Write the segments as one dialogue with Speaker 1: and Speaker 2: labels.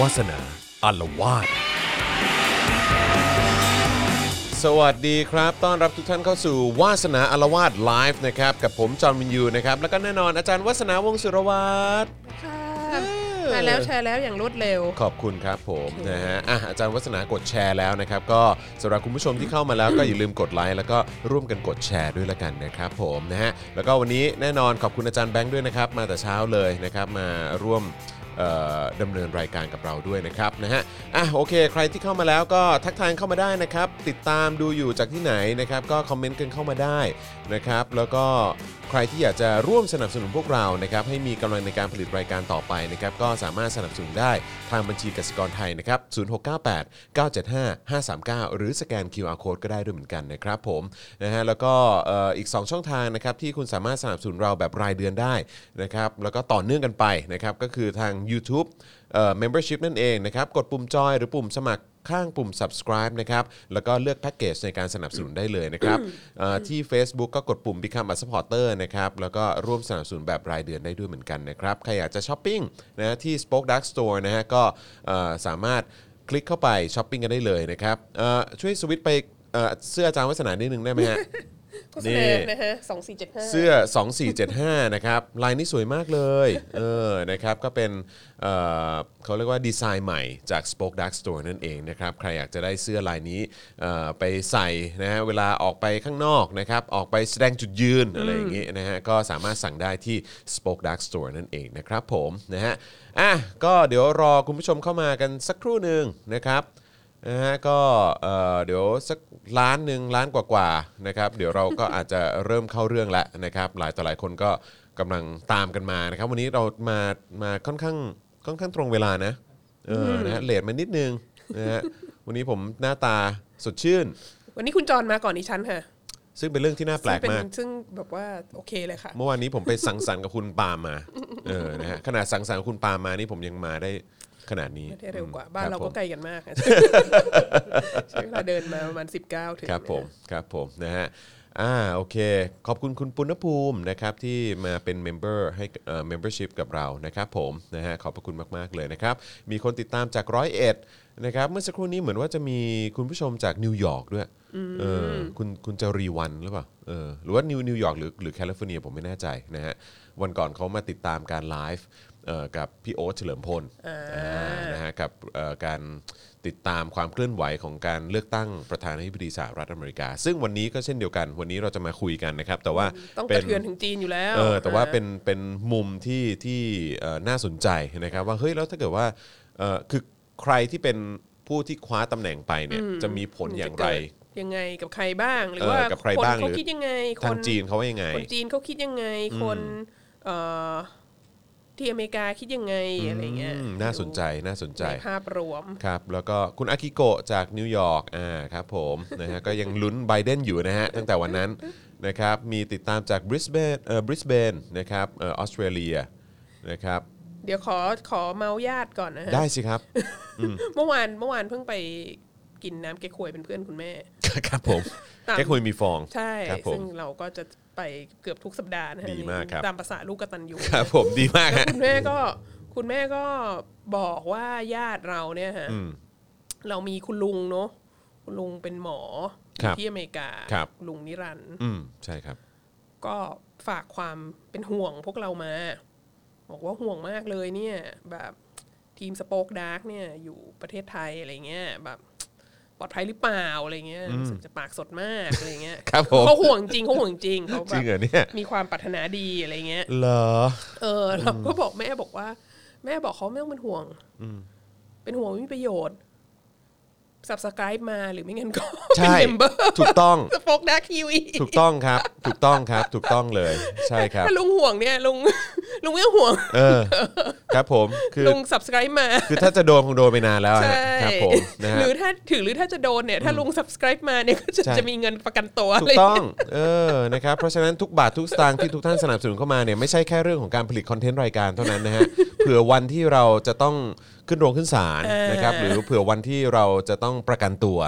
Speaker 1: วาสนาอารวาส
Speaker 2: สวัสดีครับ ต้อนรับทุกท่านเข้าสู่วาสนาอารวาสไลฟ์นะครับ กับผม จอห์นวินยูนะครับ แล้วก็แน่นอนอาจารย์วาสนาวงศ์สุรวัตร
Speaker 3: ค่ะ
Speaker 2: อ
Speaker 3: มาแล้วแชร์แล้วอย่างรวดเร็ว
Speaker 2: ขอบคุณครับผมนะฮะอ่ะอาจารย์วัฒนากดแชร์แล้วนะครับ ก็สำหรับคุณผู้ชมที่เข้ามาแล้วก็อย่าลืมกดไลค์แล้วก็ร่วมกันกดแชร์ด้วยละกันนะครับผมนะฮะแล้วก็วันนี้แน่นอนขอบคุณอาจารย์แบงค์ด้วยนะครับ มาแต่เช้าเลยนะครับมาร่วมเอ่อดำเนินรายการกับเราด้วยนะครับนะฮะอ่ะโอเค ใครที่เข้ามาแล้วก็ทักทายเข้ามาได้นะครับ ติดตามดูอยู่จากที่ไหนนะครับ ก็คอมเมนต์กันเข้ามาได้นะครับ แล้วก็ใครที่อยากจะร่วมสนับสนุนพวกเรานะครับให้มีกำลังในการผลิตรายการต่อไปนะครับ ก็สามารถสนับสนุนได้ ทางบัญชีกสิกรไทยนะครับ 0698 975 539 หรือสแกน QR Code ก็ได้ด้วยเหมือนกันนะครับผมนะฮะแล้วก็เอ่ออีก 2 ช่องทางนะครับที่คุณสามารถสนับสนุนเราแบบรายเดือนได้นะครับแล้วก็ต่อเนื่องกันไปนะครับก็คือทาง YouTube เอ่อ membership นั่นเองนะครับ กดปุ่มจอยหรือปุ่มสมัครข้างปุ่ม subscribe นะครับ แล้วก็เลือกแพ็กเกจในการสนับสนุนได้เลยนะครับเอ่อที่ Facebook ก็กดปุ่ม Become a supporter นะครับ แล้วก็ร่วมสนับสนุนแบบรายเดือนได้ด้วยเหมือนกันนะครับ ใครอยากจะช้อปปิ้งนะที่ Spoke Dark Store นะฮะก็เอ่อสามารถคลิกเข้าไปช้อปปิ้งกันได้เลยนะครับเอ่อช่วยสวิตช์ไปเอ่อเสื้ออาจารย์วัฒนานิดนึงได้ไหมฮะ
Speaker 3: โฆษณานะฮะสองสี่เจ็ดห้า
Speaker 2: เสื้อ 2475 นะครับ ลายนี้สวยมากเลย เออ นะครับ ก็เป็นเอ่อเขาเรียกว่าดีไซน์ใหม่จาก Spoke Dark Store นั่นเองนะครับ ใครอยากจะได้เสื้อลายนี้เอ่อไปใส่นะฮะ เวลาออกไปข้างนอกนะครับ ออกไปแสดงจุดยืนอะไรอย่างงี้นะฮะ ก็สามารถสั่งได้ที่ Spoke Dark Store นั่นเองนะครับผม นะฮะ อ่ะ ก็เดี๋ยวรอคุณผู้ชมเข้ามากันสักครู่หนึ่งนะครับ นะฮะก็เอ่อเดี๋ยวสักล้านหนึ่งล้านกว่าๆนะครับเดี๋ยวเราก็ อาจจะเริ่มเข้าเรื่องแล้วนะครับ หลายต่อหลายคนก็กำลังตามกันมานะครับ วันนี้เรามามาค่อนข้างค่อนข้างตรงเวลานะเอออนะฮะเลทมานิดนึงนะฮะวันนี้ผมหน้าตาสดชื่น
Speaker 3: วันนี้คุณจรมาก่อนดิฉันค่ะ
Speaker 2: ซึ่งเป็นเรื่องที่น่าแปลก
Speaker 3: ซึ่ง
Speaker 2: มาก
Speaker 3: เนซึ่งแบบว่าโอเคเลยค่ะ
Speaker 2: เมื่อวานนี้ผมไปสังสรรค์กับคุณปาล์มมาเออนะฮะขนาดสังสรรค์กับคุณปาล์มมานี่ผมยังมาได้ขนาดนี้
Speaker 3: ได้เร็วกว่าบ้าน
Speaker 2: ค
Speaker 3: เรา
Speaker 2: บผ
Speaker 3: ก็
Speaker 2: ม
Speaker 3: ไกลกันมากอะ ใช้เวลาเดินมาประมาณ 19 ถึง
Speaker 2: ครับผมครับผมนะฮะอ่าโอเค ขอบคุณคุณปุณณภูมินะครับที่มาเป็นเมมเบอร์ให้เอ่อเมมเบอร์ชิพกับเรานะครับผมนะฮะขอบพระคุณมาก ๆ เลยนะครับ มีคนติดตามจากร้อยเอ็ดนะครับเมื่อสักครู่นี้เหมือนว่าจะมีคุณผู้ชมจากนิวยอร์กด้วยเออคุณคุณจะรีวันหรือเปล่าเออหรือว่านิวนิวยอร์กหรือหรือแคลิฟอร์เนียผมไม่แน่ใจนะฮะวันก่อนเขามาติดตามการไลฟ์เอ่อกับพี่โอ๊ตเฉลิมพล
Speaker 3: อ่า
Speaker 2: อ่านะฮะกับเอ่อการติดตามความเคลื่อนไหวของการเลือกตั้งประธานาธิบดีสหรัฐอเมริกา ซึ่งวันนี้ก็เช่นเดียวกัน วันนี้เราจะมาคุยกันนะครับ แต่ว่า
Speaker 3: ต้องก
Speaker 2: เป็
Speaker 3: ระเทือนถึงจีนอยู่แล้ว
Speaker 2: เออแต่ว่า
Speaker 3: ะ
Speaker 2: เป็นเป็นมุมที่ที่เอ่อน่าสนใจนะครับ ว่าเฮ้ยแล้วถ้าเกิดว่าเอ่อคือใครที่เป็นผู้ที่คว้าตำแหน่งไปเนี่ยจะมีผลอย่างไร
Speaker 3: จะเกิดยังไงกับใครบ้าง หรือ
Speaker 2: เออ
Speaker 3: ว่า
Speaker 2: กับใครบ้าง
Speaker 3: น
Speaker 2: ห
Speaker 3: เขา
Speaker 2: รือ
Speaker 3: คิดยังไงค
Speaker 2: ทาง
Speaker 3: น
Speaker 2: จีนเขาว่ายังไง
Speaker 3: คนจีนเขาคิดยังไง คนเอ่อที่อเมริกาคิดยังไงอะไรเงี้ย
Speaker 2: อืมน่าสนใจน่าสนใจ
Speaker 3: ในภาพรวม
Speaker 2: ครับแล้วก็คุณอากิโกะจากนิวยอร์กอ่าครับผม นะฮะก็ยังลุ้นไบเดนอยู่นะฮะตั้งแต่วัน นั้นนะครับมีติดตามจากบริสเบนเอ่อบริสเบนนะครับเอ่อออสเตรเลียนะครับ
Speaker 3: เดี๋ยวขอขอเมาญาติก่อนนะฮะ
Speaker 2: ได้สิ ครับ
Speaker 3: เมื่อวานเมื่อวานเพิ่งไปกินน้ำเก๊กฮวยเป็นเพื่อนคุณแม่
Speaker 2: ครับผม
Speaker 3: ตาม
Speaker 2: แค่คุยมีฟอง
Speaker 3: ใช่
Speaker 2: ครับผม
Speaker 3: ซึ่งเราก็จะไปเกือบทุกสัปดาห์นะฮะ
Speaker 2: ดีมากครับ
Speaker 3: ตามภาษาลูกกตันยู
Speaker 2: ครับผมดีมาก ฮะ
Speaker 3: คุณแม่ก็คุณแม่ก็บอกว่าญาติเราเนี่ยฮะ
Speaker 2: อืม
Speaker 3: เรามีคุณลุงเนาะคุณลุงเป็นหมออ
Speaker 2: ครั
Speaker 3: ยู่
Speaker 2: บ
Speaker 3: ที่อเมริกา
Speaker 2: ครับ
Speaker 3: ลุงนิรันดร์
Speaker 2: อืมใช่ครับ
Speaker 3: ก็ฝากความเป็นห่วงพวกเรามา บอกว่าห่วงมากเลยเนี่ย แบบทีมสปอคดาร์กเนี่ย อยู่ประเทศไทยอะไรเงี้ยแบบปลอดภัยหรือเปล่าอะไรเงี้ยรู้สึกจะปากสดมากอะไรเงี้ย
Speaker 2: ครับผม
Speaker 3: เขาห่วงจริงเขาห่วงจริงเขา
Speaker 2: จ
Speaker 3: แบ
Speaker 2: ริ
Speaker 3: บ
Speaker 2: งเหรอเนี่ย
Speaker 3: มีความปรารถนาดีอะไรเงี้ย
Speaker 2: เหรอ
Speaker 3: เออเราก็บอกแม่บอกว่า แม่บอกเขาไม่ต้องเป็นห่วงเป็นห่วงไม่มีประโยชน์สับส c ร i b e มาหรือไม่งั้นก็
Speaker 2: ใช่
Speaker 3: เป็นเมมเบอร์
Speaker 2: ถูกต้อง
Speaker 3: สปอกดาคิวี
Speaker 2: ถูกต้องครับ ถูกต้องครับถูกต้องเลยใช่ครับ
Speaker 3: ถ้าลุงห่วงเนี่ยลุง ลุงไม่ต้องห่วง
Speaker 2: เออครับผมคือ
Speaker 3: ลุงสับส c ร i b e มา
Speaker 2: คือถ้าจะโดนคงโดนไปนานแล้ว
Speaker 3: ใช
Speaker 2: ฮะ
Speaker 3: ่
Speaker 2: ครับผมนะฮะ
Speaker 3: หรือถ้าถือหรือถ้าจะโดนเนี่ย ถ้าลุงสับส c ร i b e มาเนี่ยก็จะ
Speaker 2: ใช่
Speaker 3: จะมีเงินประกันตัวอะ
Speaker 2: ถู
Speaker 3: ไร
Speaker 2: กต้อง เออ นะครับ เพราะฉะนั้นทุกบาททุกสตางค์ที่ทุกท่านสนับสนุนเข้ามาเนี่ยไม่ใช่แค่เรื่องของการผลิตคอนเทนต์รายการเท่านั้นนะ ฮะ เผื่อวันที่เราจะต้องขึ้นโรงขึ้นศาลนะครับ หรือเผื่อวันที่เราจะต้องประกันตัว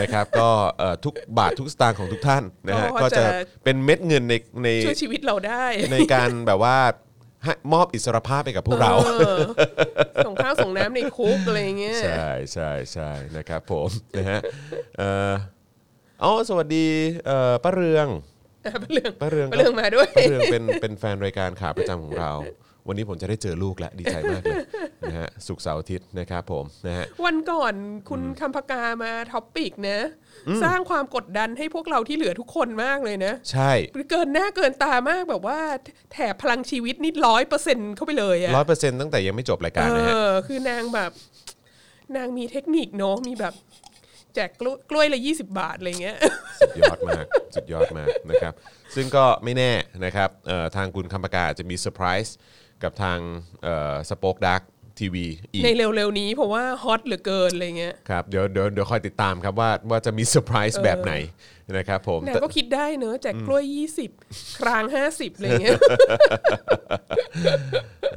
Speaker 2: นะครับ ก็เอ่อทุกบาททุกสตางค์ของทุกท่านนะฮะ ก็จะเป็นเม็ดเงินในใน
Speaker 3: ช่วยชีวิตเราได้
Speaker 2: ในการแบบว่า ให้มอบอิสรภาพไปกับพวกเรา
Speaker 3: ออส่งข้าวส่งน้ำในคุกอะไรเงี้ย
Speaker 2: ใช่ใช่ใช่นะครับผม นะฮะเอ่ออ๋อสวัสดีเอ่อป้าเรือง
Speaker 3: อ่ะเป็นเรื่อง
Speaker 2: ป้าเรืองก็
Speaker 3: เป็นเรื่องมาด้วย
Speaker 2: ป้าเรืองเป็นเป็นแฟนรายการข่าวประจำของเรา วันนี้ผมจะได้เจอลูกแล้วดีใจมากเลย นะฮะสุกร์เสาร์อาทิตย์นะครับผมนะฮะ
Speaker 3: วันก่อนคุณคำพกามาท็อปปิกนะ สร้างความกดดันให้พวกเราที่เหลือทุกคนมากเลยนะ
Speaker 2: ใช่
Speaker 3: เกินหน้าเกินตามากแบบว่าแถบพลังชีวิตนี่ร้อยเปอร์เซ็นเข้าไปเลยอะ
Speaker 2: ร้อยเปอร์เซ็นต์ตั้งแต่ยังไม่จบรายการ
Speaker 3: เอ
Speaker 2: นะฮะ
Speaker 3: อ คือนางแบบ นางมีเทคนิคเนาะมีแบบแจกกล้วยกล้วยละยี่สิบาทอะไรเงี้ย
Speaker 2: สุดยอดมาก สุดยอดมากนะครับ ซึ่งก็ไม่แน่นะครับเอ่อทางคุณคำปากาอาจจะมีเซอร์ไพรส์กับทางสป็อคดักทีวีอีก
Speaker 3: ในเร็วๆนี้เพราะว่าฮอตเหลือเกินอะไรเงี้ย
Speaker 2: ครับเดี๋ยวเดี๋ยวเดี๋ยวคอยติดตามครับว่าว่าจะมีเซอร์ไพรส์แบบไหนนะครับผม
Speaker 3: นาง
Speaker 2: แต่
Speaker 3: ก็คิดได้เนอะแจกกล้วยยี่สิบครางห้าสิบอะไรเงี้ย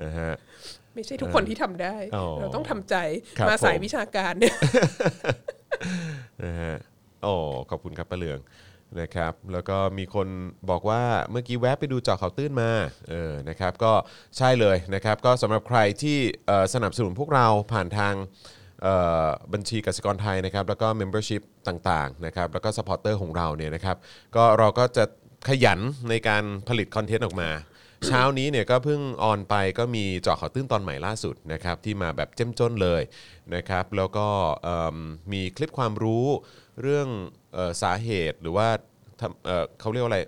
Speaker 2: นะฮะ
Speaker 3: ไม่ใช่ทุกคนที่ทำได้
Speaker 2: อ๋อ
Speaker 3: เราต้องทำใจ
Speaker 2: ครับ
Speaker 3: มาสาย
Speaker 2: ผม
Speaker 3: วิชาการเนี่ย
Speaker 2: นะฮะโอ้ขอบคุณครับป้าเหลืองนะครับ แล้วก็มีคนบอกว่าเมื่อกี้แวะไปดูเจอเขาวตื้นมาเออนะครับ ก็ใช่เลยนะครับ ก็สำหรับใครที่เอ่อสนับสนุนพวกเราผ่านทางเอ่อบัญชีกสิกรไทยนะครับ แล้วก็ Membership ต่างๆนะครับ แล้วก็สปอร์เตอร์ของเราเนี่ยนะครับ ก็เราก็จะขยันในการผลิตคอนเทนต์ออกมา เช้านี้เนี่ยก็เพิ่งออนไปก็มีเจาะข่าวตื้นตอนใหม่ล่าสุดนะครับที่มาแบบเจ้มจนเลยนะครับแล้วก็เอิ่มมีคลิปความรู้เรื่องเออสาเหตุหรือว่าทำเอ่อเขาเรียกว่าอะไร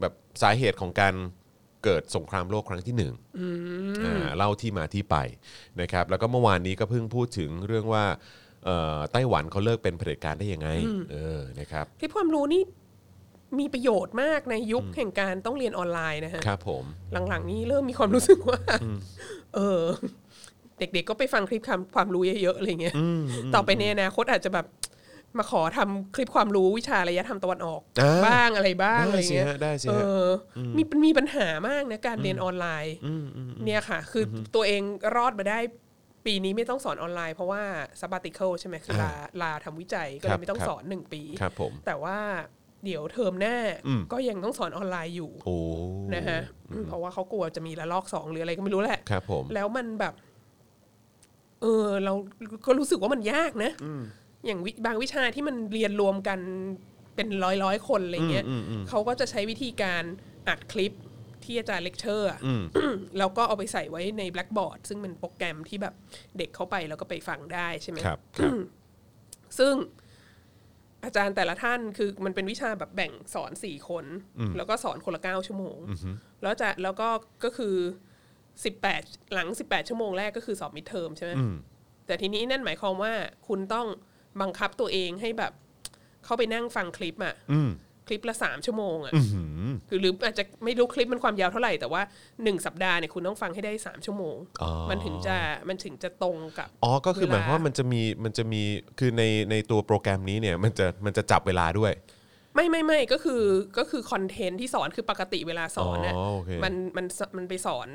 Speaker 2: แบบสาเหตุของการเกิดสงครามโลกครั้งที่หนึ่ง อ่าเล่าที่มาที่ไปนะครับแล้วก็เมื่อวานนี้ก็เพิ่งพูดถึงเรื่องว่าเอ่อไต้หวันเขาเลิกเป็นเผด็จการได้ยังไงเออนะครับ
Speaker 3: คลิปความรู้นี่มีประโยชน์มากในยุคแห่งการต้องเรียนออนไลน์นะฮะ
Speaker 2: ครับผม
Speaker 3: หลังๆ นี้เริ่มมีความรู้สึกว่า เออ เด็กๆก็ไปฟังคลิปความความรู้เยอะๆอะไรเงี้ยต่อไปในอนาคตอาจจะแบบมาขอทำคลิปความรู้วิชาระยะธรรมตะวันออก
Speaker 2: อ่
Speaker 3: บ้างอะไรบ้างอะ
Speaker 2: ได้
Speaker 3: ไร
Speaker 2: สิ
Speaker 3: เงี้ย
Speaker 2: ฮะได้สิ
Speaker 3: เอ
Speaker 2: ฮะ
Speaker 3: ออมีมีปัญหามากนะการเรียนออนไลน์ เนี่ยค่ะ คืออตัวเองรอดมาได้ปีนี้ไม่ต้องสอนออนไลน์เพราะว่าสปาติเคิลใช่ไหมคือลาลาทำวิจัยก็เลยไม่ต้องสอนหนึ่งปี
Speaker 2: ครับผม
Speaker 3: แต่ว่าเดี๋ยวเทอมหน้า
Speaker 2: อืม
Speaker 3: ก็ยังต้องสอนออนไลน์อยู่
Speaker 2: โอ้
Speaker 3: นะฮะอืมเพราะว่าเขากลัวจะมีระลอกสองหรืออะไรก็ไม่รู้แหละ
Speaker 2: ครับผม
Speaker 3: แล้วมันแบบ เออ เราก็รู้สึกว่ามันยากนะอย่างวิบางวิชาที่มันเรียนรวมกันเป็นร้อยร้อยๆคนอะไรเงี้ยเขาก็จะใช้วิธีการอัดคลิปที่อาจารย์เลคเชอร์อะแล้วก็เอาไปใส่ไว้ใน Blackboard ซึ่งเป็นโปรแกรมที่แบบเด็กเข้าไปแล้วก็ไปฟังได้ใช่ไหม
Speaker 2: ครับครับ
Speaker 3: ซึ่งอาจารย์แต่ละท่านคือมันเป็นวิชาแบบแบ่งสอนสี่คน แล้วก็สอนคนละเก้าชั่วโมง แล้วจะแล้วก็ก็คือสิบแปดหลังสิบแปดชั่วโมงแรกก็คือสอบมิดเทอมใช่ไหมแต่ทีนี้นั่นหมายความว่าคุณต้องบังคับตัวเองให้แบบเข้าไปนั่งฟังคลิปอะคลิปละสามชั่วโมงอะคือหรืออาจจะไม่รู้คลิปมันความยาวเท่าไหร่แต่ว่าหนึ่งสัปดาห์เนี่ยคุณต้องฟังให้ได้สามชั่วโมง มันถึงจะมันถึงจะตรงกับ
Speaker 2: อ๋อก็คือหมายความว่ามันจะมีมันจะมีคือในในตัวโปรแกรมนี้เนี่ยมันจะมันจะจับเวลาด้วย
Speaker 3: ไม่ไม่ไม่ก็คือก็คือคอนเทนต์ที่สอนคือปกติเวลาสอนน่ะ
Speaker 2: อ๋อโอเค
Speaker 3: มันมันมันไปสอน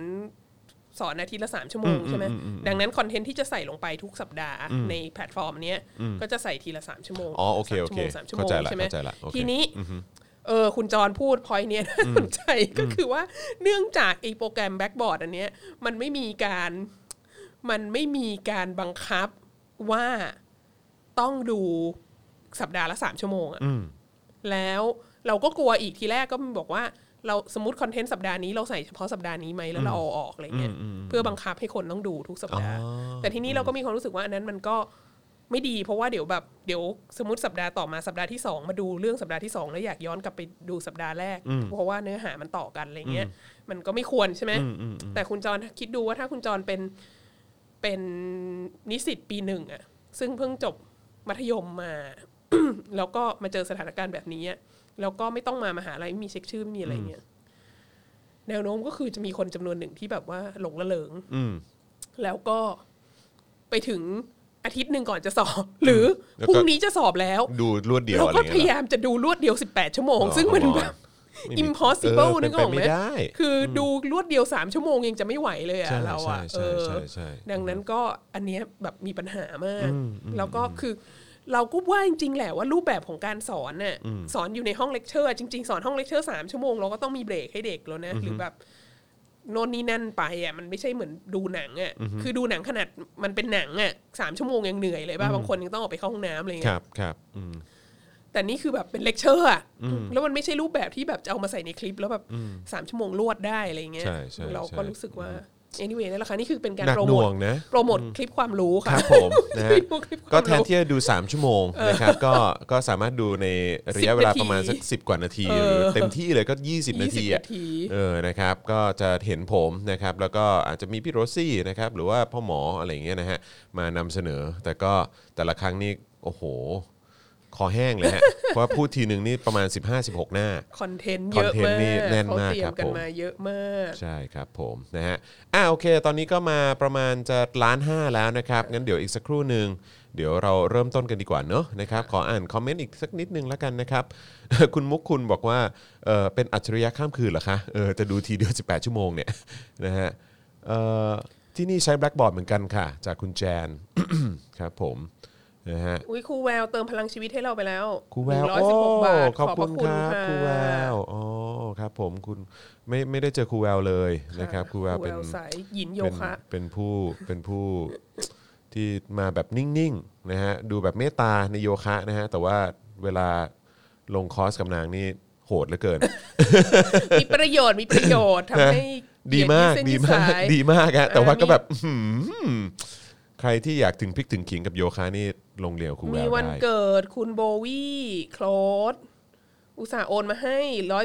Speaker 3: สอนอาทิตย์ละสามชั่วโมงใช่ไหมดังนั้นคอนเทนต์ที่จะใส่ลงไปทุกสัปดาห์ในแพลตฟอร์มเนี้ยก็จะใส่ทีละสามชั่วโมง
Speaker 2: อ๋อโอเค
Speaker 3: สาม
Speaker 2: โอ
Speaker 3: ชั่
Speaker 2: เค
Speaker 3: วโมงสามชั่วโมง
Speaker 2: เข้าใจละ
Speaker 3: ใช่ไหม
Speaker 2: เข้าใจละโอเค
Speaker 3: ทีนี้เออคุณจรพูดพอยเนี้ยน่าสนใจก็คือว่าเนื่องจากไอโปรแกรมแบ็กบอร์ดอันเนี้ยมันไม่มีการมันไม่มีการบังคับว่าต้องดูสัปดาห์ละสามชั่วโมงอะ แล้วเราก็กลัวอีกทีแรกก็บอกว่าเราสมมติคอนเทนต์สัปดาห์นี้เราใส่เฉพาะสัปดาห์นี้ไหมแล้วเราเอาออกอะไรเงี้ยเพื่อบังคับให้คนต้องดูทุกสัปดาห์
Speaker 2: อ๋อ
Speaker 3: แต่ทีนี้เราก็มีความรู้สึกว่าอันนั้นมันก็ไม่ดี เพราะว่าเดี๋ยวแบบเดี๋ยวสมมติสัปดาห์ต่อมาสัปดาห์ที่สองมาดูเรื่องสัปดาห์ที่สองแล้วอยากย้อนกลับไปดูสัปดาห์แรก เพราะว่าเนื้อหามันต่อกันอะไรเงี้ยมันก็ไม่ควรใช่ไหมแต่คุณจรคิดดูว่าถ้าคุณจรเป็นเป็นนิสิตปีหนึ่งอะซึ่งเพิ่งจบมัธยมมา แล้วก็มาเจอสถานการณ์แบบนี้อะแล้วก็ไม่ต้องมามหาลัยไม่มีเช็คชื่อไม่มีอะไรเงี้ยแนวโน้มก็คือจะมีคนจำนวนหนึ่งที่แบบว่าหลงระเริง
Speaker 2: อืม
Speaker 3: แล้วก็ไปถึงอาทิตย์หนึ่งก่อนจะสอบ หรือ
Speaker 2: แล้วก็
Speaker 3: พรุ่งนี้จะสอบแล้ว
Speaker 2: ดูรวดเดียว
Speaker 3: เรา
Speaker 2: อะไร
Speaker 3: ก็
Speaker 2: เงี้ย
Speaker 3: พยายามจะดูรวดเดียว 18 ชั่วโมง ซึ่งมันแบบ
Speaker 2: ไม่มี
Speaker 3: impossible
Speaker 2: เออ
Speaker 3: นึกออก
Speaker 2: เป็น
Speaker 3: ไหม
Speaker 2: ไปไม่ได้
Speaker 3: คือดูรวดเดียว 3 ชั่วโมงยังจะไม่ไหวเลยอะ
Speaker 2: ใช่
Speaker 3: เราอะ
Speaker 2: ใช่ใช่ใช่ใช่
Speaker 3: เออดังนั้นก็อันเนี้ยแบบมีปัญหามาก แล้วก็คือ เราก็ว่าจริงๆแหละว่ารูปแบบของการสอนน่ะสอนอยู่ในห้องเลคเชอร์จริงๆ สอนห้องเลคเชอร์สามชั่วโมงเราก็ต้องมีเบรกให้เด็กแล้วนะหรือแบบ โน่นนี่นั่นไปอ่ะมันไม่ใช่เหมือนดูหนังอ่ะคือดูหนังขนาดมันเป็นหนังอ่ะสามชั่วโมงยังเหนื่อยเลยป่ะบางคนยังต้องออกไปเข้าห้องน้ำอะไร
Speaker 2: ค
Speaker 3: เงี้ย
Speaker 2: รับครับอืม
Speaker 3: แต่นี่คือแบบเป็นเลคเชอร์อะแล้วมันไม่ใช่รูปแบบที่แบบจะเอามาใส่ในคลิป แล้วแบบสามชั่วโมงรวดได้อะไรเงี้ย
Speaker 2: ใช่ใช่
Speaker 3: เรา
Speaker 2: ใช่
Speaker 3: ก็รู้สึกว่า anyway นั่นแหละค่ะนี่คือเป็นการ
Speaker 2: หนัก
Speaker 3: โป
Speaker 2: ห
Speaker 3: รโม
Speaker 2: น่ว
Speaker 3: ท
Speaker 2: งนะ
Speaker 3: โปรโมทคลิปความรู้
Speaker 2: ค
Speaker 3: ค่ะ
Speaker 2: รับผมนะ ฮะ ก็แทนที่จะดู 3 ชั่วโมงนะครับก็ก็สามารถดูในระยะเวลา
Speaker 3: 10
Speaker 2: ประมาณสัก 10 กว่านาที
Speaker 3: เออ
Speaker 2: หรือเต็มที่เลยก็ 20 นาที
Speaker 3: 20
Speaker 2: อ่ะ
Speaker 3: นาที
Speaker 2: เออนะครับก็จะเห็นผมนะครับแล้วก็อาจจะมีพี่โรซี่นะครับหรือว่าพ่อหมออะไรอย่างเงี้ยนะฮะมานำเสนอ แต่ก็แต่ละครั้งนี่โอ้โห คอแห้งเลยฮะ เพราะว่าพูดทีหนึ่งนี่ประมาณ 15-16 หน้า
Speaker 3: คอนเทนต์เยอะ
Speaker 2: คอนเทนต์
Speaker 3: มาก
Speaker 2: นี่แน่น
Speaker 3: เขา
Speaker 2: มาก
Speaker 3: เตรี
Speaker 2: ค
Speaker 3: ย
Speaker 2: รั
Speaker 3: ม
Speaker 2: บ
Speaker 3: กัน
Speaker 2: ผม
Speaker 3: มาเยอะมาก
Speaker 2: ใช่ครับผมนะฮะอ่าโอเค ตอนนี้ก็มาประมาณจะล้านห้าแล้วนะครับ งั้นเดี๋ยวอีกสักครู่หนึ่งเดี๋ยวเราเริ่มต้นกันดีกว่าเนอะนะครับ ขออ่านคอมเมนต์อีกสักนิดนึงแล้วกันนะครับ คุณมุกคุณบอกว่าเออเป็นอัจฉริยะข้ามคืนเหรอคะเออจะดูทีเดียว 18 ชั่วโมงเนี่ย นะฮะเอ่อที่นี่ใช้ Blackboard เหมือนกันค่ะ จากคุณแจน ครับผมนะฮะ
Speaker 3: อุ้ยครูแววเติมพลังชีวิตให้เราไปแล้ว
Speaker 2: ครูแวว
Speaker 3: หนึ่งร้อย
Speaker 2: โอ้
Speaker 3: สิบหกบาท
Speaker 2: ขอบคุณค
Speaker 3: พะ
Speaker 2: รับ
Speaker 3: ะ
Speaker 2: ครูแววอ๋อครับผมคุณไม่ไม่ได้เจอครูแววเลยนะครับครูแววเป็น
Speaker 3: สายหยินโย
Speaker 2: เป็น
Speaker 3: คะ
Speaker 2: เป็นผู้เป็นผู้ ที่มาแบบนิ่งๆนะฮะดูแบบเมตตาในโยคะนะฮะแต่ว่าเวลาลงคอร์สกับนางนี่โหดเหลือเกิ น
Speaker 3: มีประโยชน์มีประโยชน์ทำให้
Speaker 2: ดี
Speaker 3: เยรติ
Speaker 2: มาก
Speaker 3: เส้น
Speaker 2: ดี
Speaker 3: ที่
Speaker 2: มาก
Speaker 3: สย
Speaker 2: ดีมากฮะแต่ว่า
Speaker 3: เออมี
Speaker 2: ก็แบบอื้อหือใครที่อยากถึงพริกถึงขิงกับโยคะนี่ลงเรียวครูแว
Speaker 3: มี
Speaker 2: ว
Speaker 3: วัน
Speaker 2: ได้
Speaker 3: เกิดคุณโบวี่โคลดอุตส่าห์โอนมาให้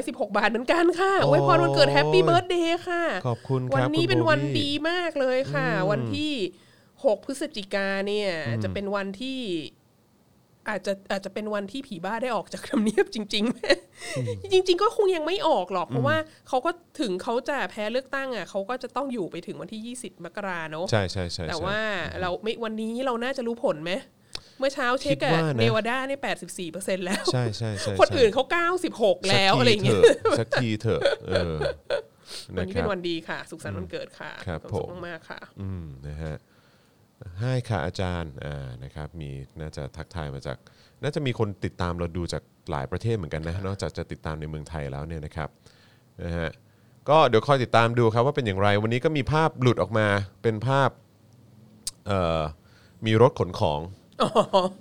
Speaker 3: 116 บาทเหมือนกันค่ะ
Speaker 2: โอ้
Speaker 3: อวยพรวันเกิดแฮปปี้เบิร์ดเดย์ค่ะ
Speaker 2: ขอบคุณครับ
Speaker 3: วันนี้
Speaker 2: คุณ
Speaker 3: เป็นวัน
Speaker 2: โบวี่
Speaker 3: ดีมากเลยค่ะ วันที่ 6 พฤศจิกาเนี่ย จะเป็นวันที่ อาจจะอาจจะเป็นวันที่ผีบ้าได้ออกจากทำเนียบจ ริงๆแม่จริง ๆ ก็คงยังไม่ออกหรอก เพราะว่าเขาก็ถึงเขาจะแพ้เลือกตั้งอ่ะเขาก็จะต้องอยู่ไปถึงวันที่ 20 มกราเนอะ
Speaker 2: ใช่ใช่ใช่
Speaker 3: แต่
Speaker 2: ใช่
Speaker 3: ว่าเราไม่วันนี้เราน่าจะรู้ผลไหมเมื่อเช้าเช็ค
Speaker 2: คิด
Speaker 3: อะ
Speaker 2: ว่านะ
Speaker 3: เนวาดาเนี่ยแปดสิบสี่เปอร์เซ็นต์แล้ว
Speaker 2: ใช่ใช่ใช่
Speaker 3: คน
Speaker 2: ใช่
Speaker 3: อื่นเขาเก้าสิบหกแล้วอะไรอย่างเงี้ย
Speaker 2: สักทีเถอะสักทีเถอะเออ
Speaker 3: วั
Speaker 2: นะ
Speaker 3: นนี้
Speaker 2: ครั
Speaker 3: เป็
Speaker 2: บ
Speaker 3: น วันดีค่ะ สุขสันต์วันเกิดค่ะ
Speaker 2: ครับ
Speaker 3: วามสุข
Speaker 2: ผม
Speaker 3: มากๆค่ะ
Speaker 2: อืมนะฮะให้ค่ะอาจารย์อ่านะครับมีน่าจะทักทายมาจาก น่าจะมีคนติดตามเราดูจากหลายประเทศเหมือนกันนะนอกจากจะติดตามในเมืองไทยแล้วเนี่ยนะครับนะฮะก็เดี๋ยวคอยติดตามดูครับว่าเป็นอย่างไร วันนี้ก็มีภาพหลุดออกมาเป็นภาพเอ่อมีรถขนของ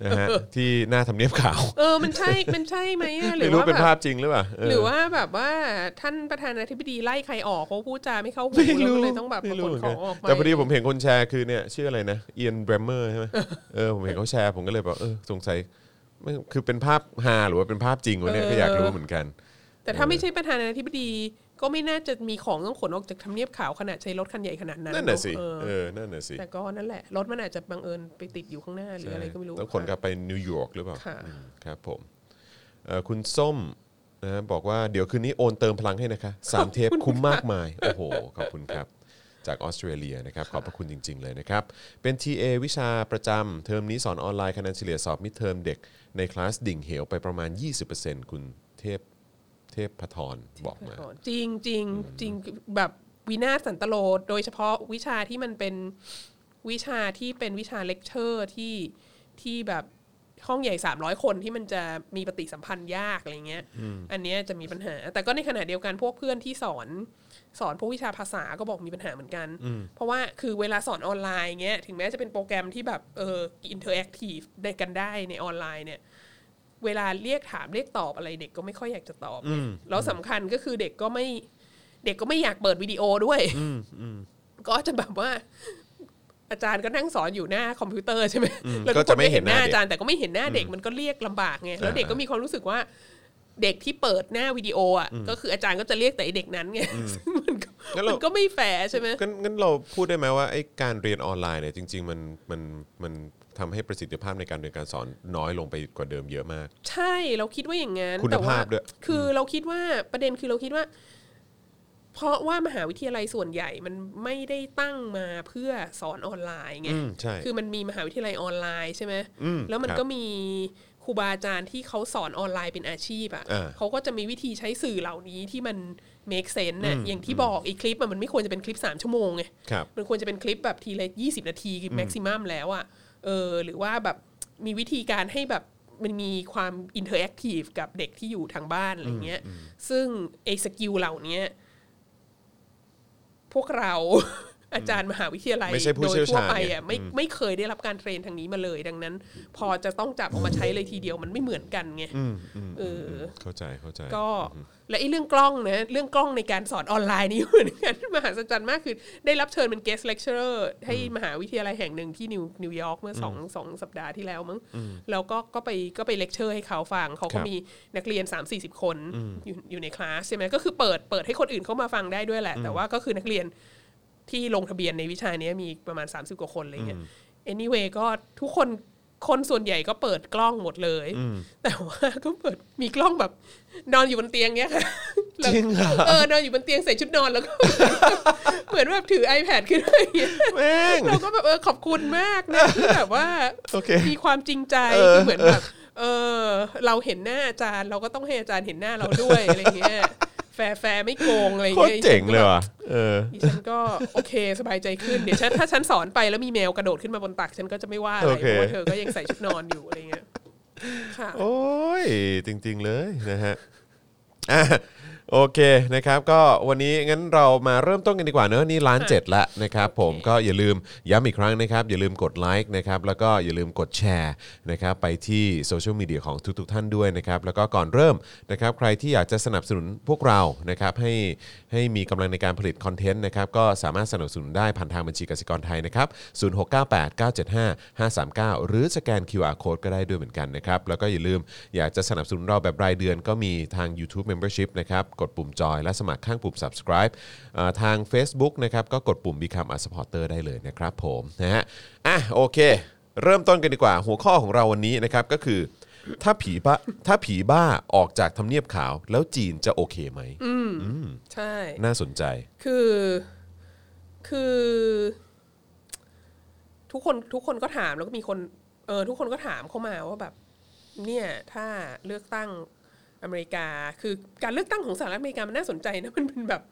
Speaker 2: นะฮะที่หน้าทำเนียบขาว
Speaker 3: เออมันใช่มันใช่ไหมอะหรื
Speaker 2: ไม่
Speaker 3: อ
Speaker 2: รู้
Speaker 3: ว่า
Speaker 2: เป็น
Speaker 3: แบ
Speaker 2: ภาพ
Speaker 3: บ
Speaker 2: จริงหรือเปล่าเ
Speaker 3: หรือว่าแบบว่าท่านประธานาธิบดีไล่ใครออกเพราะพูดจาไม่เข้าหู
Speaker 2: ไม่
Speaker 3: เรา
Speaker 2: รู้
Speaker 3: ก็เลยต้องแบบ
Speaker 2: ไม่
Speaker 3: ข
Speaker 2: รู้
Speaker 3: น
Speaker 2: เหมือน
Speaker 3: ข
Speaker 2: กั
Speaker 3: อน งออกไป
Speaker 2: แต่พอดีผมเห็นคนแชร์คือเนี่ยชื่ออะไรนะเอียนแบรมเมอร์ใช่ไหมเออผมเห็นเขาแชร์ผมก็เลยแบบเออสงสัยไม่คือเป็นภาพฮาหรือว่าเป็นภาพจริงวะเนี่ยก็อยากรู้เหมือนกัน
Speaker 3: แต่ถ้าไม่ใช่ประธานาธิบดี ก็ไม่น่าจะมีของต้องขนออกจากทำเนียบขาวขนาดใช้รถคันใหญ่ขนาดนั้น
Speaker 2: นั่นน่ะสิ
Speaker 3: เออ
Speaker 2: เออนั่นน่ะสิ
Speaker 3: แต่ก็นั่นแหละรถมันอาจจะบังเอิญไปติดอยู่ข้างหน้าหรืออะไรก็ไม่รู้
Speaker 2: แล้วคนกลับไปนิวยอร์กหรือเปล่า
Speaker 3: ค่ะ
Speaker 2: อืมครับผมเอ่อคุณส้มนะบอกว่าเดี๋ยวคืนนี้โอนเติมพลังให้ นะคะสามเทปคุ้มมากมาย โอ้โหขอบคุณครับ จากออสเตรเลียนะครับขอบพระคุณจริง ๆ เลยนะครับ เป็น TA วิชาประจำเทอมนี้สอนออนไลน์คะแนนเฉลี่ยสอบมิดเทอมเด็ก ในคลาสดิ่งเหวไปประมาณ 20%คุณเทพเทพพทรบอกมา
Speaker 3: จริงจริงจริงแบบวินาศสันตโลโดยเฉพาะวิชาที่มันเป็นวิชาที่เป็นวิชาเลคเชอร์ที่ที่แบบห้องใหญ่ 300 คนที่มันจะมีปฏิสัมพันธ์ยากอะไรเงี้ย อันเนี้ยจะมีปัญหา แต่ก็ในขณะเดียวกันพวกเพื่อนที่สอนสอนพวกวิชาภาษาก็บอกมีปัญหาเหมือนกัน เพราะว่าคือเวลาสอนออนไลน์เงี้ยถึงแม้จะเป็นโปรแกรมที่แบบเอออินเทอร์แอคทีฟได้กันได้ในออนไลน์เนี่ย เวลาเรียกถามเรียกตอบอะไรเด็กก็ไม่ค่อยอยากจะตอบไงแล้วสำคัญก็คือเด็กก็ไม่เด็กก็ไม่อยากเปิดวิดีโอด้วย ก็จะแบบว่า อาจารย์ก็นั่งสอนอยู่หน้าคอมพิวเตอร์ใช่ไหมแล้ว
Speaker 2: ก็จะไม่เห็น
Speaker 3: ค
Speaker 2: หน้าเด็ก
Speaker 3: อาจารย์แต่ก็ไม่เห็นหน้าเด็กมันก็เรียกลำบากไงแล้วเด็กก็มีความรู้สึกว่า เด็กที่เปิดหน้าวิดีโออ่ะก็คืออาจารย์ก็จะเรียกแต่ไอ้เด็กนั้นไงซึ่งมันก็
Speaker 2: งั้นเรา
Speaker 3: มันก็ไม่แฟร์ใช่ไหม
Speaker 2: งั้นงั้นเราพูดได้ไหมว่าไอ้การเรียนออนไลน์เนี่ยจริง ๆ มันมันมันทำให้ประสิทธิภาพในการเรียนการสอนน้อยลงไปกว่าเดิมเยอะมาก
Speaker 3: ใช่เราคิดว่าอย่างนั้น
Speaker 2: คุณ
Speaker 3: แต่
Speaker 2: ภาพด้วย
Speaker 3: คือเราคิดว่าประเด็นคือเราคิดว่า เพราะว่ามหาวิทยาลัยส่วนใหญ่มันไม่ได้ตั้งมาเพื่อสอนออนไลน์ไง
Speaker 2: อืมใช่
Speaker 3: คือมันมีมหาวิทยาลัยออนไลน์ใช่ไหม
Speaker 2: อืม
Speaker 3: แล้วมัน
Speaker 2: ครับ
Speaker 3: ก็มีครูบาอาจารย์ที่เขาสอนออนไลน์เป็นอาชีพอ่ะ
Speaker 2: อ่า
Speaker 3: เขาก็จะมีวิธีใช้สื่อเหล่านี้ที่มัน make sense น่ะอย่างที่บอกอีกคลิปอะมันไม่ควรจะเป็นคลิปสามชั่วโมงไง
Speaker 2: ครับ
Speaker 3: มันควรจะเป็นคลิปแบบทีละยี่สิบนาทีคือแม็กซิมัมแล้วอะเออ หรือว่าแบบมีวิธีการให้แบบมันมีความอินเทอร์แอคทีฟกับเด็กที่อยู่ทางบ้านอะไรเงี้ย ซึ่งไอ้สกิลเหล่านี้ พวกเรา อาจารย์มหาวิทยาลัย
Speaker 2: ไม่ใช่ผู้
Speaker 3: โดย
Speaker 2: เชี่ยว
Speaker 3: ทั่ว
Speaker 2: ชาญ
Speaker 3: ไป
Speaker 2: ไง
Speaker 3: อ่ะไม่
Speaker 2: อืม
Speaker 3: ไม่เคยได้รับการเทรนทางนี้มาเลย ดังนั้น พอจะต้องจับออกมาใช้เลยทีเดียวมันไม่เหมือนกันไง
Speaker 2: อืมอืม
Speaker 3: เอออ
Speaker 2: เข้าใจเข้าใจ
Speaker 3: ก็และไอ้เรื่องกล้องนะเรื่องกล้องในการสอนออนไลน์นี่ เหมือนกันมหาศจรรย์มากคือ ได้รับเชิญเป็น guest lecturer ให้มหาวิทยาลัยแห่งหนึ่งที่นิวนิวยอร์กเมื่อสองสองสัปดาห์ที่แล้วมั้งแล้วก็ก็ไปก็ไปเลคเชอร์ให้เขาฟังเขา
Speaker 2: ครั
Speaker 3: ก็
Speaker 2: บ
Speaker 3: มีนักเรียน 3 4 0 คนอยู่อยู่ในคลาสใช่ไหมก็คือเปิดเปิดให้คนอื่นเข้ามาฟังได้ด้วยแหละ แต่ว่าก็คือนักเรียนที่ลงทะเบียนในวิชานี้มีประมาณ 30 กว่าคนอะไรเงี้ย anyway ก็ทุกคนคนส่วนใหญ่ก็เปิดกล้องหมดเลย แต่ว่าก็เปิดมีกล้องแบบ นอนอยู่บนเตียงเนี้ยค่ะแล้ว
Speaker 2: จริงเหรอ
Speaker 3: เออนอนอยู่บนเตียงใส่ชุดนอนแล้วก็ เหมือนแบบถือ iPad ขึ้นมาอย่างเงี้ย
Speaker 2: แม่ง
Speaker 3: เราก็แบบเออขอบคุณมากนะที่แบบว่า
Speaker 2: โอเค
Speaker 3: มีความจริงใจ
Speaker 2: เออ
Speaker 3: คือเหมือนแบบเออ เราเห็นหน้าอาจารย์ เราก็ต้องให้อาจารย์เห็นหน้าเราด้วยอะไรเงี้ยแฟร์แฟร์ไม่โกงอะไร
Speaker 2: โคตร
Speaker 3: เงี้ย
Speaker 2: เจ๋งเลยว่ะเออ
Speaker 3: ดิฉันก็โอเคสบายใจขึ้นเดี๋ยวฉันถ้าฉันสอนไปแล้วมีแมวกระโดดขึ้นมาบนตักฉันก็จะไม่ว่าอะไร
Speaker 2: โอเค
Speaker 3: เพราะว่าเธอก็ยังใส่ชุดนอนอยู่อะไรเงี้ยค่ะ
Speaker 2: โอ้ย จริง ๆ เลยนะฮะอ่ะโอเคนะครับ ก็วันนี้งั้นเรามาเริ่มต้นกันดีกว่าเนอะนี่ล้านเจ็ดละนะครับ ผมก็อย่าลืมย้ำอีกครั้งนะครับ อย่าลืมกดไลค์นะครับแล้วก็อย่าลืมกดแชร์นะครับ ไปที่โซเชียลมีเดียของทุกๆท่านด้วยนะครับ แล้วก็ก่อนเริ่มนะครับ ใครที่อยากจะสนับสนุนพวกเรานะครับให้ให้มีกำลังในการผลิตคอนเทนต์นะครับ ก็สามารถสนับสนุนได้ผ่านทางบัญชีกสิกรไทยนะครับ0698 975 539 หรือสแกน QR Code ก็ได้ด้วยเหมือนกันนะครับ แล้วก็อย่าลืมอยากจะสนับสนุนเราแบบรายเดือนก็มีทาง YouTube Membership นะครับ กดปุ่มจอยและสมัครข้างปุ่ม subscribe เอ่อทาง Facebook นะครับ ก็กดปุ่ม Become a supporter ได้เลยนะครับผมนะฮะอ่ะโอเค เริ่มต้นกันดีกว่า หัวข้อของเราวันนี้นะครับ ก็คือ ถ้าผีบ้าถ้าผีบ้าออกจากทำเนียบขาว แล้วจีนจะโอเคไหม
Speaker 3: ใช่
Speaker 2: น่าสนใจ
Speaker 3: คือคือ ทุกคนทุกคนก็ถามแล้วก็มีคน เออทุกคนก็ถามเข้ามาว่าแบบ เนี่ย ถ้าเลือกตั้งอเมริกา คือการเลือกตั้งของสหรัฐอเมริกามันน่าสนใจนะ มันเป็นแบบ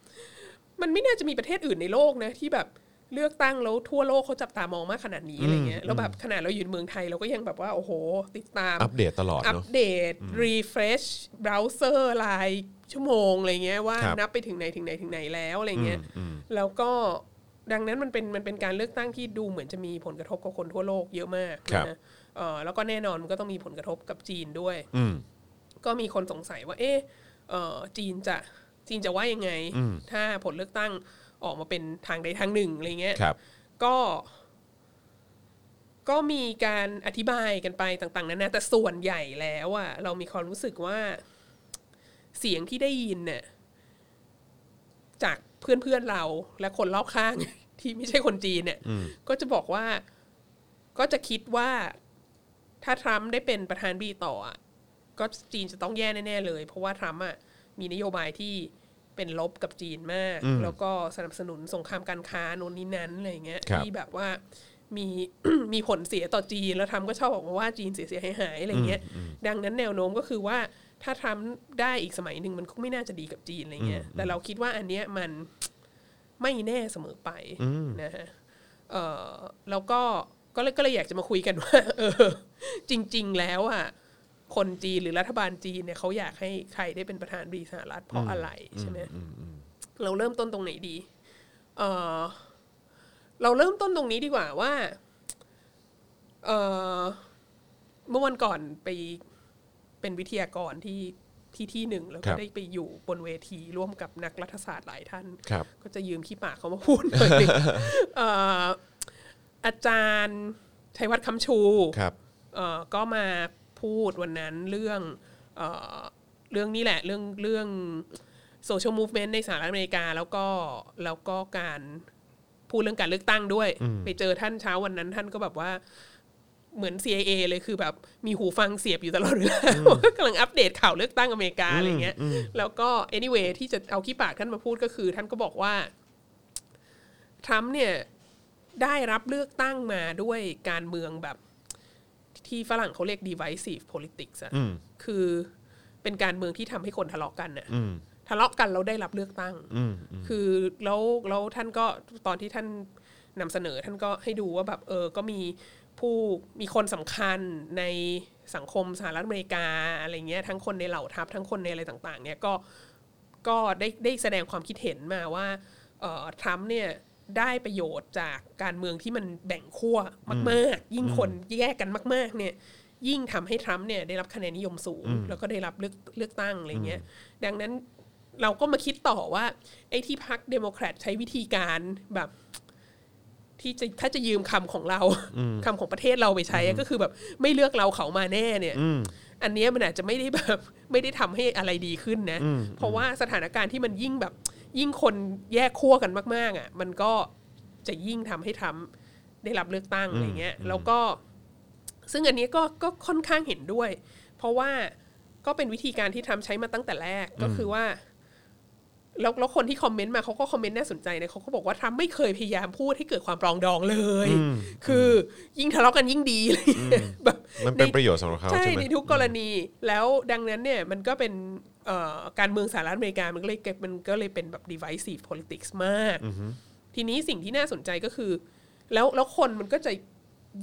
Speaker 3: มันไม่น่าจะมีประเทศอื่นในโลกนะ ที่แบบเลือกตั้งแล้วทั่วโลกเขาจับตามองมากขนาดนี้อะไรเงี้ยแล้วแบบขนาดเราอยู่เมืองไทยเราก็ยังแบบว่าโอ้โห ติดตาม
Speaker 2: อัปเดตตลอด
Speaker 3: อัป
Speaker 2: เนาะ
Speaker 3: เดต รีเฟรชเบราว์เซอร์รายชั่วโมงอะไรเงี้ยว่า
Speaker 2: ครับ
Speaker 3: นับไปถึงไหนถึงไหนถึงไหนแล้วอะไรเงี้ยแล้วก็ดังนั้นมันเป็นมันเป็นการเลือกตั้งที่ดูเหมือนจะมีผลกระทบกับคนทั่วโลกเยอะมาก
Speaker 2: ครับ
Speaker 3: นะเออแล้วก็แน่นอนมันก็ต้องมีผลกระทบกับจีนด้วย
Speaker 2: อืม
Speaker 3: ก็มีคนสงสัยว่า เอะเออจีนจะจีนจะว่ายังไง ถ้าผลเลือกตั้งออกมาเป็นทางใดทางหนึ่งอะไรเงี้ย
Speaker 2: ครับ
Speaker 3: ก็ก็มีการอธิบายกันไปต่างๆนานาแต่ส่วนใหญ่แล้วอะเรามีความรู้สึกว่า เสียงที่ได้ยินเนี่ยจากเพื่อนๆเราและคนรอบข้าง ที่ไม่ใช่คนจีนเนี่ย ก็จะบอกว่าก็จะคิดว่าถ้าทรัมป์ได้เป็นประธานบีต่ออะก็จีนจะต้องแย่แน่ๆเลย เพราะว่าทรัมป์อะมีนโยบายที่เป็นลบกับจีนมาก แล้วก็สนับสนุนสงครามการค้าโน่นนี้นั้นอะไรอย่างเงี้ย
Speaker 2: ครับ
Speaker 3: ที่แบบว่ามี มีผลเสียต่อจีน แล้วทรัมป์ก็ชอบบอกมาว่าจีนเสียเสียหายหายๆอะไรเงี้ย ดังนั้นแนวโน้มก็คือว่าถ้าทรัมป์ได้อีกสมัยหนึ่งมันก็ไม่น่าจะดีกับจีนอะไรเงี้ยแต่เราคิดว่าอันเนี้ยมัน ไม่แน่เสมอไปนะฮะเออแล้วก็ก็เลยก็เลยอยากจะมาคุยกันว่า เออ จริง ๆ แล้วอ่ะคนจีนหรือรัฐบาลจีนเนี่ยเขาอยากให้ใครได้เป็นประธานบริสหรัฐเพราะอะไรใช่ไหมเราเริ่มต้นตรงไหนดี เออเราเริ่มต้นตรงนี้ดีกว่าว่า เออเมื่อวันก่อนไปเป็นวิทยากรที่ที่ที่หนึ่งแล้ว
Speaker 2: ครั
Speaker 3: ก็
Speaker 2: บ
Speaker 3: ได้ไปอยู่บนเวทีร่วมกับนักรัฐศาสตร์หลายท่าน
Speaker 2: ครับ
Speaker 3: ก็จะยืมขี้ปากเขามาพูดหน่อยหนึ่งเอ่ออาจารย์ชัยวัฒน์คำชู
Speaker 2: ครับ
Speaker 3: เอ่อก็มาพูดวันนั้นเรื่องเอ่อเรื่องนี้แหละเรื่องเรื่องโซเชียลมูฟเมนต์ในสหรัฐอเมริกาแล้วก็แล้วก็การพูดเรื่องการเลือกตั้งด้วย ไปเจอท่านเช้าวันนั้นท่านก็แบบว่าเหมือน CIA เลยคือแบบมีหูฟังเสียบอยู่ตลอดเวลาว่ากำลังอัปเดตข่าวเลือกตั้งอเมริกาอะไรเงี้ย แล้วก็ anyway ที่จะเอาขี้ปากท่านมาพูดก็คือ ท่านก็บอกว่า ทรัมป์เนี่ยได้รับเลือกตั้งมาด้วยการเมืองแบบที่ฝรั่งเขาเรียก divisive politics อะคือเป็นการเมืองที่ทำให้คนทะเลาะกันน่ะทะเลาะกันแล้วได้รับเลือกตั้ง คือแล้วแล้วท่านก็ตอนที่ท่านนำเสนอท่านก็ให้ดูว่าแบบเออก็มีผู้มีคนสำคัญในสังคมสหรัฐอเมริกาอะไรเงี้ยทั้งคนในเหล่าทัพทั้งคนในอะไรต่าง ๆ เนี่ยก็ ก็ได้ได้แสดงความคิดเห็นมาว่า เอ่อทรัมป์เนี่ยได้ประโยชน์จากการเมืองที่มันแบ่งขั้วมาก ๆ ยิ่งคนแยกกันมาก ๆ เนี่ย ยิ่งทำให้ทรัมป์เนี่ยได้รับคะแนนนิยมสูง แล้วก็ได้รับเลือกเลือกตั้งอะไรเงี้ยดังนั้นเราก็มาคิดต่อว่า ไอ้ที่พรรคเดโมแครตใช้วิธีการแบบ ที่จะถ้าจะยืมคำของเราคำของประเทศเราไปใช้อะก็คือแบบไม่เลือกเราเขามาแน่เนี่ย อันเนี้ยมันอาจจะไม่ได้แบบ ไม่ได้ทำให้อะไรดีขึ้นนะ เพราะว่าสถานการณ์ที่มันยิ่งแบบ ยิ่งคนแยกขั้วกันมาก ๆ อ่ะ มันก็จะยิ่งทำให้ทรัมป์ได้รับเลือกตั้งอะไรเงี้ยแล้วก็ ซึ่งอันนี้ก็ก็ค่อนข้างเห็นด้วย เพราะว่าก็เป็นวิธีการที่ทรัมป์ใช้มาตั้งแต่แรกก็คือว่า แล้วแล้วคนที่คอมเมนต์มาเขาก็คอมเมนต์น่าสนใจนะเขาก็บอกว่าทรัมป์ไม่เคยพยายามพูดให้เกิดความปรองดองเลย คือยิ่งทะเลาะกันยิ่งดีเลย แบบ
Speaker 2: มันเป็นประโยชน์สำหรับเขา
Speaker 3: ใช่
Speaker 2: ใช่ไหม
Speaker 3: ในทุกกรณีแล้วดังนั้นเนี่ยมันก็เป็นเอ่อการเมืองสหรัฐอเมริกามันก็เลยเก็บมันก็เลยเป็นแบบ divisive politics มาก ทีนี้สิ่งที่น่าสนใจก็คือ แล้วแล้วคนมันก็จะ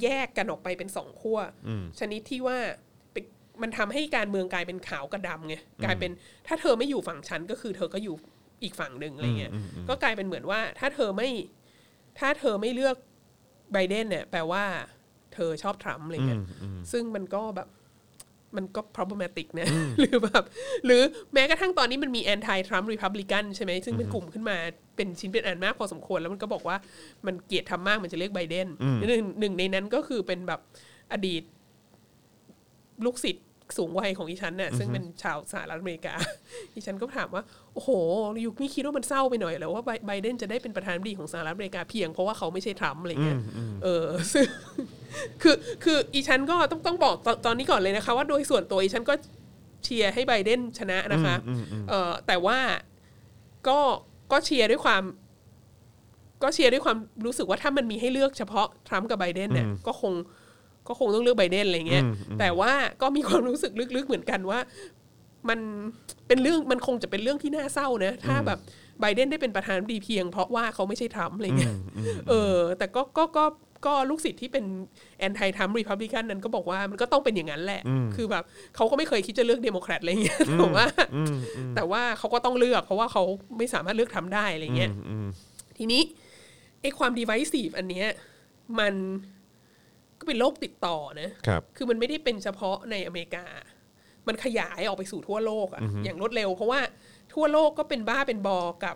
Speaker 3: แยกกันออกไปเป็นสองขั้วชนิดที่ว่าเป็นมันทำให้การเมืองกลายเป็นขาวกับดำไงกลายเป็นถ้าเธอไม่อยู่ฝั่งฉันก็คือเธอก็อยู่อีกฝั่งหนึ่งอะไรเงี้ยก็กลายเป็นเหมือนว่าถ้าเธอไม่ถ้าเธอไม่เลือกไบเดนเนี่ยแปลว่าเธอชอบทรัมป์อะไรเงี้ย ซึ่งมันก็แบบมันก็ problematic นะ หรือแบบหรือแม้กระทั่งตอนนี้มันมี anti Trump Republican ใช่ไหมซึ่งเป็นกลุ่มขึ้นมาเป็นชิ้นเป็นอันมากพอสมควร แล้วมันก็บอกว่ามันเกลียดทำมากมันจะเลือกไบเดนหนึ่งหนึ่งในนั้นก็คือเป็นแบบอดีตลูกศิษย์สูงวัยของอีฉันเนี่ยซึ่งเป็นชาวสหรัฐอเมริกา อีฉันก็ถามว่า โอ้โหยุคนี้คิดว่ามันเศร้าไปหน่อยเหรอว่าไบไบเดนจะได้เป็นประธานาธิบดีของสหรัฐอเมริกาเพียงเพราะว่าเขาไม่ใช่ทรัมป์อะไรเงี้ยเอ อซึ่ง คือคืออีฉันก็ต้องต้องบอกตอนตอนนี้ก่อนเลยนะคะ ว่าโดยส่วนตัวอีฉันก็เชียร์ให้ไบเดนชนะนะคะเออแต่ว่าก็ก็เชียร์ด้วยความ ก็เชียร์ด้วยความรู้สึกว่าถ้ามันมีให้เลือกเฉพาะทรัมป์กับไบเดนเนี่ยก็คงก็คงต้องเลือกไบเดนอะไรเงี้ยแต่ว่าก็มีความรู้สึกลึกๆเหมือนกันว่า มันเป็นเรื่องมันคงจะเป็นเรื่องที่น่าเศร้านะ ถ้าแบบไบเดนได้เป็นประธานาธิบดีเพียงเพราะว่าเขาไม่ใช่ทรัมป์อะไรเงี้ยเออ แต่ก็ก็ก็ก็ลูกศิษย์ที่เป็นแอนตี้ทรัมป์รีพับลิกันนั้นก็บอกว่ามันก็ต้องเป็นอย่างนั้นแหละ คือแบบเขาก็ไม่เคยคิดจะเลือกเดโมแครตอะไรเงี้ยแต่ว่าแต่ว่าเขาก็ต้องเลือก เพราะว่าเขาไม่สามารถเลือกทรัมป์ได้อะไรเงี้ยทีนี้ไอ้ความดีไวซีฟอันเนี้ยมันก็เป็นโรคติดต่อนะ
Speaker 2: ครับ
Speaker 3: คือมันไม่ได้เป็นเฉพาะในอเมริกา มันขยายออกไปสู่ทั่วโลกอะอย่างรวดเร็ว เพราะว่าทั่วโลกก็เป็นบ้าเป็นบอกับ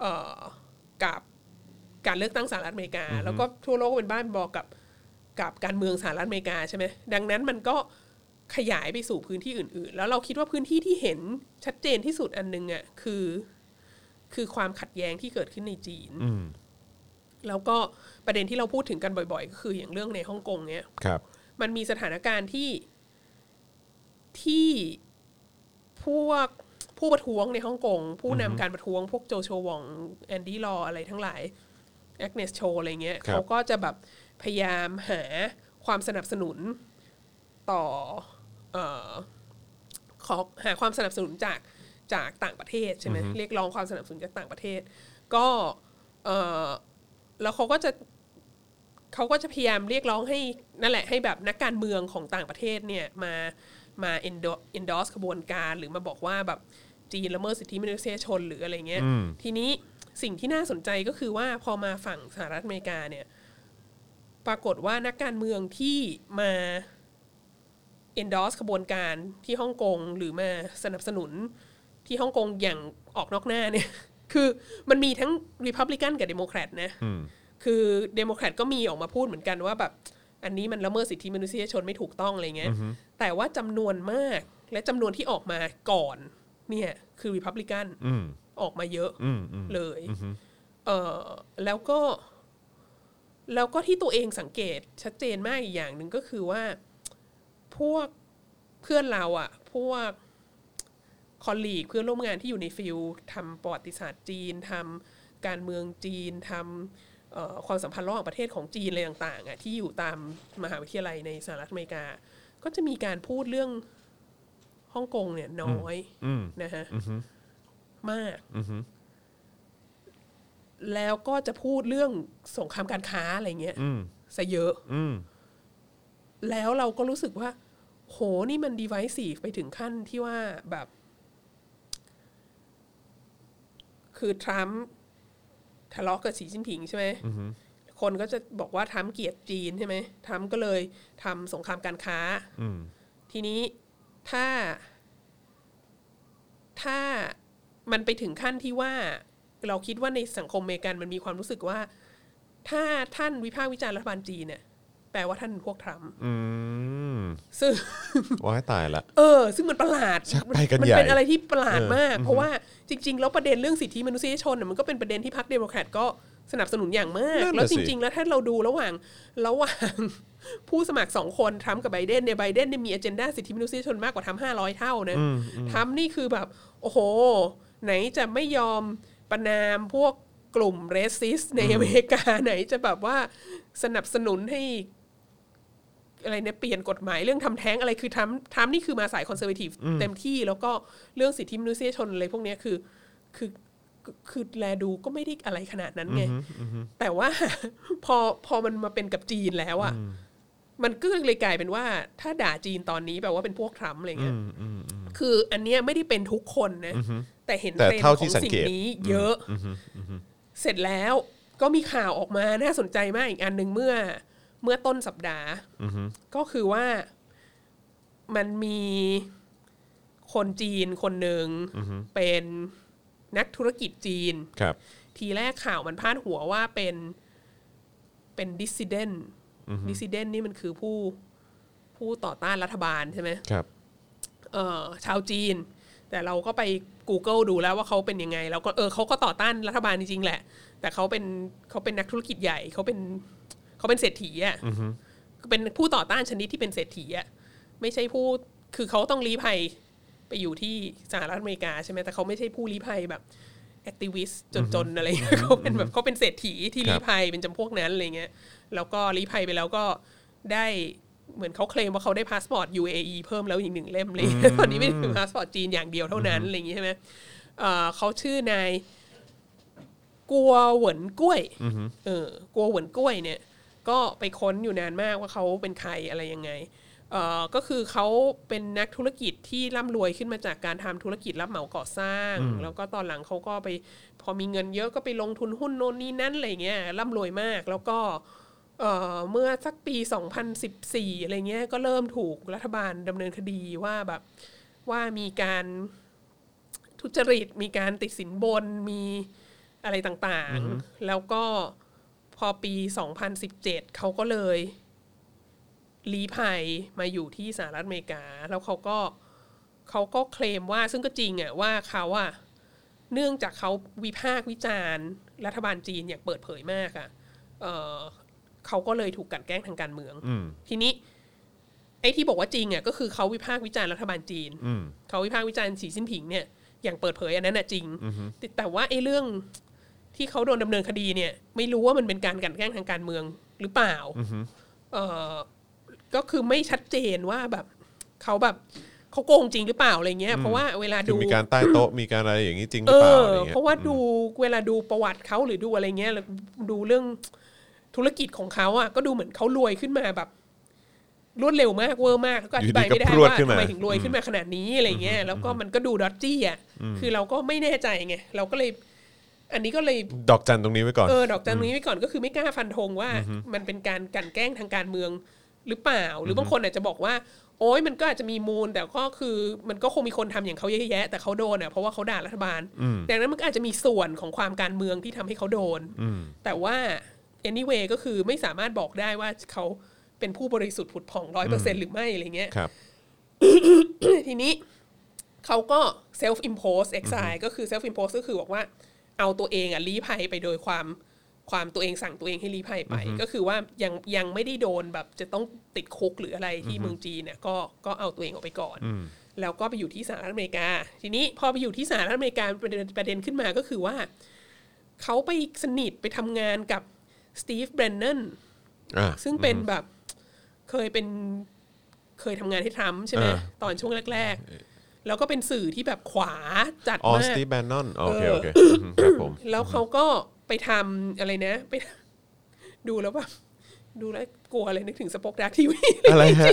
Speaker 3: เอ่อกับการเลือกตั้งสหรัฐอเมริกา แล้วก็ทั่วโลกก็เป็นบ้าเป็นบอกับกับการเมืองสหรัฐอเมริกาใช่ไหมดังนั้นมันก็ขยายไปสู่พื้นที่อื่น ๆ แล้วเราคิดว่าพื้นที่ที่เห็นชัดเจนที่สุดอันหนึงอะคือ คือความขัดแย้งที่เกิดขึ้นในจีน แล้วก็ประเด็นที่เราพูดถึงกันบ่อย ๆ ก็คืออย่างเรื่องในฮ่องกงเนี่ย
Speaker 2: ครับ
Speaker 3: มันมีสถานการณ์ที่ที่พวกผู้ประท้วงในฮ่องกงผู้นำการประท้วงพวกโจโชวองแอนดี้ลออะไรทั้งหลายแอกเนสโชอะไรเงี้ย
Speaker 2: ครับ
Speaker 3: เขาก็จะแบบพยายามหาความสนับสนุนต่อเออขอหาความสนับสนุนจากจากต่างประเทศใช่ไหมเรียกร้องความสนับสนุนจากต่างประเทศ ก็เออแล้วเขาก็จะ เขาก็จะพยายามเรียกร้องให้นั่นแหละให้แบบนักการเมืองของต่างประเทศเนี่ยมามา endo- endorse ขบวนการ หรือมาบอกว่าแบบจีนละเมิดสิทธิมนุษยชนหรืออะไรเงี้ย ทีนี้สิ่งที่น่าสนใจก็คือว่าพอมาฝั่งสหรัฐอเมริกาเนี่ย ปรากฏว่านักการเมืองที่มา endorse ขบวนการที่ฮ่องกงหรือมาสนับสนุนที่ฮ่องกงอย่างออกนอกหน้าเนี่ย คือมันมีทั้ง Republican กับ Democrat นะ คือเดโมแครตก็มีออกมาพูดเหมือนกันว่าแบบอันนี้มันละเมิดสิทธิมนุษยชนไม่ถูกต้องอะไรเงี้ยแต่ว่าจำนวนมากและจำนวนที่ออกมาก่อนเนี่ยคือริพับลิกันออกมาเยอะเลยเออแล้วก็ แล้วก็ที่ตัวเองสังเกตชัดเจนมากอีกอย่างหนึ่งก็คือว่าพวกเพื่อนเราอะพวก คอลลีกเพื่อนร่วมงานที่อยู่ในฟิลด์ทำประวัติศาสตร์จีนทำการเมืองจีนทำเอ่อความสัมพันธ์ระหว่างประเทศของจีนอะไรต่างๆอ่ะที่อยู่ตามมหาวิทยาลัยในสหรัฐอเมริกา ก็จะมีการพูดเรื่องฮ่องกงเนี่ยน้อยนะฮะมากแล้วก็จะพูดเรื่องสงครามการค้าอะไรเงี้ยซะเยอะ แล้วเราก็รู้สึกว่า โหนี่มันดีไวซีไปถึงขั้นที่ว่าแบบ คือทรัมป์ ทะเลาะกับสีจิ้นผิงใช่ไหมคนก็จะบอกว่าทำเกลียดจีนใช่ไหมทำก็เลยทำสงครามการค้า
Speaker 2: อืม
Speaker 3: ทีนี้ถ้า ถ้ามันไปถึงขั้นที่ว่า เราคิดว่าในสังคมอเมริกันมันมีความรู้สึกว่า ถ้าท่านวิพากษ์วิจารณ์รัฐบาลจีนเนี่ยแปลว่าท่านพวกทรัมป์
Speaker 2: อืม
Speaker 3: ซึ่ง
Speaker 2: ว้ายตายละ
Speaker 3: เออ ซึ่งมันประหลาด
Speaker 2: ชักไปกัน
Speaker 3: มั
Speaker 2: ใหญ่
Speaker 3: เป็นอะไรที่ประหลาด
Speaker 2: เออ
Speaker 3: มาก เพราะว่าจริง ๆ แล้วประเด็นเรื่องสิทธิมนุษยชนน่ะมันก็เป็นประเด็นที่พรรคเดโมแครตก็สนับสนุนอย่างมาก
Speaker 2: นั่นน่ะ
Speaker 3: แล้วจ
Speaker 2: สิ
Speaker 3: ริง ๆ แล้วถ้าเราดูระหว่างระหว่าง ผู้สมัครสองคนทรัมป์กับไบเดนเนี่ยไบเดนเนี่ยมีอเจนดาสิทธิมนุษยชนมากกว่าทรัมห้าร้อยเท่านะทรัมป์นี่คือแบบ โอ้โห ไหนจะไม่ยอมประนามพวกกลุ่มเรสซิสในอเมริกาไหนจะแบบว่าสนับสนุนให้ อะไรเนี่ยเปลี่ยนกฎหมายเรื่องทำแท้งอะไรคือทำทำนี่คือมาสายคอนเซอร์เวทีฟเต็มที่แล้วก็เรื่องสิทธิมนุษยชนอะไรพวกเนี้ยคือคือคือคือแลดูก็ไม่ได้อะไรขนาดนั้นไง แต่ว่า พอพอมันมาเป็นกับจีนแล้วอ่ะมันก็เลยกลายเป็นว่า ถ้าด่าจีนตอนนี้แปลว่าเป็นพวกทรัมป์อะไรเงี้ยคืออันเนี้ยไม่ได้เป็นทุกคนนะ แต่เห็น
Speaker 2: แต่
Speaker 3: เทรนด์
Speaker 2: เท่า
Speaker 3: ข
Speaker 2: ที่
Speaker 3: อง
Speaker 2: สัง
Speaker 3: สิ่ง
Speaker 2: เกต
Speaker 3: นี้เยอะ เสร็จแล้วก็มีข่าวออกมาน่าสนใจมากอีกอันหนึ่งเมื่อเมื่อต้นสัปดาห์ ก็คือว่ามันมีคนจีนคนหนึ่งเป็นนักธุรกิจจีน
Speaker 2: ครับ
Speaker 3: ทีแรกข่าวมันพาดหัวว่าเป็นเป็นดิสซิเดนดิสซิเดนนี่มันคือผู้ผู้ต่อต้านรัฐบาลใช่ไหม
Speaker 2: ครับ
Speaker 3: เอ่อชาวจีน แต่เราก็ไป Google ดูแล้วว่าเขาเป็นยังไง แล้วก็เออเขาก็ต่อต้านรัฐบาลจริงๆแหละ แต่เขาเป็นเขาเป็นนักธุรกิจใหญ่เขาเป็นเขาเป็นเศรษฐีอ่ะเป็นผู้ต่อต้านชนิดที่เป็นเศรษฐีอ่ะไม่ใช่ผู้คือเขาต้องรีภัยไปอยู่ที่สหรัฐอเมริกาใช่ไหมแต่เขาไม่ใช่ผู้รีภัยแบบแอคทิวิสต์จนๆอะไรเงี้ ยเขาเป็นแบบเขาเป็นเศรษฐีที่รีภัยเป็นจำพวกนั้นอะไรเงี้ยแล้วก็รีภัยไปแล้วก็ได้เหมือนเขาเคลมว่าเขาได้พาสปอร์ต UAE เพิ่มแล้วอีกหนึ่งเล่มเลยตอนนี้ไม่ได้เป็นพาสปอร์ตจีนอย่างเดียวเท่านั้นอะไรอย่างงี้ใช่ไหมเอ่อเขาชื่อนาย กัวเหวินกล้วย เออ กัวเหวินกล้วยเนี่ย ก็ไปค้นอยู่นานมากว่าเขาเป็นใครอะไรยังไง เออก็คือเขาเป็นนักธุรกิจที่ร่ำรวยขึ้นมาจากการทำธุรกิจรับเหมาก่อสร้าง แล้วก็ตอนหลังเขาก็ไป พอมีเงินเยอะก็ไปลงทุนหุ้นโน่นนี่นั่นอะไรเงี้ยร่ำรวยมาก แล้วก็ เอ่อเมื่อสักปี 2014 อะไรเงี้ย ก็เริ่มถูกรัฐบาลดำเนินคดีว่าแบบว่ามีการ ทุจริตมีการติดสินบนมีอะไรต่างๆ แล้วก็พอปี 2017 เขาก็เลยลีภัยมาอยู่ที่สหรัฐอเมริกา แล้วเขาก็เขาก็เคลมว่าซึ่งก็จริงอะว่าเขาอะเนื่องจากเขาวิพากษ์วิจารณ์ รัฐบาลจีนอย่างเปิดเผยมากอะเออเขาก็เลยถูกกลันแกล้งทางการเมือง
Speaker 2: อืม
Speaker 3: ทีนี้ ไอ้ที่บอกว่าจริงอะก็คือเขาวิพากษ์วิจารณ์รัฐบาลจีน
Speaker 2: อืม
Speaker 3: เขาวิพากษ์วิจารณ์สีจิ้นผิงเนี่ยอย่างเปิดเผยอันนั้นน่ะจริง แต่แต่ว่าไอ้เรื่องที่เขาโดนดำเนินคดีเนี่ย ไม่รู้ว่ามันเป็นการกลันแกล้งทางการเมืองหรือเปล่าเออก็คือไม่ชัดเจนว่าแบบเขาแบบเขาโกงจริงหรือเปล่าอะไรเงี้ยเพราะว่าเวลา
Speaker 2: คือ
Speaker 3: ดู
Speaker 2: มีการใต้โต๊ะมีการอะไรอย่างนี้จริงห
Speaker 3: เอ
Speaker 2: รือเปล่า
Speaker 3: อ
Speaker 2: อะไรเงี้ย
Speaker 3: เพราะว่าดูเวลาดูประวัติเขาหรือดูอะไรเงี้ยแล้วดูเรื่องธุรกิจของเขาอ่ะก็ดูเหมือนเขารวยขึ้นมาแบบ รวดเร็วมากเวอร์มากแล้วก็อธิบายไม่ได้ว่าทำไมถึงรวยขึ้นมาขนาดนี้อะไรเงี้ยแล้วก็มันก็ดูดอดจี้อ่ะคือเราก็ไม่แน่ใจไงเราก็เลย อันนี้ก็เลย
Speaker 2: ดอกจันตรงนี้ไว้ก่อน
Speaker 3: เออดอกจันตรงนี้ไว้ก่อนก็คือไม่กล้าฟันธงว่า มันเป็นการกลันแกล้งทางการเมืองหรือเปล่า หรือบางคนอาจจะบอกว่า โอ้ยมันก็อาจจะมีมูล แต่ก็คือมันก็คงมีคนทำอย่างเขาเยอะแยะ แต่เขาโดนอ่ะเพราะว่าเขาด่ารัฐบาล ดังนั้นมันก็อาจจะมีส่วนของความการเมืองที่ทำให้เขาโดน แต่ว่า anyway ก็คือไม่สามารถบอกได้ว่าเขาเป็นผู้บริสุทธิ์ผุดผ่องร้อยเปอร์เซ็นหรือไม่อะไรเงี้ย
Speaker 2: ครับ
Speaker 3: ทีนี้เขาก็ self impose exile ก็คือ self impose ก็คือบอกว่าเอาตัวเองอะลี้ภัยไปโดยความความตัวเองสั่งตัวเองให้ลี้ภัยไป ก็คือว่ายังยังไม่ได้โดนแบบจะต้องติดคุกหรืออะไรที่เมืองจีนเนี่ยก็ก็เอาตัวเองออกไปก่อน แล้วก็ไปอยู่ที่สหรัฐอเมริกา ทีนี้พอไปอยู่ที่สหรัฐอเมริกาประเด็นประเด็นขึ้นมาก็คือว่า เขาไปสนิทไปทำงานกับสตีฟเบรน n นน
Speaker 2: อ่า
Speaker 3: ซึ่งเป็นแบบเคยเป็นเคยทำงานให้ทรัมป์ใช่ไหม
Speaker 2: อ่า
Speaker 3: ตอนช่วงแรก ๆ แล้วก็เป็นสื่อที่แบบขวาจัด
Speaker 2: อ๋อ
Speaker 3: มา
Speaker 2: ส
Speaker 3: ก
Speaker 2: ตีแบนนอนโอเค
Speaker 3: เออ
Speaker 2: โอเคอืมครับผม
Speaker 3: แล้วเขาก็ไปทำอะไรนะ ไป ดูแล้วแบบดูแล้วกลัวเลยนึกถึงสป็อกดาร์กทีวี
Speaker 2: อะไรฮะ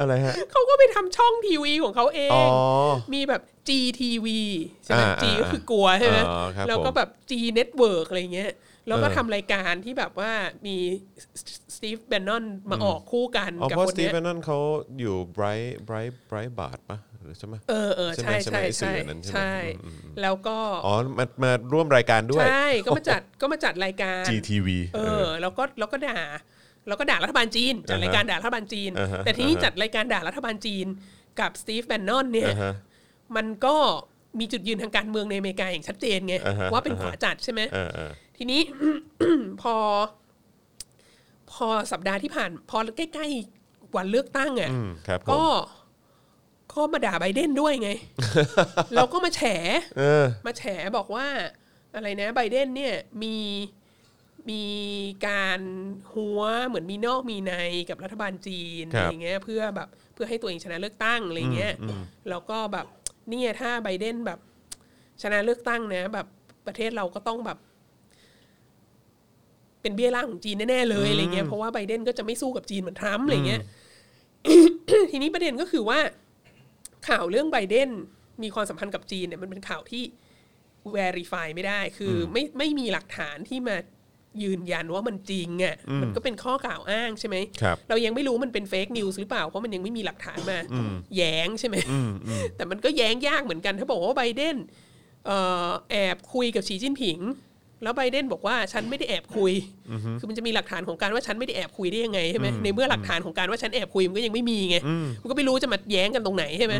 Speaker 2: อะไรฮะ
Speaker 3: เขาก็ไปทำช่องทีวีของเขาเอง
Speaker 2: อ๋อ
Speaker 3: มีแบบ GTV ใช่ไหม
Speaker 2: อ่า
Speaker 3: G ก็คือกลัวใช่ไหม
Speaker 2: อ๋อครับ
Speaker 3: แล้วก็
Speaker 2: ผม
Speaker 3: แบบ G Network อะไรเงี้ย แล้วก็
Speaker 2: เออ
Speaker 3: ทำรายการที่แบบว่ามีสตีฟแบนนอนมาออกคู่กัน
Speaker 2: อ๋อ
Speaker 3: กับ
Speaker 2: เพราะ
Speaker 3: คน
Speaker 2: สตี
Speaker 3: เนี้ย
Speaker 2: เฟนนั่นเขาอยู่ไบรท์ไบรท์ไบรท์บาร์ดปะหรือใช่ไหม
Speaker 3: เออเออ
Speaker 2: ใช่
Speaker 3: ใช่
Speaker 2: ไหม
Speaker 3: ใช่
Speaker 2: ใช่ไหม
Speaker 3: ใช่
Speaker 2: ไอ้สื่อนั้นใช่ไหม
Speaker 3: ใช่ แล้วก็
Speaker 2: อ๋อมามาร่วมรายการด้วย
Speaker 3: ใช่ก็มาจัดก็มาจัดรายการ
Speaker 2: GTV
Speaker 3: เออแล้วก็แล้วก็ด่าแล้วก็ด่ารัฐบาลจีนจัดรายการด่ารัฐบาลจีน
Speaker 2: อ่าฮะ
Speaker 3: แต่ทีนี้
Speaker 2: อ่าฮะ
Speaker 3: จัดรายการด่ารัฐบาลจีนกับสตีฟแบนนอนเนี่ย
Speaker 2: อ่าฮะ
Speaker 3: มันก็มีจุดยืนทางการเมืองในอเมริกาอย่างชัดเจนไง
Speaker 2: อ่าฮะ
Speaker 3: ว่าเป็นขวาจัดใช่ไหม
Speaker 2: เออเออ
Speaker 3: ทีนี้ พอ พอสัปดาห์ที่ผ่าน พอใกล้ๆวันเลือกตั้งอ่ะ
Speaker 2: อืมครับผม
Speaker 3: ก็ก็มาด่าไบเดนด้วยไง แล้วก็มาแฉ
Speaker 2: เออ
Speaker 3: มาแฉบอกว่าอะไรนะไบเดนเนี่ยมีมีการหัวเหมือนมีนอกมีในกับรัฐบาลจีน
Speaker 2: ครั
Speaker 3: อะ
Speaker 2: บ
Speaker 3: ไรเงี้ยเพื่อแบบเพื่อให้ตัวเองชนะเลือกตั้งอะไรเงี้ยแล้วก็แบบเนี่ยถ้าไบเดนแบบชนะเลือกตั้งนะ แบบประเทศเราก็ต้องแบบ เป็นเบี้ยล่างของจีนแน่ๆเลยอะไรเงี้ยเพราะว่าไบเดนก็จะไม่สู้กับจีนเหมือนทรัมป์อะไรเงี้ย ทีนี้ประเด็นก็คือว่า ข่าวเรื่องไบเดนมีความสัมพันธ์กับจีนเนี่ยมันเป็นข่าวที่ verify ไม่ได้ คืออไม่ไม่มีหลักฐานที่มายืนยันว่ามันจริงอะ่ะมันก็เป็นข้อกล่าวอ้างใช่ไหม
Speaker 2: ครับ
Speaker 3: เรายังไม่รู้มันเป็นเฟกนิวส์หรือเปล่า เพราะมันยังไม่มีหลักฐานมาแย้งใช่ไหม แต่มันก็แย้งยากเหมือนกัน ถ้าบอกว่าไบเดนเอ่อแอบคุยกับสีจิ้นผิง แล้วไบเดนบอกว่าฉันไม่ได้แอบคุย คือมันจะมีหลักฐานของการว่าฉันไม่ได้แอบคุยได้ยังไงใช่ไหมในเมื่อหลักฐานของการว่าฉันแอบคุยมันก็ยังไม่มีไงมันก็ไม่รู้จะมาแย้งกันตรงไหนใช่ไหม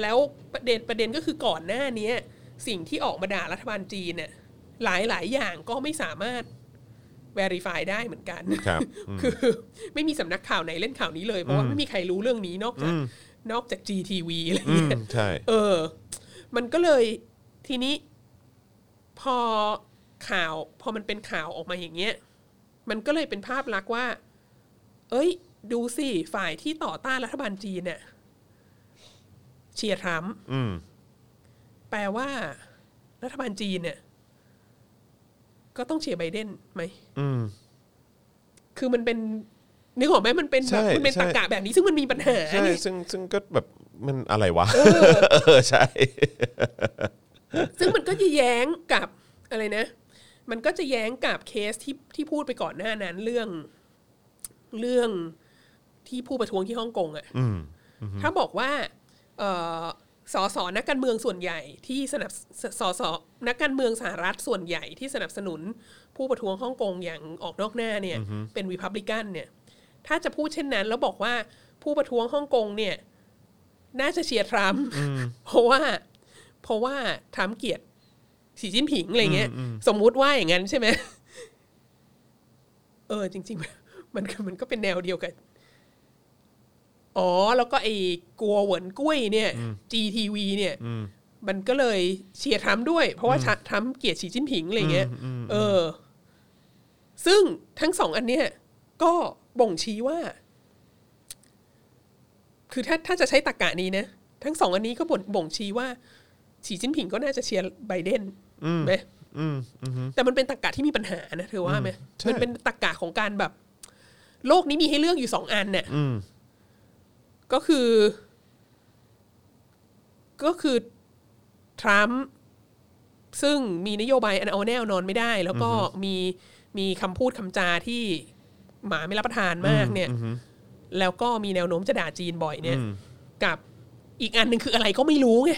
Speaker 3: แล้วประเด็นประเด็นก็คือก่อนหน้าเนี้ยสิ่งที่ออกมาด่ารัฐบาลจีนเนี่ยหลายหลายๆอย่างก็ไม่สามารถ verify ได้เหมือนกัน
Speaker 2: ครับ
Speaker 3: คือไม่มีสำนักข่าวไหนเล่นข่าวนี้เลย เพราะว่าไม่มีใครรู้เรื่องนี้นอกจากนอกจาก GTV อะไร
Speaker 2: อื
Speaker 3: เงี้
Speaker 2: ม
Speaker 3: ย
Speaker 2: ใช่
Speaker 3: เออ มันก็เลยทีนี้พอข่าว พอมันเป็นข่าวออกมาอย่างเงี้ย มันก็เลยเป็นภาพลักษณ์ว่า เอ้ย ดูสิฝ่ายที่ต่อต้านรัฐบาลจีนเนี่ยเชียร์ทรัมป์
Speaker 2: อืม
Speaker 3: แปลว่า รัฐบาลจีนเนี่ย ก็ต้องเชียร์ไบเดนไหม
Speaker 2: อืม
Speaker 3: คือมันเป็นนึกออกไหมมันเป็นแบบ
Speaker 2: ใช่
Speaker 3: มันเป็น
Speaker 2: ใช่
Speaker 3: ตรรกะแบบนี้ซึ่งมันมีปัญหา
Speaker 2: ใช่
Speaker 3: นี่
Speaker 2: ซึ่งซึ่งก็แบบมันอะไรวะ เออ ใช่
Speaker 3: ซึ่งมันก็จะแย้งกับอะไรนะ มันก็จะแย้งกับเคสที่ที่พูดไปก่อนหน้านั้นเรื่องเรื่องที่ผู้ประท้วงที่ฮ่องกงอะ่ะ
Speaker 2: อืม
Speaker 3: ถ้าบอกว่าเอ่อสอสอนักการเมืองส่วนใหญ่ที่สนับสสอสอนักการเมืองสหรัฐส่วนใหญ่ที่สนับสนุนผู้ประท้วงฮ่องกงอย่างออกนอกหน้าเนี่ย เป็นวิพับลิกันเนี่ย ถ้าจะพูดเช่นนั้น แล้วบอกว่าผู้ประท้วงฮ่องกงเนี่ย น่าจะเชียร์ทรัมป์เพราะว่า เพราะว่าทรัมป์เกลียดสีจิ้นผิงอะไรเงี้ย สมมุติว่าอย่างนั้นใช่ไหม เออ จริง ๆ มันมันก็เป็นแนวเดียวกัน อ๋อ แล้วก็ไอ้กัวเหวินกุ้ยเนี่ย GTV เนี่ย มันก็เลยเชียร์ทรัมป์ด้วย เพราะว่าทรัมป์เกลียดสีจิ้นผิงอะไรเงี้ยเออ ซึ่งทั้งสองอันเนี้ยก็บ่งชี้ว่า คือถ้าถ้าจะใช้ตรรกะนี้นะ ทั้งสองอันนี้ก็บ่งบ่งชี้ว่าสีจิ้นผิงก็น่าจะเชียร์ไบเดนไหม
Speaker 2: อืมอืม
Speaker 3: แต่มันเป็นตรรกะที่มีปัญหานะเธอว่าไหม
Speaker 2: ใช่
Speaker 3: มันเป็นตรรกะของการแบบ โลกนี้มีให้เลือกอยู่สองอันเนี่ย
Speaker 2: อืม
Speaker 3: ก็คือ ก็คือทรัมป์ซึ่งมีนโยบายอันเอาแน่เอานอนไม่ได้ แล้วก็มีมีคำพูดคำจาที่หมาไม่รับประทานมากเนี่ย แล้วก็มีแนวโน้มจะด่าจีนบ่อยเนี่ย กับอีกอันหนึ่งคืออะไรก็ไม่รู้ไง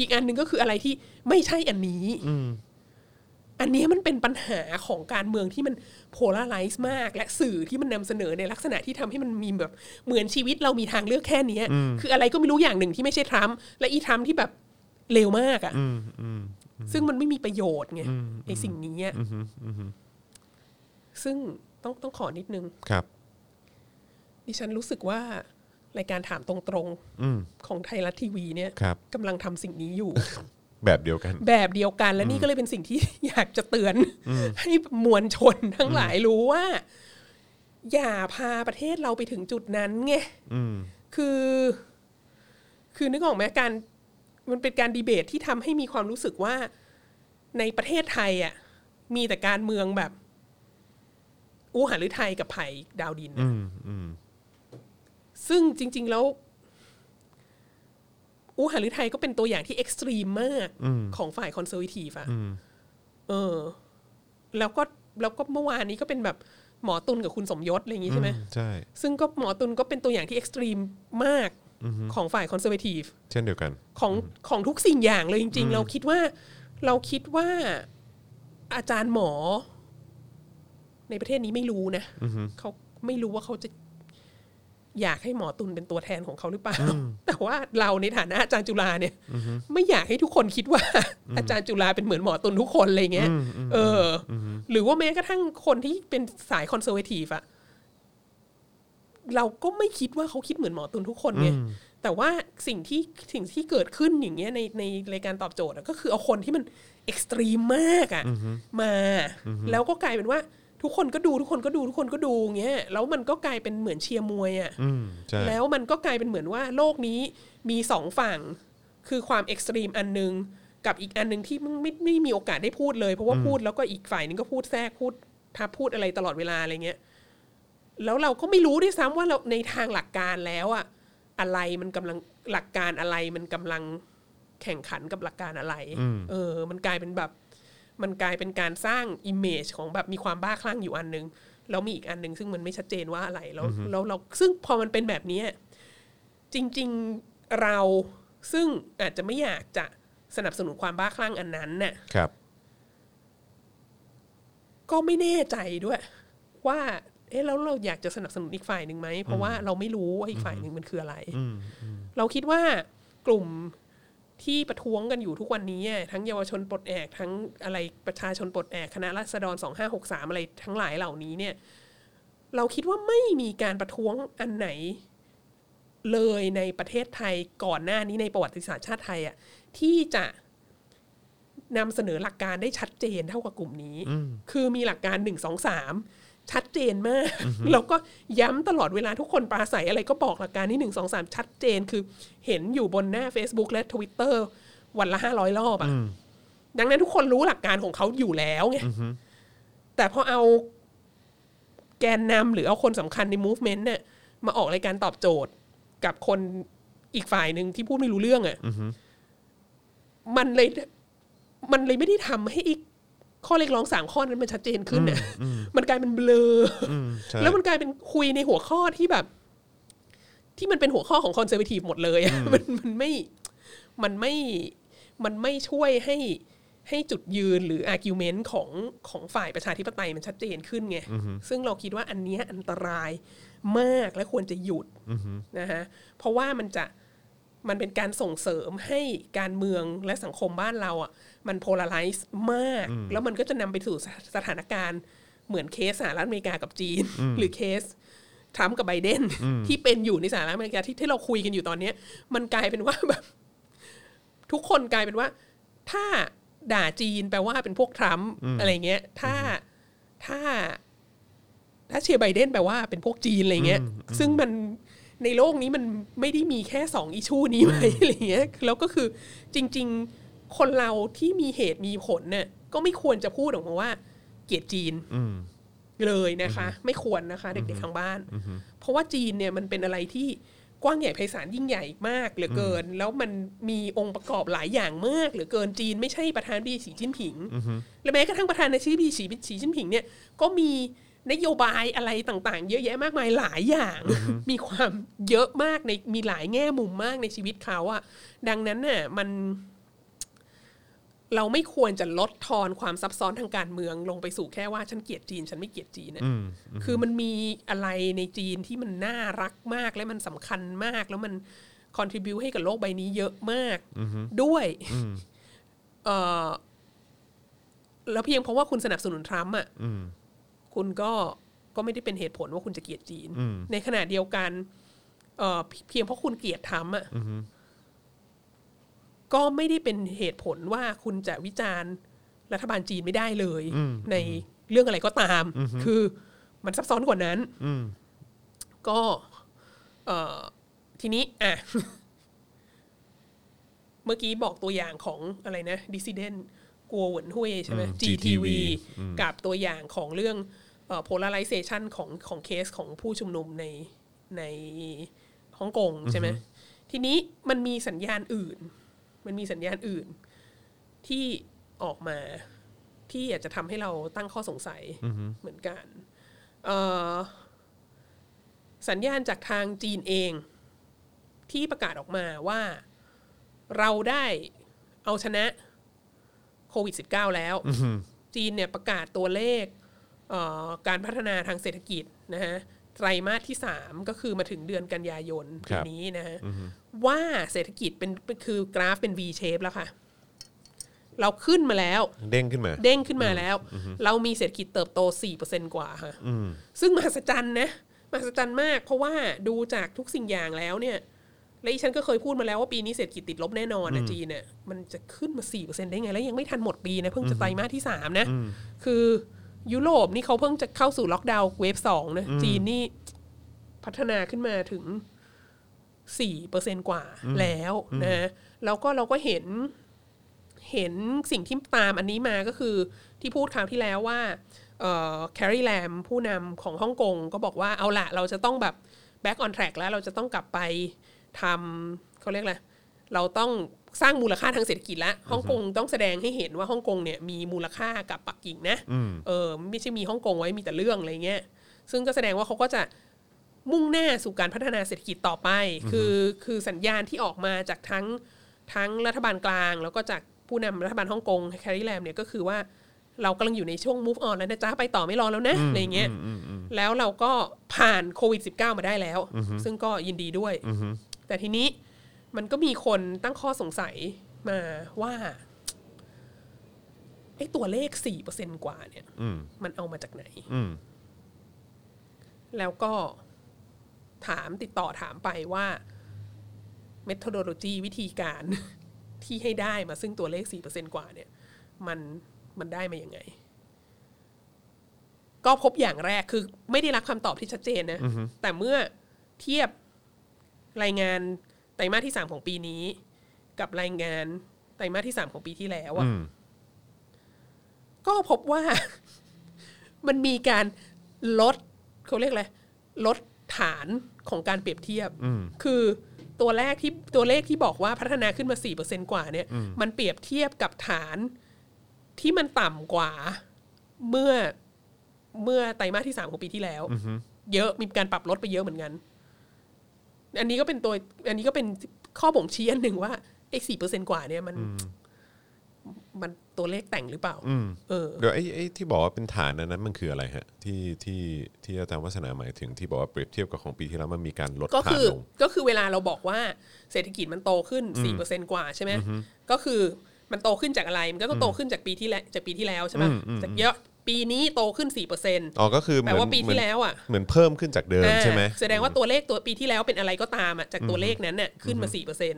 Speaker 3: อีกอันหนึ่งก็คืออะไรที่ไม่ใช่อันนี้ อันนี้มันเป็นปัญหาของการเมืองที่มันโพลาไรซ์มาก และสื่อที่มันนำเสนอในลักษณะที่ทำให้มันมีแบบเหมือนชีวิตเรามีทางเลือกแค่เนี้ยคืออะไรก็ไม่รู้อย่างหนึ่งที่ไม่ใช่ทรัมป์และอีทรัมป์ที่แบบเลวมากอะ่ะซึ่งมันไม่มีประโยชน์ไงไอสิ่งนี้อะซึ่งต้องต้องขอนิดนึง
Speaker 2: ครับ
Speaker 3: ดิฉันรู้สึกว่ารายการถามตรง
Speaker 2: อืม
Speaker 3: ๆของไทยรัฐทีวีเนี่ย
Speaker 2: ครับ
Speaker 3: กำลังทำสิ่งนี้ อยู่
Speaker 2: แบบเดียวกัน
Speaker 3: แบบเดียวกันและนี่ก็เลยเป็นสิ่งที่ อยากจะเตือน ให้มวลชนทั้งหลายรู้ว่า อย่าพาประเทศเราไปถึงจุดนั้นไง
Speaker 2: อืม
Speaker 3: คือ คือนึกออกไหมการมันเป็นการดีเบตที่ทำให้มีความรู้สึกว่าในประเทศไทยอ่ะ มีแต่การเมืองแบบ อู้หารือไทยกับไผ่ดาวดินน่ะ
Speaker 2: อืม อืม
Speaker 3: ซึ่งจริง ๆ แล้ว อูหารือไทยก็เป็นตัวอย่างที่เอ็กซ์ตรีมมาก ของฝ่ายคอนเซอร์วทีฟอะเออ แล้วก็ แล้วก็เมื่อวานนี้ก็เป็นแบบหมอตุลกับคุณสมยศอะไรอย่างงี้ใช่ไหม
Speaker 2: ใช่
Speaker 3: ซึ่งก็หมอตุลก็เป็นตัวอย่างที่เอ็กซ์ตรีมมากของฝ่ายคอนเซอร์เวทีฟ
Speaker 2: เช่นเดียวกัน
Speaker 3: ของของทุกสิ่งอย่างเลยจริง ๆ เราคิดว่า เราคิดว่าอาจารย์หมอ ในประเทศนี้ไม่รู้นะเขาไม่รู้ว่าเขาจะอยากให้หมอตุลเป็นตัวแทนของเขาหรือเปล่า แต่ว่าเราในฐานะอาจารย์จุฬาเนี่ยไม่อยากให้ทุกคนคิดว่า อาจารย์จุฬาเป็นเหมือนหมอตุลทุกคนอะไรเงี้ยเอออหรือว่าแม้กระทั่งคนที่เป็นสายคอนเซอร์เวทีฟอะเราก็ไม่คิดว่าเขาคิดเหมือนหมอตุลทุกคนไง แต่ว่าสิ่งที่สิ่งที่เกิดขึ้นอย่างเงี้ยในในรายการตอบโจทย์อะก็คือเอาคนที่มันเอ็กซ์ตรีมมากอะ่ะมา แล้วก็กลายเป็นว่าทุกคนก็ดูทุกคนก็ดูทุกคนก็ดูอย่างเงี้ยแล้วมันก็กลายเป็นเหมือนเชียร์มวยอะ่ะ
Speaker 2: อืมใช่
Speaker 3: แล้วมันก็กลายเป็นเหมือนว่าโลกนี้มีสองฝั่ง คือความเอ็กซ์ตรีมอันหนึง กับอีกอันหนึงที่ไม่ไม่ไม่มีโอกาสได้พูดเลย เพราะว่าพูดแล้วก็อีกฝ่ายหนึงก็พูดแทรกพูดทับพูดอะไรตลอดเวลาอะไรเงี้ย แล้วเราก็ไม่รู้ด้วยซ้ำว่าเราในทางหลักการแล้วอะอะไรมันกำลังหลักการอะไรมันกำลังแข่งขันกับหลักการอะไร เออ มันกลายเป็นแบบ มันกลายเป็นการสร้างอิมเมจของแบบมีความบ้าคลั่งอยู่อันหนึงแล้วมีอีกอันหนึงซึ่งมันไม่ชัดเจนว่าอะไรแล้วแล้วเราซึ่งพอมันเป็นแบบเนี้ยจริง ๆเราซึ่งอาจจะไม่อยากจะสนับสนุนความบ้าคลั่งอันนั้นน่ะ
Speaker 2: ครับ
Speaker 3: ก็ไม่แน่ใจด้วย ว่า เอ๊ะแล้วเราอยากจะสนับสนุนอีกฝ่ายหนึ่งไหม เพราะว่าเราไม่รู้ว่าอีกฝ่ายหนึ่งมันคืออะไร เราคิดว่ากลุ่มที่ประท้วงกันอยู่ทุกวันนี้อะทั้งเยาวชนปลดแอกทั้งอะไรประชาชนปลดแอกคณะราษฎรสองห้าหกสามอะไรทั้งหลายเหล่านี้เนี่ย เราคิดว่าไม่มีการประท้วงอันไหน เลยในประเทศไทยก่อนหน้านี้ในประวัติศาสตร์ชาติไทยอะที่จะนำเสนอหลักการได้ชัดเจนเท่ากับกลุ่มนี้ คือมีหลักการหนึ่งสองสามชัดเจนมาก แล้วก็ย้ำตลอดเวลาทุกคนปราศัยอะไรก็บอกหลักการนี้หนึ่งสองสามชัดเจน คือเห็นอยู่บนหน้า Facebook และ Twitter วันละห้าร้อยรอบอะดังนั้นทุกคนรู้หลักการของเขาอยู่แล้วไงแต่พอเอา แกนนำหรือเอาคนสำคัญใน movement เนี่ยมาออกรายการตอบโจทย์กับคนอีกฝ่ายหนึ่งที่พูดไม่รู้เรื่องอะ่ะมันเลย มันเลยไม่ได้ทำให้อีกข้อเรียกร้องสามข้อนั้นมันชัดเจนขึ้นอ่ะมันกลายเป็นเบลออ
Speaker 2: ใช่
Speaker 3: แล้วมันกลายเป็นคุยในหัวข้อที่แบบ ที่มันเป็นหัวข้อของคอนเซอร์วทีฟหมดเลยอะมันมันไม่ มันไม่ มันไม่ช่วยให้ให้จุดยืนหรืออาร์กิวเมนต์ของของฝ่ายประชาธิปไตยมันชัดเจนขึ้นไง ซึ่งเราคิดว่าอันเนี้ยอันตรายมากและควรจะหยุดนะฮะ เพราะว่ามันจะมันเป็นการส่งเสริมให้การเมืองและสังคมบ้านเราอ่ะมันโพลาไรซ์มาก แล้วมันก็จะนำไปสู่สถานการณ์เหมือนเคสสหรัฐอเมริกากับจีน หรือเคส ทรัมป์กับไบเดนที่เป็นอยู่ในสหรัฐอเมริกาที่ที่เราคุยกันอยู่ตอนเนี้ย มันกลายเป็นว่าแบบ ทุกคนกลายเป็นว่า ถ้าด่าจีนแปลว่าเป็นพวกทรัมป์อะไรเงี้ย ถ้าถ้า ถ้าเชียร์ไบเดนแปลว่าเป็นพวกจีนอะไรเงี้ย ซึ่งมันในโลกนี้มันไม่ได้มีแค่สองอิชูนี้ไหมอะไรเงี้ยแล้วก็คือจริง ๆ คนเราที่มีเหตุมีผลเนี่ยก็ไม่ควรจะพูดออกมาว่า เกลียดจีน
Speaker 2: อืม
Speaker 3: เลยนะคะ ไม่ควรนะคะ เด็กๆทางบ้าน เพราะว่าจีนเนี่ยมันเป็นอะไรที่กว้างใหญ่ไพศาลยิ่งใหญ่มากเหลือเกิน แล้วมันมีองค์ประกอบหลายอย่างมากเหลือเกินจีนไม่ใช่ประธานาธิบดีสีจิ้นผิง และแม้กระทั่งประธานาธิบดีสีสีจิ้นผิงเนี่ยก็มีนโยบายอะไรต่างๆ เยอะแยะมากมายหลายอย่าง มีความเยอะมากในมีหลายแง่มุมมากในชีวิตเขาอะดังนั้นน่ะมัน เราไม่ควรจะลดทอนความซับซ้อนทางการเมืองลงไปสู่แค่ว่าฉันเกลียดจีน ฉันไม่เกลียดจีนนะคือมันมีอะไรในจีนที่มันน่ารักมากและมันสำคัญมากแล้วมันคอน t r i b u ให้กับโลกใบนี้เยอะมากด้วยเออแล้วเพียงเพราะว่าคุณสนับสนุนทรัมป์อ่ะคุณก็ก็ไม่ได้เป็นเหตุผลว่าคุณจะเกลียดจีน ในขณะเดียวกัน เอ่อเพีเพียงเพราะคุณเกลียดทำอ่ะก็ไม่ได้เป็นเหตุผลว่าคุณจะวิจารณ์รัฐบาลจีนไม่ได้เลย ในเรื่องอะไรก็ตาม คือมันซับซ้อนกว่านั้นก็ เอ่อทีนี้ อ่ะ เมื่อกี้บอกตัวอย่างของอะไรนะดิสซิเดนกัวหวนหุ้ยใช่ไหม
Speaker 2: อืม
Speaker 3: GTV
Speaker 2: GTV
Speaker 3: กับตัวอย่างของเรื่องโพลาริเซชันของของเคสของผู้ชุมนุมในในฮ่องกงใช่ไหมทีนี้มันมีสัญญาณอื่น มันมีสัญญาณอื่นที่ออกมา ที่อาจจะทำให้เราตั้งข้อสงสัยเหมือนกันเอ่อสัญญาณจากทางจีนเอง ที่ประกาศออกมาว่าเราได้เอาชนะโควิด -19 แล้ว จีนเนี่ยประกาศตัวเลขเอ่อการพัฒนาทางเศรษฐกิจนะฮะไตรมาสที่ 3 ก็คือมาถึงเดือนกันยายน
Speaker 2: ค
Speaker 3: ปี
Speaker 2: รับ
Speaker 3: นี้นะฮะว่าเศรษฐกิจเป็นคือกราฟเป็น V shape แล้วค่ะ เราขึ้นมาแล้ว
Speaker 2: เด้งขึ้นมา
Speaker 3: เด้งขึ้นมาแล้ว เรามีเศรษฐกิจเติบโต 4%กว่าค่ะซึ่งมหัศจรรย์นะมหัศจรรย์มาก เพราะว่าดูจากทุกสิ่งอย่างแล้วเนี่ย และอีฉันก็เคยพูดมาแล้วว่าปีนี้เศรษฐกิจติดลบแน่นอนนะจีนเนี่ยมันจะขึ้นมา 4%ได้ไง แล้วยังไม่ทันหมดปีนะ เพิ่งจะไตรมาสที่ 3 นะ คือยุโรปนี่เขาเพิ่งจะเข้าสู่ล็อกดาวน์เวฟสองนะ จีนนี่พัฒนาขึ้นมาถึง 4%กว่าแล้วนะแล้วก็เราก็เห็น เห็นสิ่งที่ตามอันนี้มาก็คือที่พูดคราวที่แล้วว่าแคร์รีแลมผู้นำของฮ่องกงก็บอกว่าเอาละเราจะต้องแบบ back on track แล้วเราจะต้องกลับไปทำเขาเรียกอะไรเราต้องสร้างมูลค่าทางเศรษฐกิจแล้วฮ่องกงต้องแสดงให้เห็นว่าฮ่องกงเนี่ยมีมูลค่ากับปักกิ่งนะเออไม่ใช่มีฮ่องกงไว้มีแต่เรื่องอะไรเงี้ยซึ่งก็แสดงว่าเขาก็จะ มุ่งหน้าสู่การพัฒนาเศรษฐกิจต่อไป คือคือสัญญาณที่ออกมาจากทั้งทั้งรัฐบาลกลาง แล้วก็จากผู้นำรัฐบาลฮ่องกงแคร์รีแลมเนี่ยก็คือว่าเรากำลังอยู่ในช่วง move on แล้วนะจ๊ะ ไปต่อไม่รอแล้วนะอะไรเงี้ยแล้วเราก็ผ่านโควิด -19 มาได้แล้ว ซึ่งก็ยินดีด้วย แต่ทีนี้มันก็มีคนตั้งข้อสงสัยมาว่าไอ้ตัวเลข 4%กว่าเนี่ย
Speaker 2: อืม
Speaker 3: มันเอามาจากไหน
Speaker 2: อืม
Speaker 3: แล้วก็ถามติดต่อถามไปว่า methodology วิธีการ ที่ให้ได้มาซึ่งตัวเลข 4%กว่าเนี่ย มันมันได้มาอย่างไง ก็พบอย่างแรกคือไม่ได้รับคำตอบที่ชัดเจนนะ แต่เมื่อเทียบรายงานไตรมาสที่ 3 ของปีนี้ กับรายงานไตรมาสที่ 3 ของปีที่แล้วอะ
Speaker 2: อืม
Speaker 3: ก็พบว่า มันมีการลดเขาเรียกอะไรลดฐานของการเปรียบเทียบ คือตัวแรกที่ตัวเลขที่บอกว่าพัฒนาขึ้นมา 4%กว่าเนี่ย มันเปรียบเทียบกับฐานที่มันต่ำกว่าเมื่อเมื่อไตรมาสที่ 3 ของปีที่แล้ว เยอะมีการปรับลดไปเยอะเหมือนกัน อันนี้ก็เป็นตัว อันนี้ก็เป็นข้อบ่งชี้อันหนึ่งว่าไอ้สี่เปอร์เซ็นกว่าเนี่ยมัน มันตัวเลขแต่งหรือเปล่า
Speaker 2: อืม
Speaker 3: เออ
Speaker 2: เดี๋ยวไอ้ไอ้ที่บอกว่าเป็นฐานอันนั้นมันคืออะไรฮะ ที่ที่ที่อาจารย์วัฒนาหมายถึงที่บอกว่าเปรียบเทียบกับของปีที่แล้วมันมีการลด
Speaker 3: ก็
Speaker 2: ฐา
Speaker 3: คื
Speaker 2: น
Speaker 3: อ
Speaker 2: ลง
Speaker 3: ก็คือเวลาเราบอกว่าเศรษฐกิจมันโตขึ้นสี่เปอร์เซนกว่าใช่ไหมก็คือมันโตขึ้นจากอะไร มันก็ต้องโตขึ้นจากปีที่แล้วจากปีที่แล้วใช่ไหมจากเยอะปีนี้โตขึ้นสี่เปอร์เซน
Speaker 2: อ๋อก็คือเห
Speaker 3: แปล
Speaker 2: มือน
Speaker 3: ว่าปี
Speaker 2: เหมือ
Speaker 3: ที่
Speaker 2: น
Speaker 3: แล้วอ่ะ
Speaker 2: เหมือนเพิ่มขึ้นจากเดิมใช่ไหม
Speaker 3: อ่าแสดงว่าตัวเลขตัวปีที่แล้วเป็นอะไรก็ตามอ่ะจากตัวเลขนั้นน่ะขึ้นมาสี่เปอร์เซน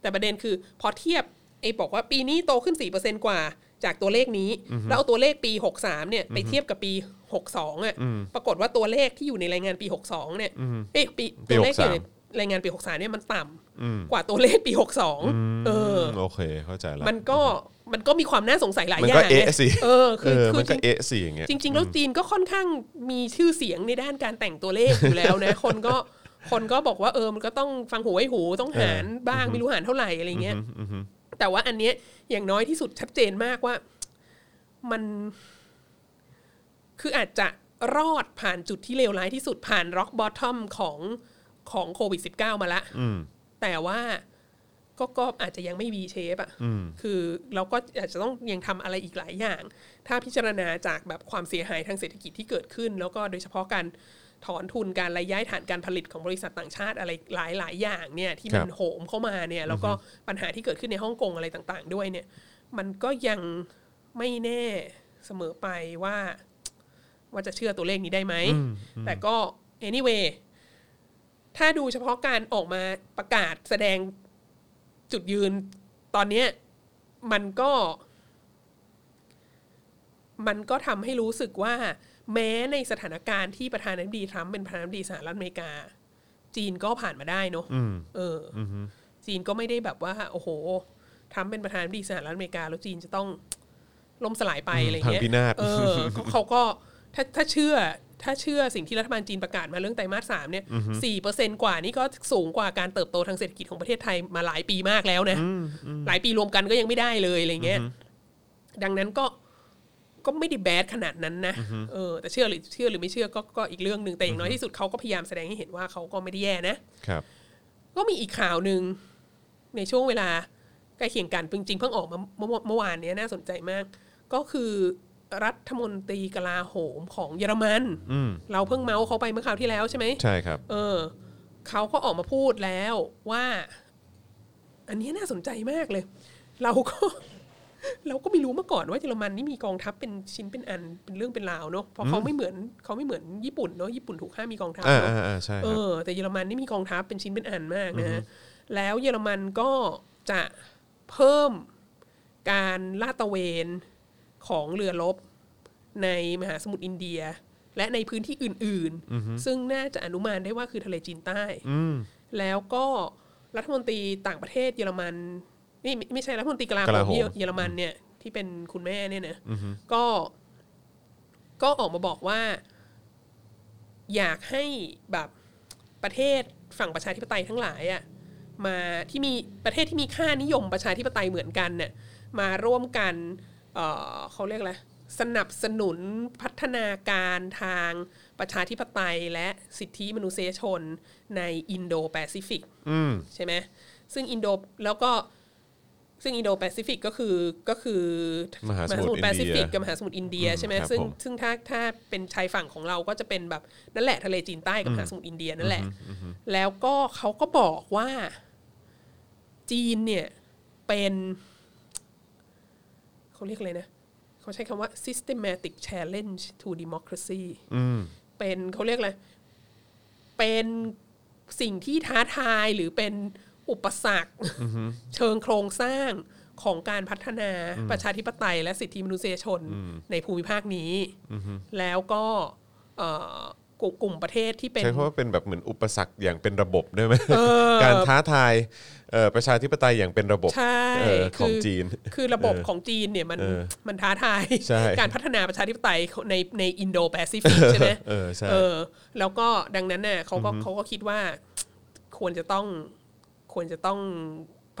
Speaker 3: แต่ประเด็นคือพอเทียบไอ้บอกว่าปีนี้โตขึ้นสี่เปอร์เซนกว่าจากตัวเลขนี้ แล้วเอาตัวเลขปีหกสามเนี่ยไปเทียบกับปีหกสองอ่ะปรากฏว่าตัวเลขที่อยู่ในรายงานปีหกสองเนี่ยเอ้ยปี
Speaker 2: ปี
Speaker 3: ตัวเลขที่อยู่
Speaker 2: 63
Speaker 3: ใน รายงานปี 63 เนี่ยมันต่ำกว่าตัวเลขปี 62 เออ
Speaker 2: มโอเคเข้าใจแล้ว
Speaker 3: มันก็มันก็มีความน่าสงสัยหลาย
Speaker 2: มัน
Speaker 3: อย่า
Speaker 2: ก็
Speaker 3: ง
Speaker 2: เอะสิ
Speaker 3: เออคือ
Speaker 2: เออ
Speaker 3: คื
Speaker 2: มั
Speaker 3: อน
Speaker 2: ก็เอะสิอย่างเงี้ย
Speaker 3: จริงจริง ๆ แล้วจีนก็ค่อนข้างมีชื่อเสียงในด้านการแต่งตัวเลขอยู่แล้วนะ คนก็คนก็บอกว่าเออมันก็ต้องฟังหูไว้หูต้องหารบ้างไม่รู้หารเท่าไหร่อะไรเงี้ย
Speaker 2: อือฮึ
Speaker 3: แต่ว่าอันเนี้ยอย่างน้อยที่สุดชัดเจนมากว่ามัน คืออาจจะรอดผ่านจุดที่เลวร้ายที่สุดผ่านร็อกบอททอมของของโควิด -19 มาละ
Speaker 2: อืม
Speaker 3: แต่ว่าก็ก็อาจจะยังไม่ V shape อ่ะ
Speaker 2: อืม
Speaker 3: คือเราก็อาจจะต้องยังทำอะไรอีกหลายอย่าง ถ้าพิจารณาจากแบบความเสียหายทางเศรษฐกิจที่เกิดขึ้น แล้วก็โดยเฉพาะการถอนทุนการรายย้ายฐานการผลิตของบริษัทต่างชาติอะไรหลายหลายอย่างเนี่ยที่มันโหมเข้ามาเนี่ยแล้วก็ปัญหาที่เกิดขึ้นในฮ่องกงอะไรต่างๆ ด้วยเนี่ย มันก็ยังไม่แน่เสมอไปว่า ว่าจะเชื่อตัวเลขนี้ได้ไหม แต่ก็ anyway ถ้าดูเฉพาะการออกมาประกาศแสดงจุดยืนตอนเนี้ย มันก็ มันก็ทำให้รู้สึกว่า แม้ในสถานการณ์ที่ประธานาธิบดีทรัมป์เป็นประธานาธิบดีสหรัฐอเมริกา จีนก็ผ่านมาได้เนอะ
Speaker 2: อืม
Speaker 3: เอออ
Speaker 2: อือฮึ
Speaker 3: จีนก็ไม่ได้แบบว่า โอ้โหทรัมป์เป็นประธานาธิบดีสหรัฐอเมริกา แล้วจีนจะต้องล่มสลายไปอะไร
Speaker 2: พัง
Speaker 3: เงี้ย
Speaker 2: พินาศ
Speaker 3: เออเขาเขาก็ถ้าถ้าเชื่อถ้าเชื่อสิ่งที่รัฐบาลจีนประกาศมาเรื่องไตรมาสสามเนี่ยสี่เปอร์เซนกว่านี่ก็สูงกว่าการเติบโตทางเศรษฐกิจของประเทศไทยมาหลายปีมากแล้วนะ หลายปีรวมกันก็ยังไม่ได้เลยอะไรเงี้ยดังนั้นก็ ก็ไม่ได้แบดขนาดนั้นนะเออแต่เชื่อหรือเชื่อหรือไม่เชื่อก็ก็อีกเรื่องหนึ่งแต่อย่างน้อยที่สุดเขาก็พยายามแสดงให้เห็นว่าเขาก็ไม่ได้แย่นะ
Speaker 2: ครับ
Speaker 3: ก็มีอีกข่าวหนึ่งในช่วงเวลาใกล้เคียงกันจริงๆเพิ่งออกมาเมื่อเมื่อวานเนี้ยน่าสนใจมาก ก็คือรัฐมนตรีกลาโหมของเยอรมัน
Speaker 2: อืม
Speaker 3: เราเพิ่งเมาส์เขาไปเมื่อคราวที่แล้วใช่ไหม
Speaker 2: ใช่ครับ
Speaker 3: เออเขาก็ออกมาพูดแล้วว่า อันนี้น่าสนใจมากเลย เราก็ เราก็ไม่รู้มาก่อนว่าเยอรมันนี่มีกองทัพเป็นชิ้นเป็นอันเป็นเรื่องเป็นราวเนาะเพราะเขาไม่เหมือนเขาไม่เหมือนญี่ปุ่นเนาะญี่ปุ่นถูกห้ามมีกองทัพ
Speaker 2: อ่า
Speaker 3: เนอะ
Speaker 2: อ่าอ่าใช่ค
Speaker 3: เอ
Speaker 2: รับ
Speaker 3: อแต่เยอรมันนี่มีกองทัพเป็นชิ้นเป็นอันมากนะฮะแล้วเยอรมันก็จะเพิ่มการลาดตระเวนของเรือรบในมหาสมุทรอินเดีย และในพื้นที่อื่นๆ ซึ่งน่าจะอนุมานได้ว่าคือทะเลจีนใต้
Speaker 2: อืม
Speaker 3: แล้วก็รัฐมนตรีต่างประเทศเยอรมันนี่ไม่ไม่ใช่รัฐมนตรีกลาโห
Speaker 2: กลาโห
Speaker 3: ม
Speaker 2: ม
Speaker 3: เยอรมันเนี่ยที่เป็นคุณแม่เนี่ยนะก็ก็ออกมาบอกว่า อยากให้แบบประเทศฝั่งประชาธิปไตยทั้งหลายอะมาที่มีประเทศที่มีค่านิยมประชาธิปไตยเหมือนกันเนี่ยมาร่วมกันเอ่อเขาเรียกอะไรสนับสนุนพัฒนาการทางประชาธิปไตยและสิทธิมนุษยชนในอินโดแปซิฟิก
Speaker 2: อืม
Speaker 3: ใช่ไหมซึ่งอินโดแล้วก็ซึ่งอินโดแปซิฟิกก็คือก็คือ
Speaker 2: มหาสมุทร
Speaker 3: แปซิฟิก
Speaker 2: อินเดีย
Speaker 3: กับมหาสมุทรอินเดีย
Speaker 2: อืม
Speaker 3: ใช่ไหม
Speaker 2: ครับ
Speaker 3: ซึ่ง
Speaker 2: ผม
Speaker 3: ซึ่งถ้าถ้าเป็นชายฝั่งของเราก็จะเป็นแบบนั่นแหละทะเลจีนใต้กับมหาสมุทรอินเดียนั่นแหละ แล้วก็เขาก็บอกว่าจีนเนี่ยเป็นเขาเรียกอะไรนะ เขาใช้คำว่า systematic challenge to democracy
Speaker 2: อืม
Speaker 3: เป็นเขาเรียกอะไร เป็นสิ่งที่ท้าทายหรือเป็นอุปสรรคเชิงโครงสร้างของการพัฒนาประชาธิปไตย และสิทธิมนุษยชนในภูมิภาคนี้ แล้วก็เอ่อกลุ่มกลุ่มประเทศที่เป็น
Speaker 2: ใช้คำว่าเป็นแบบเหมือนอุปสรรคอย่างเป็นระบบได้ไหม
Speaker 3: เออ
Speaker 2: การท้าทายเอ่อประชาธิปไตยอย่างเป็นระบบ
Speaker 3: ใช่
Speaker 2: เออของ
Speaker 3: คื
Speaker 2: จีน
Speaker 3: คือระบบของจีนเนี่ยมัน
Speaker 2: เออ
Speaker 3: มันท้าทาย
Speaker 2: ใช่
Speaker 3: การพัฒนาประชาธิปไตยในในอินโดแปซิฟิกใช่ไหม
Speaker 2: เออใช่
Speaker 3: เออแล้วก็ดังนั้นน่ะเขาก็เขาก็คิดว่าควรจะต้องควรจะต้อง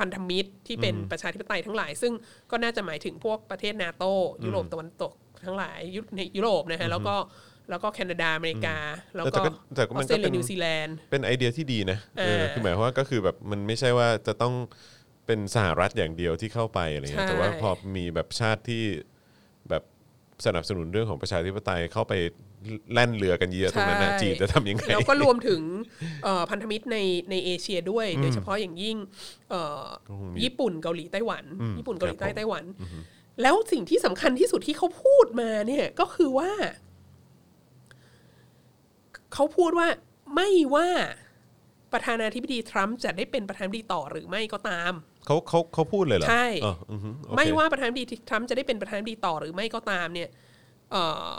Speaker 3: พันธมิตรที่เป็นประชาธิปไตยทั้งหลาย ซึ่งก็น่าจะหมายถึงพวกประเทศนาโตยุโรปตะวันตกทั้งหลายยุในยุโรปนะฮะแล้วก็แล้วก็แคนาดาอเมริกา แล้วก็
Speaker 2: แต่ก็แต่ก็
Speaker 3: อ
Speaker 2: มั
Speaker 3: อน ส
Speaker 2: ก็
Speaker 3: เตร
Speaker 2: เป็
Speaker 3: เลีย
Speaker 2: น
Speaker 3: นิวซีแลนด์
Speaker 2: เป็นไอเดียที่ดีนะเออ
Speaker 3: เออ
Speaker 2: คือหมายความว่าก็คือแบบมันไม่ใช่ว่าจะต้องเป็นสหรัฐอย่างเดียวที่เข้าไปอะไรเงี้ย
Speaker 3: ใช่
Speaker 2: แต่ว่าพอมีแบบชาติที่แบบสนับสนุนเรื่องของประชาธิปไตยเข้าไปแล่นเรือกันเยอะตรงนั้นนะ
Speaker 3: ใช่
Speaker 2: จีนจะทำยังไง
Speaker 3: แล้วก็รวมถึงเอ่อพันธมิตรในในเอเชียด้วยโดยเฉพาะอย่างยิ่งเอ่อ
Speaker 2: ก็คงมี
Speaker 3: ญี่ปุ่นเกาหลีไต้หวัน
Speaker 2: อืม
Speaker 3: ญี่ปุ่นเกาหลีใต้
Speaker 2: ครับผม
Speaker 3: ไต้หวัน แล้วสิ่งที่สำคัญที่สุดที่เขาพูดมาเนี่ยก็คือว่า เขาพูดว่าไม่ว่าประธานาธิบดีทรัมป์จะได้เป็นประธานาธิบดีต่อหรือไม่ก็ตาม
Speaker 2: เขาเขาเขาพูดเลยเหรอ
Speaker 3: ใช่
Speaker 2: อ๋ออือฮึโอเค
Speaker 3: ไม่ว่าประธานาธิบดีทรัมป์จะได้เป็นประธานาธิบดีต่อหรือไม่ก็ตามเนี่ยเอ่อ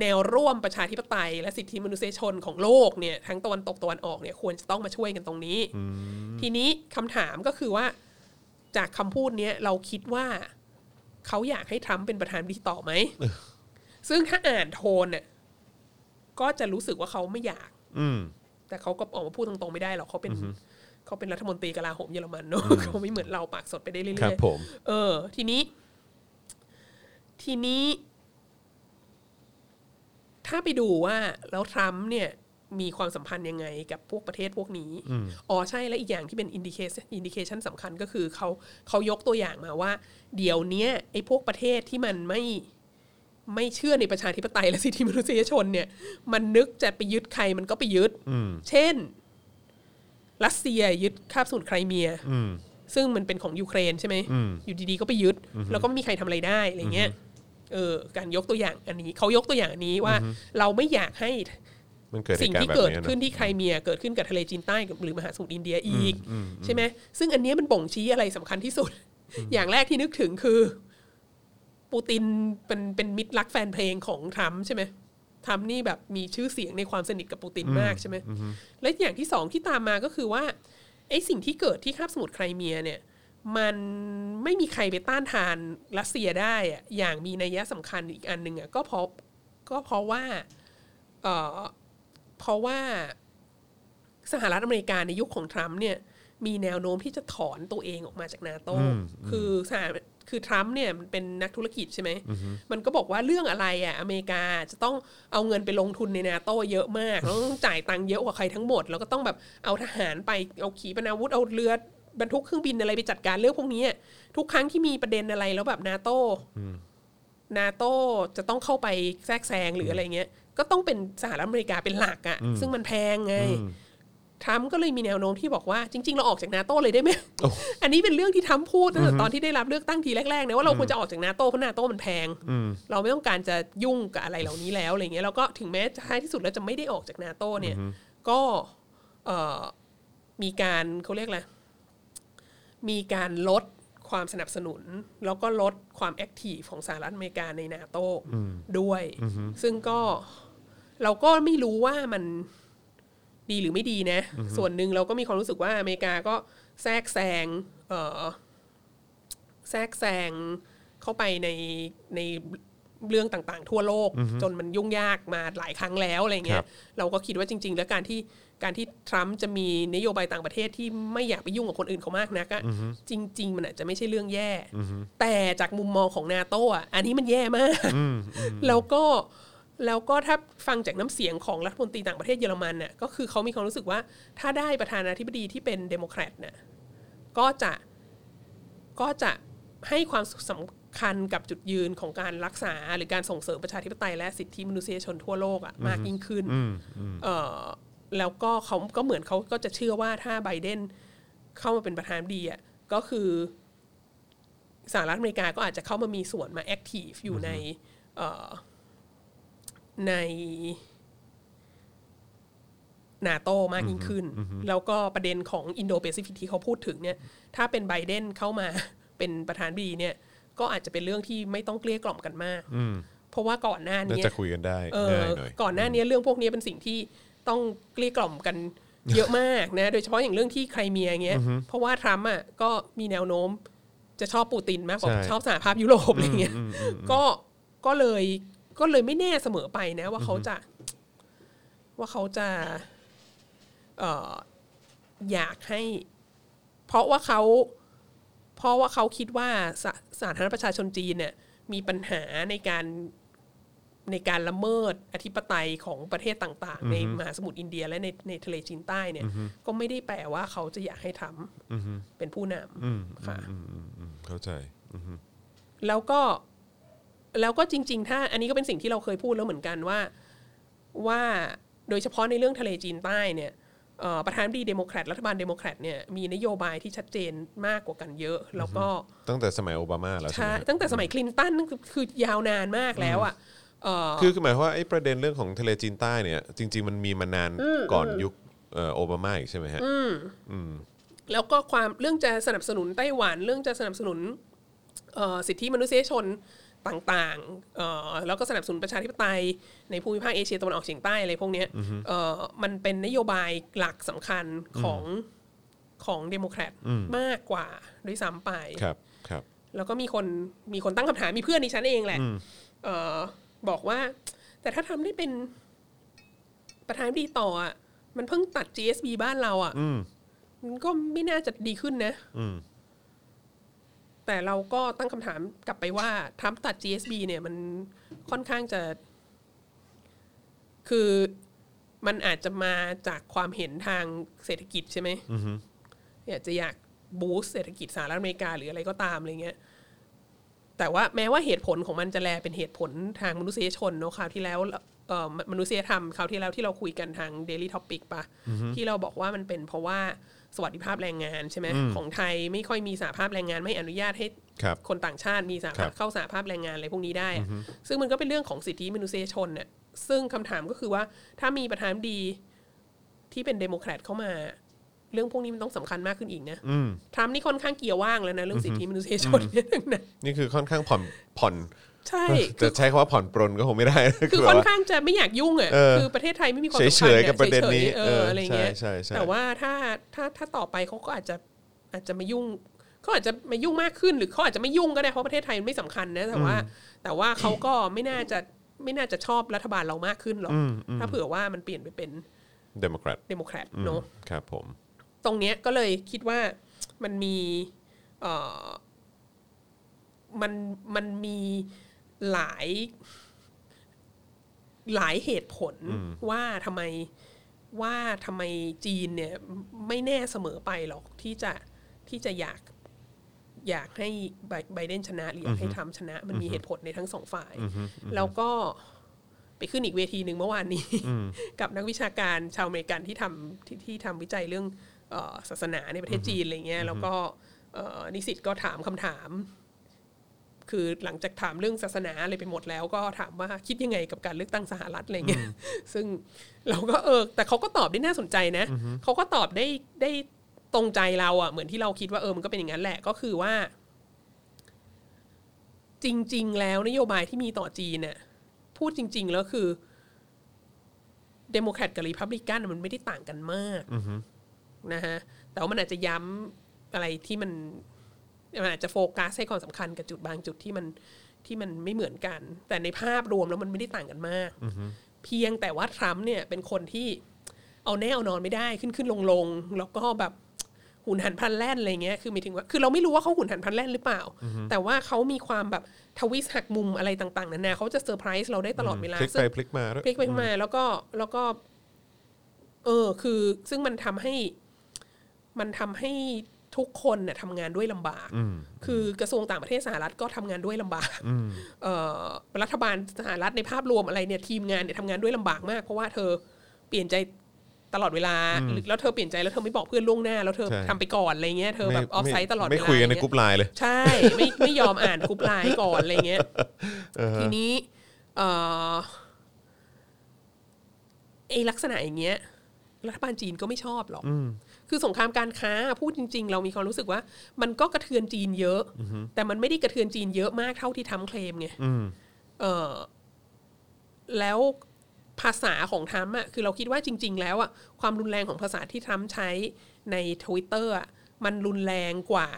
Speaker 3: แนวร่วมประชาธิปไตย และสิทธิมนุษยชนของโลกเนี่ยทั้งตะวันตกตะวันออกเนี่ยควรจะต้องมาช่วยกันตรงนี้ ทีนี้คำถามก็คือว่าจากคำพูดเนี้ยเราคิดว่าเขาอยากให้ทรัมป์เป็นประธานาธิบดีต่อไหม ซึ่งถ้าอ่านโทนเนี่ยก็จะรู้สึกว่าเขาไม่อยาก
Speaker 2: อืม
Speaker 3: แต่เขาก็ออกมาพูดตรงๆไม่ได้หรอกเขาเป็นเขาเป็นรัฐมนตรีกลาโหมเยอรมันเนอะเขาไม่เหมือนเราปากสดไปได้เรื่อยๆ
Speaker 2: ครับผม
Speaker 3: เออ ทีนี้ ทีนี้ ถ้าไปดูว่าแล้วทรัมป์เนี่ยมีความสัมพันธ์ยังไงกับพวกประเทศพวกนี้ อ๋อใช่และอีกอย่างที่เป็นอินดิเคชันอินดิเคชันสำคัญก็คือเขาเขายกตัวอย่างมาว่า เดี๋ยวเนี้ยไอ้พวกประเทศที่มันไม่ไม่เชื่อในประชาธิปไตยและสิทธิมนุษยชนเนี่ย มันนึกจะไปยึดใครมันก็ไปยึด
Speaker 2: อืม
Speaker 3: เช่น รัสเซียยึดคาบสมุทรไครเมีย
Speaker 2: อืม
Speaker 3: ซึ่งมันเป็นของยูเครนใช่ไหม
Speaker 2: อืม
Speaker 3: อยู่ดีๆ ก็ไปยึด แล้วก็ไม่มีใครทำอะไรได้อะไรเงี้ย เออ การยกตัวอย่างอันนี้ เขายกตัวอย่างอันนี้ว่า เราไม่อยากให้
Speaker 2: มันเกิดเห
Speaker 3: สิ่ง
Speaker 2: ตุการ
Speaker 3: ที่
Speaker 2: ณ์แบบ
Speaker 3: เกิด
Speaker 2: นี้นะ
Speaker 3: ขึ้นที่ไครเมีย เกิดขึ้นกับทะเลจีนใต้กับหรือมหาสมุทรอินเดียอีก ใช่ไหม ซึ่งอันเนี้ยมันบ่งชี้อะไรสำคัญที่สุด อย่างแรกที่นึกถึงคือ ปูตินเป็นเป็นมิตรรักแฟนเพลงของทรัมป์ใช่ไหมทรัมป์นี่แบบมีชื่อเสียงในความสนิทกับปูตินมากใช่ไหมและอย่างที่สองที่ตามมาก็คือว่าไอ้สิ่งที่เกิดที่คาบสมุทรไครเมียเนี่ย มันไม่มีใครไปต้านทานรัสเซียได้อะอย่างมีนัยยะสำคัญอีกอันหนึ่งอะก็เพราะก็เพราะว่าเออเพราะว่าสหรัฐอเมริกาในยุคของทรัมป์เนี่ย มีแนวโน้มที่จะถอนตัวเองออกมาจากนาโต คือสห คือทรัมป์เนี่ยมันเป็นนักธุรกิจใช่ไหม มันก็บอกว่าเรื่องอะไรอ่ะอเมริกาจะต้องเอาเงินไปลงทุนในนาโต้เยอะมาก แล้วต้องจ่ายตังค์เยอะกว่าใครทั้งหมด แล้วก็ต้องแบบเอาทหารไปเอาขีปนาวุธเอาเรือบรรทุกเครื่องบินอะไรไปจัดการเรื่องพวกนี้อะทุกครั้งที่มีประเด็นอะไรแล้วแบบนาโต้นาโต้จะต้องเข้าไปแทรกแซงหรืออะไรเงี้ย ก็ต้องเป็นสหรัฐอเมริกาเป็นหลักอ่ะ ซึ่งมันแพงไง ทรัมป์ก็เลยมีแนวโน้มที่บอกว่าจริง ๆ เราออกจากนาโตเลยได้ไหม อันนี้เป็นเรื่องที่ทรัมป์พูดตั้งแต่ตอนที่ได้รับเลือกตั้งทีแรกๆนะว่าเราควรจะออกจากนาโตเพราะนาโตมันแพง เราไม่ต้องการจะยุ่งกับอะไรเหล่านี้แล้วอะไรเงี้ยแล้วก็ถึงแม้ท้ายที่สุดแล้วจะไม่ได้ออกจากนาโตเนี่ย ก็เอ่อมีการเขาเรียกอะไร มีการลดความสนับสนุน แล้วก็ลดความแอคทีฟของสหรัฐอเมริกาในนาโตด้วย ซึ่งก็เราก็ไม่รู้ว่ามัน ดีหรือไม่ดีนะ ส่วนหนึ่งเราก็มีความรู้สึกว่าอเมริกาก็แทรกแซงเออแทรกแซงเข้าไปในในเรื่องต่างๆ ทั่วโลก จนมันยุ่งยากมาหลายครั้งแล้วอะไรเงี้
Speaker 2: ครั
Speaker 3: ย
Speaker 2: บ
Speaker 3: เราก็คิดว่าจริง ๆ แล้วการที่การที่ทรัมป์จะมีนโยบายต่างประเทศที่ไม่อยากไปยุ่งกับคนอื่นเขามากนักอะจริง ๆ มันอาจจะไม่ใช่เรื่องแย่ แต่จากมุมมองของนาโต้อะอันนี้มันแย่มาก แล้วก็แล้วก็ถ้าฟังจากน้ำเสียงของรัฐมนตรีต่างประเทศเยอรมันน่ะก็คือเขามีความรู้สึกว่าถ้าได้ประธานาธิบดีที่เป็นเดโมแครตน่ะก็จะก็จะให้ความสำคัญกับจุดยืนของการรักษา หรือการส่งเสริมประชาธิปไตยและสิทธิมนุษยชนทั่วโลกอะมากยิ่งขึ้นเอ่อแล้วก็เขาก็เหมือนเขาก็จะเชื่อว่าถ้าไบเดนเข้ามาเป็นประธานาธิบดีอะก็คือ สหรัฐอเมริกาก็อาจจะเข้ามามีส่วนมาแอคทีฟอยู่ในเอ่อในนาโตมากยิ่งขึ้น แล้วก็ประเด็นของอินโดแปซิฟิกที่เขาพูดถึงเนี่ย ถ้าเป็นไบเดนเข้ามา เป็นประธานบดีเนี่ย ก็อาจจะเป็นเรื่องที่ไม่ต้องเกลี้ยกล่อมกันมากเพราะว่าก่อนหน้า
Speaker 2: น่า
Speaker 3: นี้
Speaker 2: จะคุยกันได้
Speaker 3: เอ
Speaker 2: ง่า
Speaker 3: อย
Speaker 2: หน่อย
Speaker 3: ก่อนหน้านี้เรื่องพวกนี้เป็นสิ่งที่ต้องเกลี้ยกล่อมกันเยอะมากนะ โดยเฉพาะอย่างเรื่องที่ไครเมียเงี้ย เพราะว่าทรัมป์อ่ะก็มีแนวโน้มจะชอบปูตินมากกว่า
Speaker 2: ใช่
Speaker 3: ชอบสหภาพยุโรปอะไรเงี้ยก็ก็เลยก็เลยไม่แน่เสมอไปนะว่าเขาจะ ว่าเขาจะเอ่ออยากให้ เพราะว่าเขา เพราะว่าเขาคิดว่าสาสาธารณประชาชนจีนเนี่ยมีปัญหาในการในการละเมิดอธิปไตยของประเทศต่างๆ ในมหาสมุทรอินเดียและในในทะเลจีนใต้เนี่ย ก็ไม่ได้แปลว่าเขาจะอยากให้ทำเป็นผู้นำค่ะ
Speaker 2: เข้าใจ
Speaker 3: แล้วก็แล้วก็จริง ๆ ถ้าอันนี้ก็เป็นสิ่งที่เราเคยพูดแล้วเหมือนกันว่าว่าโดยเฉพาะในเรื่องทะเลจีนใต้เนี่ยเอ่อประธานาธิบดีเดโมแครตรัฐบาลเดโมแครตเนี่ยมีนโยบายที่ชัดเจนมากกว่ากันเยอะ แล้วก็
Speaker 2: ตั้งแต่สมัยโอบามาแล้วใช่ไห
Speaker 3: ใช่
Speaker 2: ม
Speaker 3: ตั้งแต่สมัยคลินตันนั่นคือคือยาวนานมากแล้วอ่ะเอ่อ
Speaker 2: คือคือหมายความว่าไอ้ประเด็นเรื่องของทะเลจีนใต้เนี่ย จริง ๆ มันมีมานานก่อนยุคเอ่อโอบามาอีกใช่ไหมฮะ
Speaker 3: แล้วก็ความเรื่องจะสนับสนุนไต้หวัน เรื่องจะสนับสนุนเอ่อสิทธิมนุษยชนต่างๆเอ่อแล้วก็สนับสนุนประชาธิปไตยในภูมิภาคเอเชียตะวันออกเฉียงใต้อะไรพวกเนี้ยเอ่อมันเป็นนโยบายหลักสำคัญของของเดโมแครตมากกว่าด้วยซ้ำไป
Speaker 2: ครับครับ
Speaker 3: แล้วก็มีคนมีคนตั้งคำถามมีเพื่อนดิฉันเองแหละเออบอกว่า แต่ถ้าทำได้เป็นประธานดีต่ออ่ะมันเพิ่งตัด GSB บ้านเราอ่ะมันก็ไม่น่าจะดีขึ้นนะแต่เราก็ตั้งคำถามกลับไปว่าทรัมป์ตัด GSB เนี่ย มันค่อนข้างจะ คือมันอาจจะมาจากความเห็นทางเศรษฐกิจใช่ไหม อยากจะอยากบูสต์เศรษฐกิจสหรัฐอเมริกาหรืออะไรก็ตามอะไรเงี้ย แต่ว่าแม้ว่าเหตุผลของมันจะแลเป็นเหตุผลทางมนุษยชนเนอะคราวที่แล้วเอ่อมนุษยธรรมคราวที่แล้วที่เราคุยกันทาง Daily Topic ปะที่เราบอกว่ามันเป็นเพราะว่าสวัสดิภาพแรงงานใช่ไหมของไทยไม่ค่อยมีสหภาพแรงงานไม่อนุญาตให้
Speaker 2: ครับ
Speaker 3: คนต่างชาติมีสา
Speaker 2: ครั
Speaker 3: ภา
Speaker 2: บ
Speaker 3: พเข้าสาภาพแรงงานอะไรพวกนี้ได้อะซึ่งมันก็เป็นเรื่องของสิทธิมนุษยชนเนี่ยซึ่งคำถามก็คือว่าถ้ามีประธานดีที่เป็นเดโมแครตเข้ามา เรื่องพวกนี้มันต้องสำคัญมากขึ้นอีกนะทรัมป์นี่ค่อนข้างเกียร์ว่างแล้วนะเรื่องสิทธิมนุษยชนเนี่ยนะ
Speaker 2: นี่คือค่อนข้างผ่อนผ่อน
Speaker 3: ใช่ คื
Speaker 2: จะ
Speaker 3: อ
Speaker 2: ใช้คำว่าผ่อนปรนก็คงไม่ได้นะ
Speaker 3: คือ
Speaker 2: แบบ
Speaker 3: ค่อน
Speaker 2: ว่า
Speaker 3: ข้างจะไม่อยากยุ่งอ่ะ
Speaker 2: เออ
Speaker 3: คือประเทศไทยไม่มีความ
Speaker 2: เฉย
Speaker 3: สำคัญ
Speaker 2: ๆกับประเด็นนี้
Speaker 3: เอ
Speaker 2: เอ
Speaker 3: อ
Speaker 2: อ
Speaker 3: อะไรเงี้ย
Speaker 2: ใช่ใช่ใช่
Speaker 3: แต่ว่าถ้าถ้าถ้าต่อไปเขาก็อาจจะอาจจะมายุ่งเขาอาจจะมายุ่งมากขึ้นหรือเขาอาจจะไม่ยุ่งก็ได้เพราะประเทศไทยมันไม่สำคัญนะแต่ว่า แต่ว่าเขาก็ไม่น่าจะไม่น่าจะชอบรัฐบาลเรามากขึ้นหรอกถ้าเผื่อว่ามันเปลี่ยนไปเป็น
Speaker 2: เดโมแครต
Speaker 3: เดโมแครตเนาะ
Speaker 2: ครับผม
Speaker 3: ตรงเนี้ยก็เลยคิดว่ามันมีเอ่อ มันมันมีหลายหลายเหตุผลว่าทำไมว่าทำไมจีนเนี่ยไม่แน่เสมอไปหรอกที่จะที่จะอยากอยากให้ไบไบเดนชนะ หรืออยากให้ทำชนะ มันมีเหตุผลในทั้งสองฝ่าย แล้วก็ไปขึ้นอีกเวทีหนึ่งเมื่อวานนี้ กับนักวิชาการชาวอเมริกันที่ทำที่ที่ทำวิจัยเรื่องเอ่อศาสนาในประเทศจีนอะไรเงี้ยแล้วก็เอ่อนิสิตก็ถามคำถาม คือหลังจากถามเรื่องศาสนาอะไรไปหมดแล้วก็ถามว่าคิดยังไงกับการเลือกตั้งสหรัฐอะไรเงี้ย ซึ่งเราก็เออ แต่เขาก็ตอบได้น่าสนใจนะเขาก็ตอบได้ได้ตรงใจเราอ่ะเหมือนที่เราคิดว่าเออมันก็เป็นอย่างนั้นแหละก็คือว่า จริง ๆ แล้วนโยบายที่มีต่อจีนเนี่ยพูดจริง ๆ แล้วคือเดโมแครตกับรีพับลิกันมันไม่ได้ต่างกันมากนะฮะแต่ว่ามันอาจจะย้ำอะไรที่มัน มันอาจจะโฟกัสให้ความสำคัญกับจุดบางจุดที่มันที่มันไม่เหมือนกัน แต่ในภาพรวมแล้วมันไม่ได้ต่างกันมาก เพียงแต่ว่าทรัมป์เนี่ยเป็นคนที่เอาแน่เอานอนไม่ได้ขึ้นขึ้นลงลงแล้วก็แบบหุนหันพลันแล่นอะไรเงี้ยคือหมายถึงว่าคือเราไม่รู้ว่าเขาหุนหันพลันแล่นหรือเปล่า แต่ว่าเขามีความแบบทวิสหักมุมอะไรต่างๆนานาเขาจะเซอร์ไพรส์เราได้ตลอดเวลา
Speaker 2: พลิก
Speaker 3: ซึ่
Speaker 2: ไป
Speaker 3: ง
Speaker 2: พลิกมาด้วย
Speaker 3: พลิกไปพลิกมาแล้วก็แล้วก็ เออ คือซึ่งมันทำให้มันทำให้ทุกคนเนี่ยทำงานด้วยลำบาก คือกระทรวงต่างประเทศสหรัฐก็ทำงานด้วยลำบากเออรัฐบาลสหรัฐในภาพรวมอะไรเนี่ยทีมงานเนี่ยทำงานด้วยลำบากมาก เพราะว่าเธอเปลี่ยนใจตลอดเวลาหรือแล้วเธอเปลี่ยนใจแล้วเธอไม่บอกเพื่อนล่วงหน้า แล้วเธอ
Speaker 2: ใช่
Speaker 3: ทำไปก่อนอะไรเงี้ยเธอแบบออฟไซต์ตลอดเวลา
Speaker 2: ไม่คุยกันใน
Speaker 3: เงี้
Speaker 2: กรุ๊ปไลน์เลย
Speaker 3: ใช่ ไม่ไม่ยอมอ่านกรุ๊ปไลน์ก่อนอะไรเงี้ยทีนี้เอ่อไอลักษณะอย่างเงี้ย รัฐบาลจีนก็ไม่ชอบหรอกคือสงครามการค้าพูดจริง ๆ เรามีความรู้สึกว่า มันก็กระเทือนจีนเยอะ แต่มันไม่ได้กระเทือนจีนเยอะมากเท่าที่ทำเคลมไงเออแล้วภาษาของทรัมป์อ่ะคือเราคิดว่าจริง ๆ แล้วอ่ะความรุนแรงของภาษาที่ทรัมป์ใช้ใน Twitter อ่ะมันรุนแรงกว่า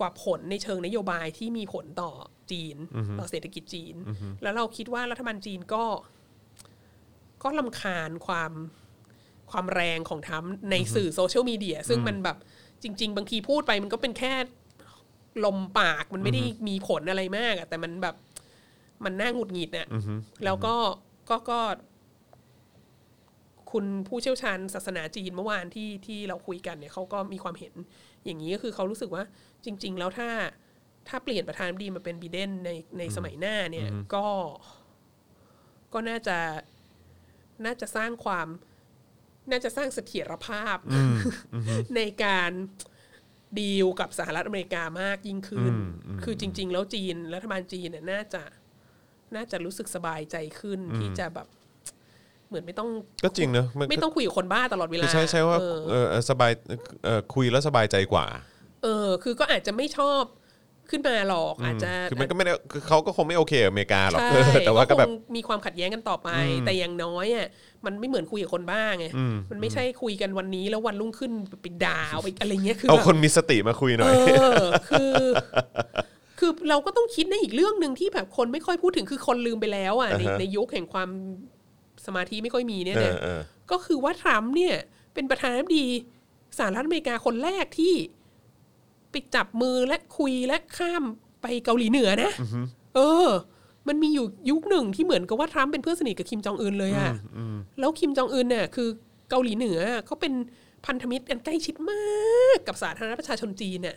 Speaker 3: กว่าผลในเชิงนโยบายที่มีผลต่อจีนต่อเศรษฐกิจจีน แล้วเราคิดว่ารัฐบาลจีนก็ ก็ลำคาญความความแรงของทรัมป์ในสื่อโซเชียลมีเดียซึ่งมันแบบจริง ๆ บางทีพูดไปมันก็เป็นแค่ลมปากมันไม่ได้มีผลอะไรมากอะแต่มันแบบมันน่าหงุดหงิดน่ะแล้วก็ก็ก็ คุณผู้เชี่ยวชาญศาสนาจีนเมื่อวานที่ที่เราคุยกันเนี่ยเขาก็มีความเห็นอย่างนี้ก็คือเขารู้สึกว่าจริง ๆ แล้วถ้าถ้าเปลี่ยนประธานาธิบดีมาเป็นบีเดนในในสมัยหน้าเนี่ยก็ ก็น่าจะ น่าจะสร้างความ น่าจะสร้างเสถียรภาพ ในการดีลกับสหรัฐอเมริกามากยิ่งขึ้น คือจริง ๆ แล้วจีนรัฐบาลจีนเนี่ยน่าจะ น่าจะรู้สึกสบายใจขึ้นที่จะแบบ เหมือนไม่ต้อง
Speaker 2: ก็จริงเนอะมัน
Speaker 3: ไม่
Speaker 2: ก็
Speaker 3: ต้องคุยกับคนบ้าตลอดเว
Speaker 2: คื
Speaker 3: ลา
Speaker 2: อใช้ใช้ว่า
Speaker 3: เออ
Speaker 2: เออเออสบายเออคุยแล้วสบายใจกว่า
Speaker 3: เออ คือก็อาจจะไม่ชอบขึ้นมาหรอก อาจจะ
Speaker 2: คือมันก็ไม่ได้คือเขาก็คงไม่โอเคกับอเมริกาหรอก
Speaker 3: ใช่
Speaker 2: เออแต่ว่าก็แบบ
Speaker 3: คงมีความขัดแย้งกันต่อไป แต่อย่างน้อยอ่ะมันไม่เหมือนคุยกับคนบ้าไงมันไม่ใช่คุยกันวันนี้แล้ววันรุ่งขึ้นไปด่าเอาไปอะไรเงี้ยคือ
Speaker 2: เอา
Speaker 3: แบบ
Speaker 2: คนมีสติมาคุยหน่อย
Speaker 3: เออคือ คือเราก็ต้องคิดในอีกเรื่องหนึ่งที่แบบคนไม่ค่อยพูดถึงคือคนลืมไปแล้วอ่ะใน
Speaker 2: อ่าฮะ
Speaker 3: ในยุคแห่งความสมาธิไม่ค่อยมีเนี่ย
Speaker 2: เอ
Speaker 3: นะ
Speaker 2: อเออ
Speaker 3: ก็คือว่าทรัมป์เนี่ย เป็นประธานาธิบดีสหรัฐอเมริกาคนแรกที่ไปจับมือและคุยและข้ามไปเกาหลีเหนือนะเออ มันมีอยู่ยุคหนึ่งที่เหมือนกับว่าทรัมป์เป็นเพื่อนสนิทกับคิมจองอึนเลยอะแล้วคิมจองอึนเนี่ยคือเกาหลีเหนือเขาเป็นพันธมิตรกันใกล้ชิดมากกับสาธารณรัฐประชาชนจีนเนี่ย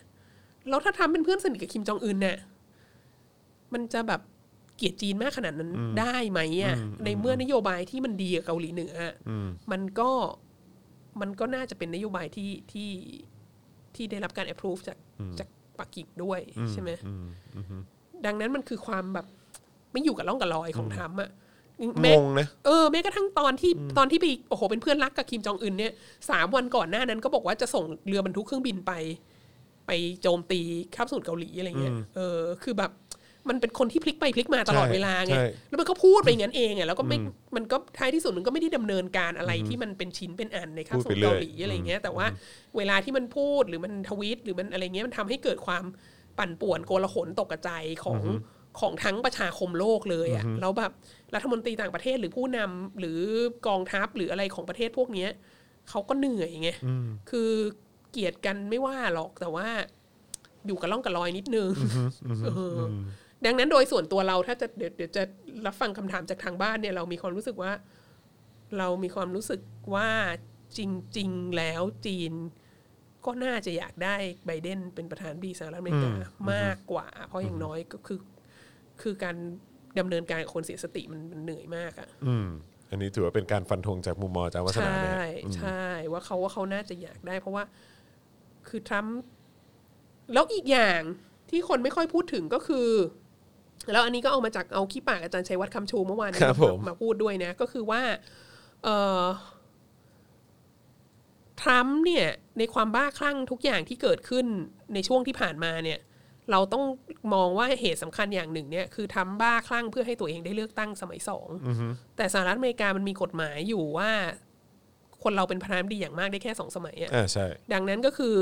Speaker 3: แล้วถ้าทรัมป์เป็นเพื่อนสนิทกับคิมจองอึนเนี่ย มันจะแบบเกลียดจีนมากขนาดนั้นได้ไหมอ่ะในเมื่อนโยบายที่มันดีกับเกาหลีเหนืออ่ะมันก็มันก็น่าจะเป็นนโยบายที่ที่ที่ได้รับการ approve จากจากปักกิ่งด้วยใช่ไหมดังนั้นมันคือความแบบไม่อยู่กับร่องกับรอยของทรัมป์อ่ะ
Speaker 2: ง
Speaker 3: แม้
Speaker 2: งนะ
Speaker 3: เออแม้กระทั่งตอนที่ตอนที่ไปโอ้โหเป็นเพื่อนรักกับคิมจองอึนเนี่ยสามวันก่อนหน้านั้นก็บอกว่าจะส่งเรือบรรทุกเครื่องบินไป ไปโจมตีคาบสมุทรเกาหลีอะไรเงี้ย เออ คือแบบ มันเป็นคนที่พลิกไปพลิกมาตลอด
Speaker 2: ใช่
Speaker 3: เวลาไง
Speaker 2: ใช่
Speaker 3: แล้วมันก็พูดไปอย่างนั้นเองอ่ะแล้วก็ไม่ มันก็ท้ายที่สุดมันก็ไม่ได้ดำเนินการอะไรที่มันเป็นชิ้นเป็นอันในคาบสมุทรเกาหลีอะไรเงี้ย แต่ว่าเวลาที่มันพูดหรือมันทวีตหรือมันอะไรเงี้ยมันทำให้เกิดความปั่นป่วนโกลาหลตกกระจายของของทั้งประชาคมโลกเลยอ่ะ แล้วแบบรัฐมนตรีต่างประเทศหรือผู้นำหรือกองทัพหรืออะไรของประเทศพวกเนี้ยเขาก็เหนื่อยไง คือเกลียดกันไม่ว่าหรอกแต่ว่า อยู่กับล่องกับลอยนิดนึงเอออดังนั้นโดยส่วนตัวเราถ้าจะเดี๋ยวเดี๋ยวจะรับฟังคำถามจากทางบ้านเนี่ยเรามีความรู้สึกว่า เรามีความรู้สึกว่าจริง ๆ แล้วจีน ก็น่าจะอยากได้ไบเดนเป็นประธานดีสหรัฐอเมริกามากกว่า เพราะอย่างน้อยก็คือ คือการดำเนินการกับคนเสียสติมันมันเหนื่อยมากอ่ะ
Speaker 2: อืมอันนี้ถือว่าเป็นการฟันธงจากมุมมองอาจารย์วัฒ
Speaker 3: ใช
Speaker 2: นาเนี่
Speaker 3: ่
Speaker 2: ย
Speaker 3: ใช่ว่าเขาว่าเขาน่าจะอยากได้ เพราะว่าคือทรัมป์แล้วอีกอย่างที่คนไม่ค่อยพูดถึงก็คือ แล้วอันนี้ก็เอามาจากเอาขี้ปากอาจารย์ชัยวัฒน์คำชูเมื่อวานนี้มาพูดด้วยนะ ก็คือว่า เอ่อทรัมป์เนี่ย ในความบ้าคลั่งทุกอย่างที่เกิดขึ้นในช่วงที่ผ่านมาเนี่ย เราต้องมองว่าเหตุสำคัญอย่างหนึ่งเนี่ยคือทรัมป์บ้าคลั่งเพื่อให้ตัวเองได้เลือกตั้งสมัยสองแต่สหรัฐอเมริกามันมีกฎหมายอยู่ว่า คนเราเป็นประธานาธิบดีอย่างมากได้แค่สองสมัยอะ
Speaker 2: อ่าใช่
Speaker 3: ดังนั้นก็คือ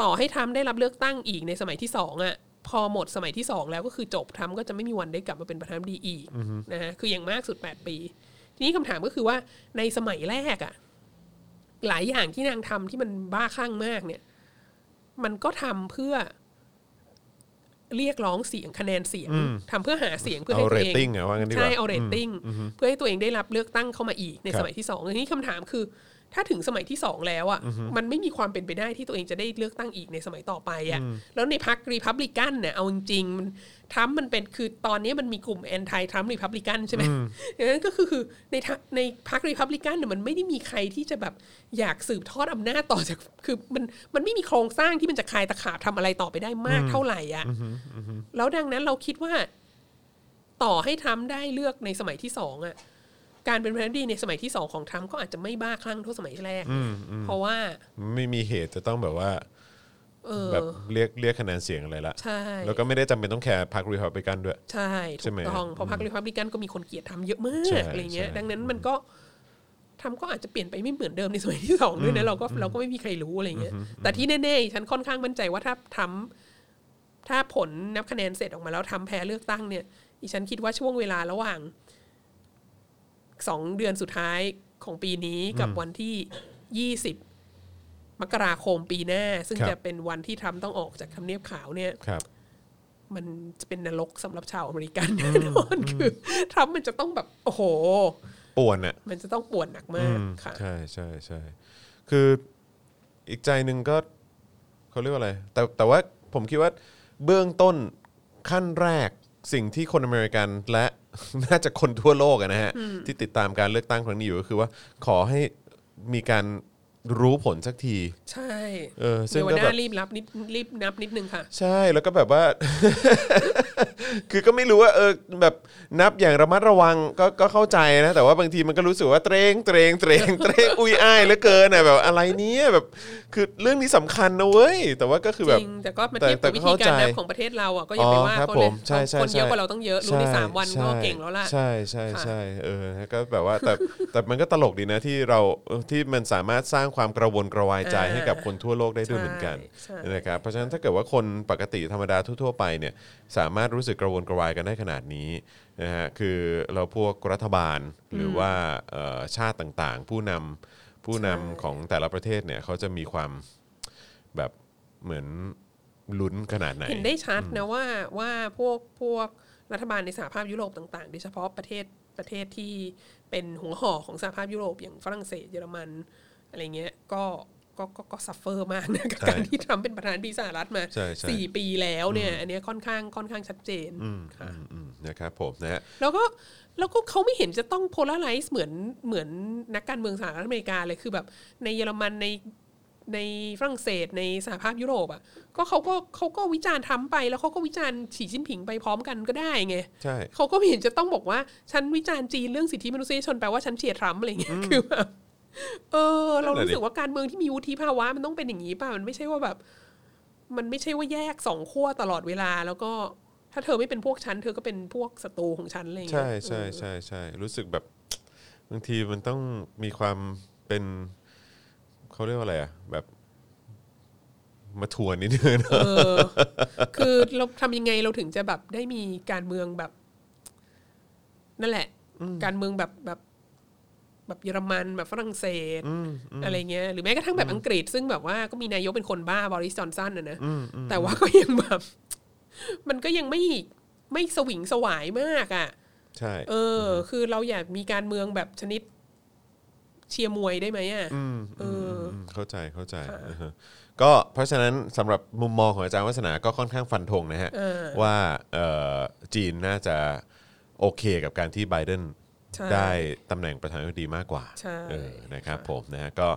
Speaker 3: ต่อให้ทรัมป์ได้รับเลือกตั้งอีกในสมัยที่สองอะพอหมดสมัยที่สองแล้วก็คือจบทรัมป์ก็จะไม่มีวันได้กลับมาเป็นประธานาธิบดีอีกนะฮะคืออย่างมากสุด 8 ปี ทีนี้คำถามก็คือว่าในสมัยแรกอะหลายอย่างที่นางทำที่มันบ้าคลั่งมากเนี่ย มันก็ทำเพื่อเรียกร้องเสียงคะแนนเสียงทำเพื่อหาเสียงเพื่อให้
Speaker 2: เอา
Speaker 3: ตั
Speaker 2: เร
Speaker 3: ว
Speaker 2: ต
Speaker 3: เอง
Speaker 2: ติ้งอะว่างั้นดีกว่า
Speaker 3: ใช่เอาเรตติ้งเพื่อให้ตัวเองได้รับเลือกตั้งเข้ามาอีกใน
Speaker 2: ครับ
Speaker 3: สมัยที่สองทีนี้คำถามคือ ถ้าถึงสมัยที่สองแล้วอ่ะมันไม่มีความเป็นไปได้ที่ตัวเองจะได้เลือกตั้งอีกในสมัยต่อไปอ่ะแล้วในพรรครีพับลิกันเนี่ยเอาจริงๆมันทรัมป์มันเป็นคือตอนนี้มันมีกลุ่มแอนตี้ทรัมป์รีพับลิกันใช่ไหมดังนั้นก็คือคือในทะในพรรครีพับลิกันเนี่ยมันไม่ได้มีใครที่จะแบบอยากสืบทอดอำนาจต่อจากคือมันมันไม่มีโครงสร้างที่มันจะคลายตะขาบทำอะไรต่อไปได้มากเท่าไหร่อ่ะแล้วดังนั้นเราคิดว่า ต่อให้ทรัมป์ได้เลือกในสมัยที่สองอะการเป็นประธานาธิบดีในสมัยที่สองของทรัมป์ก็อาจจะไม่บ้าคลั่งเท่าสมัยแรก เพราะว่า
Speaker 2: ไม่มีเหตุจะต้องแบบว่า
Speaker 3: เออ
Speaker 2: แบบเรียกเรียกคะแนนเสียงอะไรละ
Speaker 3: ใช่
Speaker 2: แล้วก็ไม่ได้จำเป็นต้องแคร์พรรครีพับลิกันด้วย
Speaker 3: ใช่
Speaker 2: ใช่
Speaker 3: ถู
Speaker 2: ไหม
Speaker 3: กต้องเพราะพรรครีพับลิกันก็มีคนเกลียดทรัมป์เยอะมา
Speaker 2: ใช่
Speaker 3: กอะไรเงี้ย
Speaker 2: ใช่
Speaker 3: ดังนั้นมันก็ทำก็อาจจะเปลี่ยนไปไม่เหมือนเดิมในสมัยที่สองด้วยนะเราก็เราก็ไม่มีใครรู้อะไรเงี้ย แต่ที่แน่ๆฉันค่อนข้างมั่นใจว่าถ้าทรัมป์ถ้าผลนับคะแนนเสร็จออกมาแล้วทรัมป์แพ้เลือกตั้งเนี่ยอีฉันคิดว่าช่วงเวลาระหว่าง สองเดือนสุดท้ายของปีนี้กับวันที่ยี่สิบมกราคมปีหน้า ซึ่ง
Speaker 2: ครับ
Speaker 3: จะเป็นวันที่ทรัมป์ต้องออกจากทำเนียบขาวเนี่ย
Speaker 2: ครับ
Speaker 3: มันจะเป็นนรกสำหรับชาวอเมริกันแน่น อนคือทรัมป์มันจะต้องแบบ โอ้โห
Speaker 2: ป่วนอ่ะ
Speaker 3: มันจะต้องปวดหนักมากค่ะ
Speaker 2: ใช่ใช่ใช่คืออีกใจหนึ่งก็เขาเรียกว่าอะไร แต่แต่ว่าผมคิดว่าเบื้องต้นขั้นแรกสิ่งที่คนอเมริกันและ น่าจะคนทั่วโลกอะนะฮะ ที่ติดตามการเลือกตั้งครั้งนี้อยู่ก็คือว่า ขอให้มีการรู้ผลสักที
Speaker 3: ใช่
Speaker 2: เออซึ่ง
Speaker 3: เดี๋ยว
Speaker 2: ก็แบ
Speaker 3: หน้า
Speaker 2: บ
Speaker 3: รีบรับนิดรีบนับนิดนึงค่ะ
Speaker 2: ใช่แล้วก็แบบว่า คือก็ไม่รู้ว่าเออแบบนับอย่างระมัดระวังก็ก็เข้าใจนะ แต่ว่าบางทีมันก็รู้สึกว่าเตรงเตรงเตรง เตรงอุ้ยอ้ายเหลือเกินอ่ะแบบอะไรเนี้ยแบบ คือเรื่องนี้สำคัญนะเว้ย แต่ว่าก็คือแบ
Speaker 3: จ
Speaker 2: บ
Speaker 3: ริง แต่ก็มาเทียบ
Speaker 2: แต่
Speaker 3: กับ
Speaker 2: แต่
Speaker 3: วิ
Speaker 2: ก็
Speaker 3: ธี
Speaker 2: เข้าใจ
Speaker 3: การนับของประเทศเราอ่ะก็อย่าไป
Speaker 2: อ๋อ
Speaker 3: ว่า
Speaker 2: ครับ
Speaker 3: เขาเลย
Speaker 2: ผมใช่ใช่
Speaker 3: คนเยอะ
Speaker 2: ใช่
Speaker 3: กว่าเราต้องเยอะรู้ในสามวันก็เก่งแล้วล่ะ
Speaker 2: ใช่ใช่ใช่เออก็แบบว่า แต่แต่มันก็ตลกดีนะที่เราเออที่มันสามารถสร้างความกระวนกระวายใจ
Speaker 3: อ่า
Speaker 2: ให้กับคนทั่วโลกได้ด้วยเหมือนกัน
Speaker 3: ใช่ใช่
Speaker 2: นะครับเพราะฉะนั้นถ้าเกิดว่าคนปกติธรรมดาทั่วๆไปเนี่ยสามารถรู้สึกกระวนกระวายกันได้ขนาดนี้นะฮะคือเราพวกรัฐบาลหรือว่าเอ่อชาติต่างๆ ผู้นำผู้นำของแต่ละประเทศเนี่ยเขาจะมีความแบบเหมือนลุ้นขนาดไหน
Speaker 3: เห็นได้ชัดนะว่าว่าพวกพวกรัฐบาลในสหภาพยุโรปต่างๆโดยเฉพาะประเทศประเทศที่เป็นหัวหอกของสหภาพยุโรปอย่างฝรั่งเศสเยอรมันอะไรเงี้ยก็ก็ก็ก็ซัฟเฟอร์มากนะกับ
Speaker 2: ใช่
Speaker 3: การที่ทรัมป์เป็นประธานาธิบดีสหรัฐมา
Speaker 2: ใช่ใช่
Speaker 3: สี่ปีแล้วเนี่ย อันเนี้ยค่อนข้างค่อนข้างชัดเจนค่ะ
Speaker 2: อืมอืมนะครับผมนะฮะ
Speaker 3: แล้วก็แล้วก็เขาไม่เห็นจะต้องโพลาไรซ์เหมือนเหมือนนักการเมืองสหรัฐอเมริกาเลยคือแบบ ในเยอรมันในในฝรั่งเศสในสหภาพยุโรปอ่ะก็เขาก็เขาก็วิจารณ์ทำไป แล้วเขาก็วิจารณ์ฉีจิ้นผิงไปพร้อมกันก็ได้ไง
Speaker 2: ใช่
Speaker 3: เขาก็ไม่เห็นจะต้องบอกว่า ฉันวิจารณ์จีนเรื่องสิทธิมนุษยชนแปลว่าฉันเชียร์ทรัมป์อะไรเงี้ยคือแบบเออ เรารู้สึกว่าการเมืองที่มีวุฒิภาวะมันต้องเป็นอย่างนี้ป่ะมันไม่ใช่ว่าแบบ มันไม่ใช่ว่าแยกสองขั้วตลอดเวลา แล้วก็ถ้าเธอไม่เป็นพวกฉันเธอก็เป็นพวกศัตรูของฉันอะไรเงี้ย
Speaker 2: ใช่ใช่ใช่ใช่รู้สึกแบบ บางทีมันต้องมีความเป็นเขาเรียกว่าอะไรอะแบบ มาทวนนิดนึงนะ
Speaker 3: เออ คือเราทำยังไงเราถึงจะแบบได้มีการเมืองแบบ นั่นแหละ การเมืองแบบแบบ แบบเยอรมันแบบฝรั่งเศสอะไรเงี้ยหรือแม้กระทั่งแบบอังกฤษ ซึ่งแบบว่าก็มีนายกเป็นคนบ้าบริสจอนสันนะนะแต่ว่าก็ยังแบบ มันก็ยังไม่ไม่สวิงสวายมากอ่ะ
Speaker 2: ใช่
Speaker 3: เออ คือเราอยากมีการเมืองแบบชนิดเชียร์มวยได้ไหมอ่ะ
Speaker 2: ม
Speaker 3: เอออื
Speaker 2: มเข้าใจเข้าใจอ่าฮะก็เพราะฉะนั้นสำหรับมุมมองของอาจารย์วัฒนาก็ค่อนข้างฟันธงนะฮะ
Speaker 3: เออ
Speaker 2: ว่าเอ่อจีนน่าจะโอเคกับการที่ไบเดน
Speaker 3: ใช่
Speaker 2: ได้ตำแหน่งประธานาธิบดีมากกว่า
Speaker 3: ใช่
Speaker 2: เออนะครับผมนะฮะก็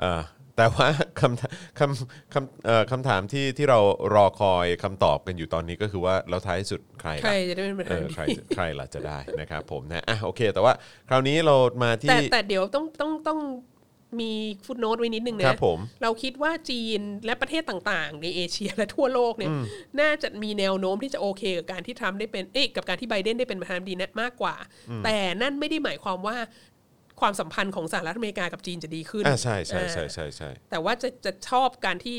Speaker 2: เอ่อแต่ว่าคำถาม คำคำเอ่อคำถามที่ที่เรารอคอยคำตอบกันอยู่ตอนนี้ก็คือว่าเราท้ายสุดใคร
Speaker 3: ใคร
Speaker 2: ล่ะ
Speaker 3: จะได้เป็นประ
Speaker 2: เอ
Speaker 3: ธาน
Speaker 2: อใครใครล่ะจะได้นะครับผมนะอ่ะโอเค แต่ว่าคราวนี้เรามาที่
Speaker 3: แต่แต่เดี๋ยวต้องต้องต้องมีฟุตโนตไว้นิดนึง
Speaker 2: ค
Speaker 3: นะ
Speaker 2: รับผม
Speaker 3: เราคิดว่าจีนและประเทศต่างๆ ในเอเชียและทั่วโลกเนี่ย น่าจะมีแนวโน้มที่จะโอเคกับการที่ทรัมป์ได้เป็นเอ๊ะกับการที่ไบเดนได้เป็นประธานาธิบดีนะมากกว่า แต่นั่นไม่ได้หมายความว่าความสัมพันธ์ของสหรัฐอเมริกากับจีนจะดีขึ้น
Speaker 2: อ่ะใช่ใช่ใช่
Speaker 3: อ่า
Speaker 2: ใช่ใช่
Speaker 3: แต่ว่าจะจะชอบการที่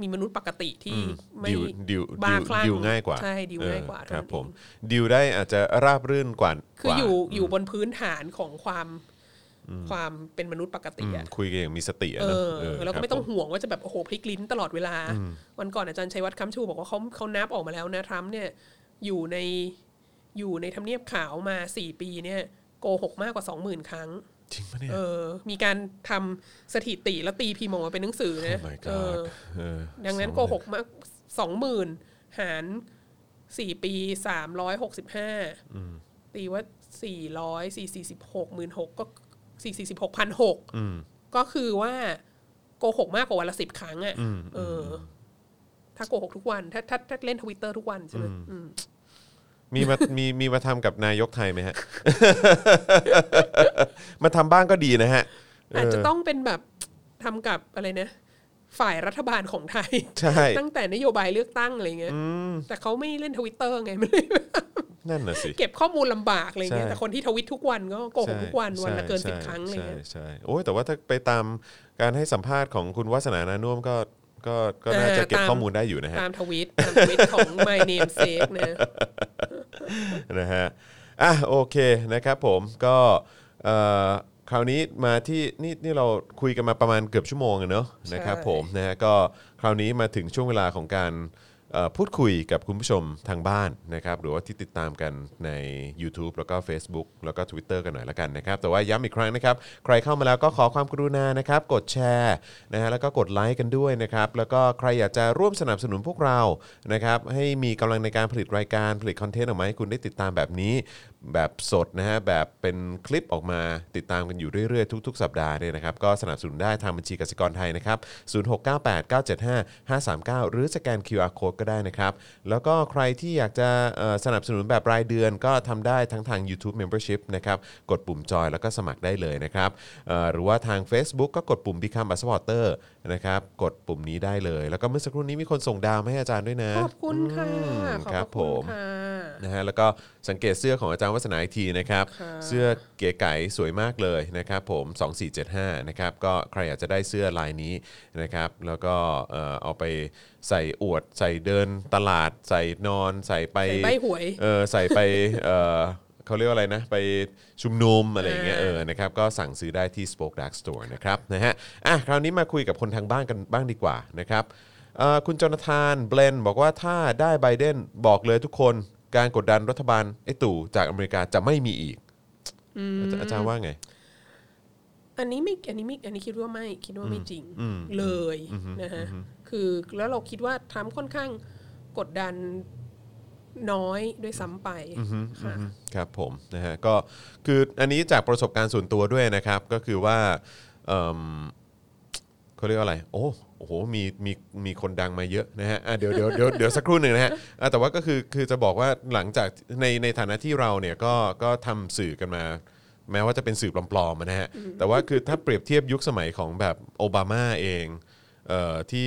Speaker 3: มีมนุษย์ปกติที่ไม่
Speaker 2: ดิวดิว
Speaker 3: บ้า
Speaker 2: ดิว
Speaker 3: คลั่ง
Speaker 2: ดิวง่ายกว่า
Speaker 3: ใช่ดิวง่ายกว่า
Speaker 2: เออครับ
Speaker 3: เท่านั้น
Speaker 2: ผม
Speaker 3: เอง
Speaker 2: ดิวได้อาจจะราบรื่นกว่า
Speaker 3: คืออก
Speaker 2: ว่า
Speaker 3: ยู่อยู่บนพื้นฐานของความความเป็นมนุษย์ปกติ
Speaker 2: อืม
Speaker 3: อะ
Speaker 2: คุยกันอย่างมีสติอะ
Speaker 3: เอ
Speaker 2: นะ
Speaker 3: อ
Speaker 2: เออ
Speaker 3: แล้ว
Speaker 2: ครั
Speaker 3: ก็
Speaker 2: บ
Speaker 3: ไม่ต้อง
Speaker 2: ผ
Speaker 3: ห่วงว่าจะแบบโอ้โหพลิกลิ้นตลอดเวลา วันก่อนอาจารย์ชัยวัฒน์คำชูบอกว่าเขาเขานับออกมาแล้วนะทรัมป์เนี่ยอยู่ในอยู่ในทำเนียบขาวมาสี่ปีเนี่ยโกหกมากกว่าสองหมื่นครั้ง
Speaker 2: จริงปะเนี่ย
Speaker 3: เออ มีการทำสถิติแล้วตีพิมพ์ออกมาเป็นหนังสือนะ
Speaker 2: Oh my god
Speaker 3: เออ
Speaker 2: เออ
Speaker 3: ดังนั้น
Speaker 2: สอ
Speaker 3: โกหกมากสองหมื่นหารสี่ปีสามร้อยหกสิบห้าตีว่าสี่ร้อยสี่สี่สิบหกหมื่นหกก็สี่สี่สิบหกพันหก
Speaker 2: อืม
Speaker 3: ก็คือว่าโกหกมากกว่าวันละสิบครั้งอะ่ะเออ ถ้าโกหกทุกวัน ถ้าถ้าถ้าเล่นทวิตเตอร์ทุกวันใช่ไหมอืม
Speaker 2: มีมา มีมีมาทำกับนายกไทยไหม ฮะ มาทำบ้างก็ดีนะฮะเ
Speaker 3: อาจจะต้องเป็นแบบทำกับอะไรนะ ฝ่ายรัฐบาลของไทย
Speaker 2: ใช่
Speaker 3: ตั้งแต่นโยบายเลือกตั้งอะไรเงี้ยแต่เขาไม่เล่นทวิตเตอร์ไง มันเลย
Speaker 2: นั่นน่ะสิ
Speaker 3: เก็บข้อมูลลำบากอะไรเงี้ย
Speaker 2: ใช่
Speaker 3: แต่คนที่ทวิตทุกวันก็โกหกทุกวันวันละเกินสิบครั้งอะไร
Speaker 2: ใช่
Speaker 3: เงี้ย
Speaker 2: ใช่ใช่โอ้ยแต่ว่าถ้าไปตามการให้สัมภาษณ์ของคุณวัฒนานานุ่มก็ก็ก็น่าจะเก็บ
Speaker 3: เออตาม
Speaker 2: ข้อมูลได้อยู่นะฮะ
Speaker 3: ตามทวิตตามทวิตของ my name sake นะ
Speaker 2: นะฮะ อ่ะโอเคนะครับผมก็เอ่อคราวนี้มาที่นี่นี่เราคุยกันมาประมาณเกือบชั่วโมงอะเนอะนะครับผมนะฮะก็คราวนี้มาถึงช่วงเวลาของการเอ่อพูดคุยกับคุณผู้ชมทางบ้านนะครับหรือว่าที่ติดตามกันใน YouTube แล้วก็ Facebook แล้วก็ Twitter กันหน่อยละกันนะครับ แต่ว่าย้ำอีกครั้งนะครับ ใครเข้ามาแล้วก็ขอความกรุณานะครับกดแชร์นะฮะแล้วก็กดไลค์กันด้วยนะครับ แล้วก็ใครอยากจะร่วมสนับสนุนพวกเรานะครับให้มีกำลังในการผลิตรายการผลิตคอนเทนต์ออกมาให้คุณได้ติดตามแบบนี้ แบบสดนะฮะแบบเป็นคลิปออกมาติดตามกันอยู่เรื่อยๆ ทุก ๆ สัปดาห์เนี่ยนะครับก็สนับสนุนได้ทางบัญชีกสิกรไทยนะครับ 0698975539 หรือสแกน QR Code ก็ได้นะครับ แล้วก็ใครที่อยากจะเอ่อสนับสนุนแบบรายเดือนก็ทำได้ทั้งทาง YouTube Membership นะครับ กดปุ่มจอยแล้วก็สมัครได้เลยนะครับเอ่อหรือว่าทาง Facebook ก็กดปุ่ม Become a supporter นะครับ กดปุ่มนี้ได้เลย แล้วก็เมื่อสักครู่นี้มีคนส่งดาวมาให้อาจารย์ด้วยนะ
Speaker 3: ขอบคุณค่ะ ขอบ
Speaker 2: ครับ
Speaker 3: พะ
Speaker 2: ผ
Speaker 3: คุณ
Speaker 2: ม
Speaker 3: ค่ะ
Speaker 2: นะฮะแล้วก็สังเกตเสื้อของอาจารย์วัฒนาอีกทีนะครับ
Speaker 3: ค่ะ
Speaker 2: เสื้อเก๋ไก๋สวยมากเลยนะครับผม 2475นะครับก็ใครอยากจะได้เสื้อลายนี้นะครับแล้วก็เอ่อเอาไปใส่อวด ใส่เดินตลาด ใส่นอน ใส่ไป
Speaker 3: ใส่ใบหวย
Speaker 2: เออใส่ไปเออเขาเรียกว่าอะไรนะ ไปชุมนุมอะไรอย่างเงี้ย
Speaker 3: อ่า
Speaker 2: เออนะครับก็สั่งซื้อได้ที่ Spoke Dark Store นะครับนะฮะอ่ะคราวนี้มาคุยกับคนทางบ้านกันบ้างดีกว่านะครับเอ่อคุณจอนาธานเบลนบอกว่าถ้าได้ไบเดนบอกเลยทุกคนการกดดันรัฐบาลไอ้ตู่จากอเมริกาจะไม่มีอีก อาจอาจารย์ว่าไง
Speaker 3: อันนี้ไม่ อันนี้ไม่ อันนี้คิดว่าไม่ คิดว่าไม่จริงเลยนะฮะ คือแล้วเราคิดว่าทรัมป์ค่อนข้างกดดันน้อยด้วยซ้ำไปค่ะ
Speaker 2: ครับผมนะฮะก็คืออันนี้จากประสบการณ์ส่วนตัวด้วยนะครับก็คือว่าเอิ่มเขาเรียกว่าอะไรโอ้โอ้โหมีมีมีคนดังมาเยอะนะฮะอ่ะเดี๋ยวเดี๋ยวเดี๋ยวเดี๋ยวสักครู่หนึ่งนะฮะอ่ะแต่ว่าก็คือคือจะบอกว่าหลังจากในในฐานะที่เราเนี่ยก็ก็ทำสื่อกันมา แม้ว่าจะเป็นสื่อปลอมๆนะฮะแต่ว่าคือถ้าเปรียบเทียบยุคสมัยของแบบโอบามาเองเอ่อที่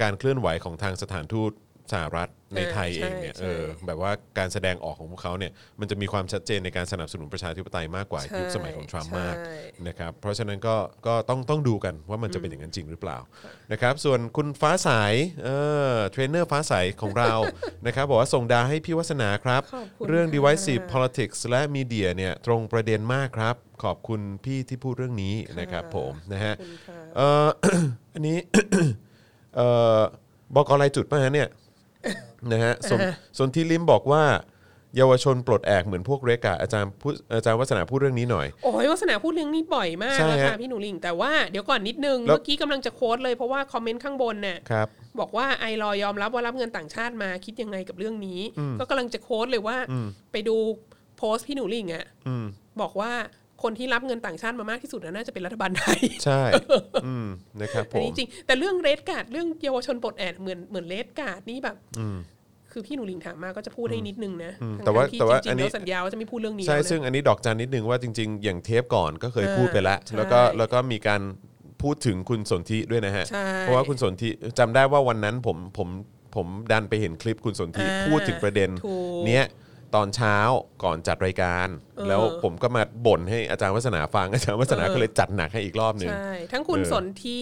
Speaker 2: การเคลื่อนไหวของทางสถานทูต สหรัฐในไทยเองเนี่ย
Speaker 3: ใช่
Speaker 2: เออแบบว่าการแสดงออกของพวกเขาเนี่ยมันจะมีความชัดเจนในการสนับสนุนประชาธิปไตยมากกว่า
Speaker 3: ใช่
Speaker 2: ยุคสมัยของทรัมป์มาก
Speaker 3: ใช่
Speaker 2: นะครับเพราะฉะนั้นก็ก็ต้องต้องดูกันว่ามันจะเป็นอย่างนั้นจริงหรือเปล่านะครับส่วนคุณฟ้าสายเออเทรนเนอร์ฟ้าสายของเรา นะครับบอกว่าส่งดาวให้พี่วัสนาครับ
Speaker 3: ขอบคุณ
Speaker 2: เรื่อง
Speaker 3: ค่ะ
Speaker 2: divisive politics และ media เนี่ยตรงประเด็นมากครับ ขอบคุณพี่ที่พูดเรื่องนี้นะครับผมนะฮะ
Speaker 3: ขอบคุณค่ะ
Speaker 2: เอ่อ อันนี้ เอ่อบอกอะไรจุดป่ะฮะเนี่ย นะฮะสนสนที่ลิมบอกว่า เยาวชนปลดแอกเหมือนพวกเรกอะอาจารย์พูดอาจารย์วัฒนาพูดเรื่องนี้หน่อย
Speaker 3: โอ้ยวาสนาพูดเรื่องนี้บ่อยมาก
Speaker 2: ใช่
Speaker 3: แล้วค่ะ
Speaker 2: ฮะ
Speaker 3: พี่หนูลิง แต่ว่าเดี๋ยวก่อนนิดนึง
Speaker 2: แล้ว
Speaker 3: เมื่อกี้กำลังจะโค้ดเลยเพราะว่าคอมเมนต์ข้างบนเนี่ย
Speaker 2: ครับ
Speaker 3: บอกว่าไอรอยอมรับว่ารับเงินต่างชาติมาคิดยังไงกับเรื่องนี้ ก็กำลังจะโค้ดเลยว่า ไปดูโพสต์พี่หนูลิงอะ
Speaker 2: อืม
Speaker 3: บอกว่าคนที่รับเงินต่างชาติมามากที่สุดน่ะน่าจะเป็นรัฐบาลไทย
Speaker 2: ใช่ อืม นะครับผ
Speaker 3: อัน
Speaker 2: ม
Speaker 3: นี้จริงแต่เรื่องเรดการ์ดเรื่องเยาวชนปลดแอกเหมือนเหมือนเรดการ์ดนี่แบบคือพี่หนูลิงถามมาก็จะพูดให้นิดนึงนะ
Speaker 2: อืม
Speaker 3: ทั้งๆ
Speaker 2: แต่ว่า
Speaker 3: ที่
Speaker 2: แต่ว่า
Speaker 3: จริ
Speaker 2: อัน
Speaker 3: งๆ
Speaker 2: นี้
Speaker 3: แล้วสัญญาว่าจะไม่พูดเรื่องนี้
Speaker 2: ใช่
Speaker 3: แล้วนะ
Speaker 2: ซึ่งอันนี้ดอกจันนิดนึงว่าจริง ๆ อย่างเทปก่อนก็เคยพูดไปแล้ว
Speaker 3: เออ
Speaker 2: แล้วก็
Speaker 3: ใช่
Speaker 2: แล้วก็มีการพูดถึงคุณสนธิด้วยนะฮะ
Speaker 3: ใช่
Speaker 2: เพราะว่าคุณสนธิจำได้ว่าวันนั้นผมผมผมดันไปเห็นคลิปคุณสนธิ
Speaker 3: อ่า
Speaker 2: พูดถึงประเด็น
Speaker 3: ถูก
Speaker 2: เนี้ยตอนเช้าก่อนจัดรายการ
Speaker 3: เออ
Speaker 2: แล้วผมก็มาบ่นให้อาจารย์วัฒนาฟัง อาจารย์วัฒนาก็เลยจัดหนักให้อีกรอบหนึ่ง
Speaker 3: ใช่ ทั้งคุณ
Speaker 2: เออ
Speaker 3: สนธิ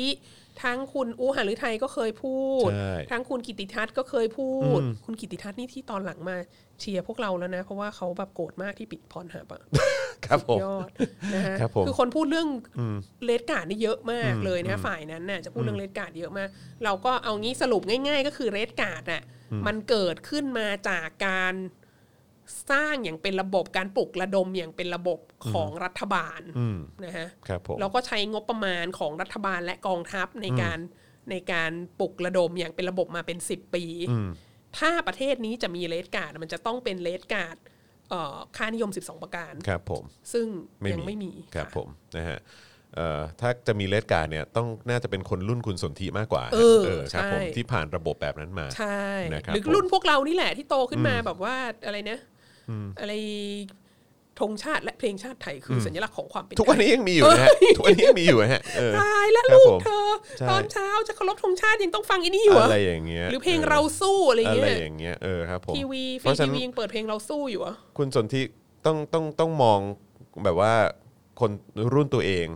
Speaker 3: ทั้งคุณอูหฤทัยก็เคยพูด
Speaker 2: ใช่
Speaker 3: ทั้งคุณกิติทัศน์ก็เคยพูด คุณกิติทัศน์นี่ที่ตอนหลังมาเชียร์พวกเราแล้วนะ เพราะว่าเขาแบบโกรธมากที่ปิดพรหับอะ
Speaker 2: ครับผม
Speaker 3: ยอดนะฮะ
Speaker 2: ครับผม
Speaker 3: อคนพูดเรื่องเลดการ์ดนี่เยอะมากเลยนะฮะฝ่ายนั้นน่ะจะพูดเรื่องเลดการ์ดเยอะมาก เราก็เอางี้สรุปง่าย ๆ ก็คือเลดการ์ดน่ะมันเกิดขึ้นมาจากการสร้างอย่างเป็นระบบการปลุกระดมอย่างเป็นระบบของรัฐบาล
Speaker 2: อืม
Speaker 3: นะฮะ
Speaker 2: ครับผม
Speaker 3: แล้วก็ใช้งบประมาณของรัฐบาลและกองทัพในการในการปลุกระดมอย่างเป็นระบบมาเป็นสิบปี ถ้าประเทศนี้จะมีเลดการ์ดมันจะต้องเป็นเลดการ์ดเอ่อค่านิยม 12 ประการ
Speaker 2: ครับผม
Speaker 3: ซึ่ง
Speaker 2: ไม่
Speaker 3: ยัง
Speaker 2: มี
Speaker 3: ไม่มี
Speaker 2: ครับ
Speaker 3: ะ
Speaker 2: ผมนะฮะเอ่อถ้าจะมีเลดการดเนี่ยต้องน่าจะเป็นคนรุ่นคุณสนธิมากกว่า
Speaker 3: เอ
Speaker 2: ค
Speaker 3: อ
Speaker 2: รับ
Speaker 3: ใช่
Speaker 2: ผมที่ผ่านระบบแบบนั้นมา
Speaker 3: ใช่
Speaker 2: นะครับ
Speaker 3: หรือ
Speaker 2: ผม
Speaker 3: รุ่นพวกเรานี่แหละที่โตขึ้นมาแบบว่าอะไรนะอะไรธงชาติและเพลงชาติไทยคืออสัญลักษณ์ของความเป็น
Speaker 2: ทุกวันนี้ยังมีอยู่นะฮะ ทุกวันนี้ยังมีอยู่นะฮะเออ
Speaker 3: ตายแล้ว
Speaker 2: ครับ
Speaker 3: ลูก
Speaker 2: ผม
Speaker 3: เธอ
Speaker 2: ใช่
Speaker 3: ตอนเช้าจะเคารพธงชาติยังต้องฟังอันนี้อยู่เหรอ
Speaker 2: อะไรอย่างเงี้ย
Speaker 3: หรือเพลงเราสู้อะไร
Speaker 2: อะไร
Speaker 3: เงี้ย
Speaker 2: อย่างเงี้ยเออครับผม
Speaker 3: ทีวีฟ
Speaker 2: เพ
Speaker 3: รี
Speaker 2: ราะฉะ
Speaker 3: ที
Speaker 2: นั้น
Speaker 3: วียังเปิดเพลงเราสู้อยู่เหรอ
Speaker 2: คุณสนธิต้องต้องต้องมองแบบว่าคนรุ่นตัวเอง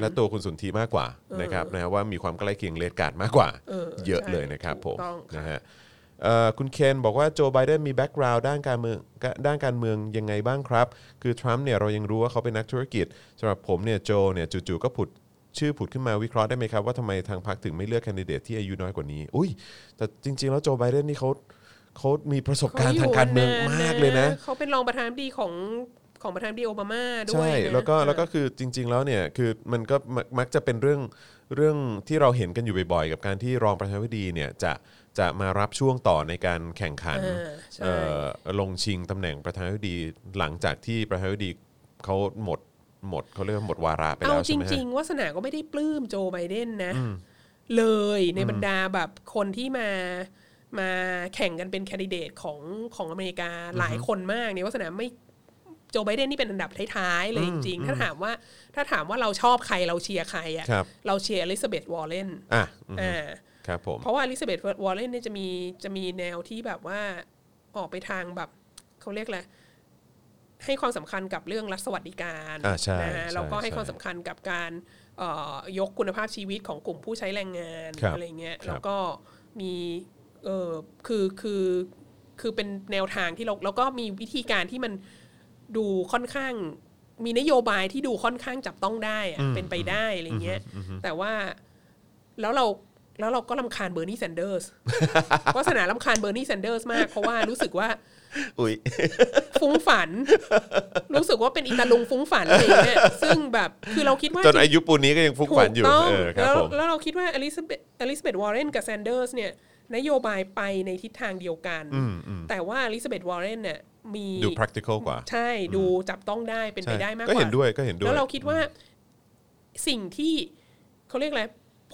Speaker 2: และตัวคุณสนธิมากกว่านะครับนะฮะว่ามีความใกล้เคียงเลดการดมากกว่า
Speaker 3: เออ
Speaker 2: เยอะ
Speaker 3: ใช่
Speaker 2: เลยนะครับผม
Speaker 3: ถูกต้องค่ะ
Speaker 2: นะฮะเอ่อคุณเคนบอกว่าโจไบเดนมีแบ็กกราวด์ด้านการเมืองด้านการเมืองยังไงบ้างครับ คือทรัมป์เนี่ยเรายังรู้ว่าเขาเป็นนักธุรกิจสำหรับผมเนี่ยโจเนี่ยจู่ๆก็ผุดชื่อผุดขึ้นมาวิเคราะห์ได้ไหมครับ ว่าทำไมทางพรรคถึงไม่เลือกแคนดิเดตที่อายุน้อยกว่านี้ อุ้ยแต่จริง ๆ แล้วโจไบเดนนี่เขาเขามีประสบการณ์ทางการเมืองมากเลยนะ
Speaker 3: เขาเป็นรองประธานาธิบดีของของประธานาธิบดีโอบามาด้วย
Speaker 2: ใช่
Speaker 3: นะ
Speaker 2: แล้วก็แล้วก็คือจริง ๆ แล้วเนี่ยคือมันก็มักมักจะเป็นเรื่องเรื่องที่เราเห็นกันอยู่บ่อยๆ กับการที่รองประธานาธิบดีเนี่ยจะจะมารับช่วงต่อในการแข่งขัน
Speaker 3: อ่าใช่
Speaker 2: เอ่อลงชิงตำแหน่งประธานาธิบดีหลังจากที่ประธานาธิบดีเขาหมดหมดเขาเรียกว่าหมดวาระไป
Speaker 3: เอา
Speaker 2: แล้ว
Speaker 3: จ
Speaker 2: ใช่ไหมฮะ
Speaker 3: ริงๆวาสนาก็ไม่ได้ปลื้มโจไบเดนนะ เลยในบรรดาแบบคนที่มามาแข่งกันเป็นแคนดิเดตของของอเมริกาหลายคนมากเนี่ยวาสนาไม่โจไบเดนนี่เป็นอันดับท้ายๆเลยจริงๆ ถ้าถามว่าถ้าถามว่าเราชอบใครเราเชียร์ใครอะ
Speaker 2: ครับ
Speaker 3: เราเชียร์อลิซาเบธวอลเลน
Speaker 2: อ่ะอืม
Speaker 3: อ่า
Speaker 2: ครับผม
Speaker 3: เพราะว่าอลิซาเบธวอลเลนเนี่ยจะมีจะมีแนวที่แบบว่าออกไปทางแบบเขาเรียกอะไรให้ความสำคัญกับเรื่องรัฐสวัสดิการ
Speaker 2: อ่าใช่
Speaker 3: นะฮะ
Speaker 2: ใช่
Speaker 3: แล้วก็ให้
Speaker 2: ใช่
Speaker 3: ความสำคัญกับการเอ่อยกคุณภาพชีวิตของกลุ่มผู้ใช้แรงงาน
Speaker 2: ครับ
Speaker 3: อะไรเงี้ย
Speaker 2: ครับ
Speaker 3: แล้วก็มีเออคือคือคือเป็นแนวทางที่เราแล้วก็มีวิธีการที่มันดูค่อนข้าง มีนโยบายที่ดูค่อนข้างจับต้องได้อะเป็นไปได้อะไรเงี้ยแต่ว่า แล้วเราแล้วเราก็ลำคาญเบอร์นี่แซนเดอ ร์ส วาสนาลำคาญเบอร์นี่แซนเดอร์สมาก เพราะว่ารู้สึกว่า
Speaker 2: อุ้ย
Speaker 3: ฟุ้งฝัน รู้สึกว่าเป็นอิตาลุงฟุ้งฝันอะไรอย่างเงี้ยซึ่งแบบคือเราคิดว่า
Speaker 2: จนอายุปูนนี้ก็ยังฟุ้ง
Speaker 3: ถู
Speaker 2: ฝัน
Speaker 3: ก
Speaker 2: อยู่
Speaker 3: ต้อง
Speaker 2: เออครับ
Speaker 3: แล้ว
Speaker 2: ผม
Speaker 3: แล้วเราคิดว่าอลิซาเบธอลิซาเบธวอร์เรนกับแซนเดอร์สเนี่ยนโยบายไปในทิศทางเดียวกัน แต่ว่าอลิซาเบธวอร์เรนเนี่ยมี
Speaker 2: ดู practical กว่า
Speaker 3: ใช่ดูจับต้องได้เป็นไป
Speaker 2: ใช่
Speaker 3: ได้มากก
Speaker 2: ก็
Speaker 3: ว่า
Speaker 2: เห็นด้วยก็เห็นด้วย
Speaker 3: แล้วเราคิดว่าสิ่งที่เขาเรียกอะไร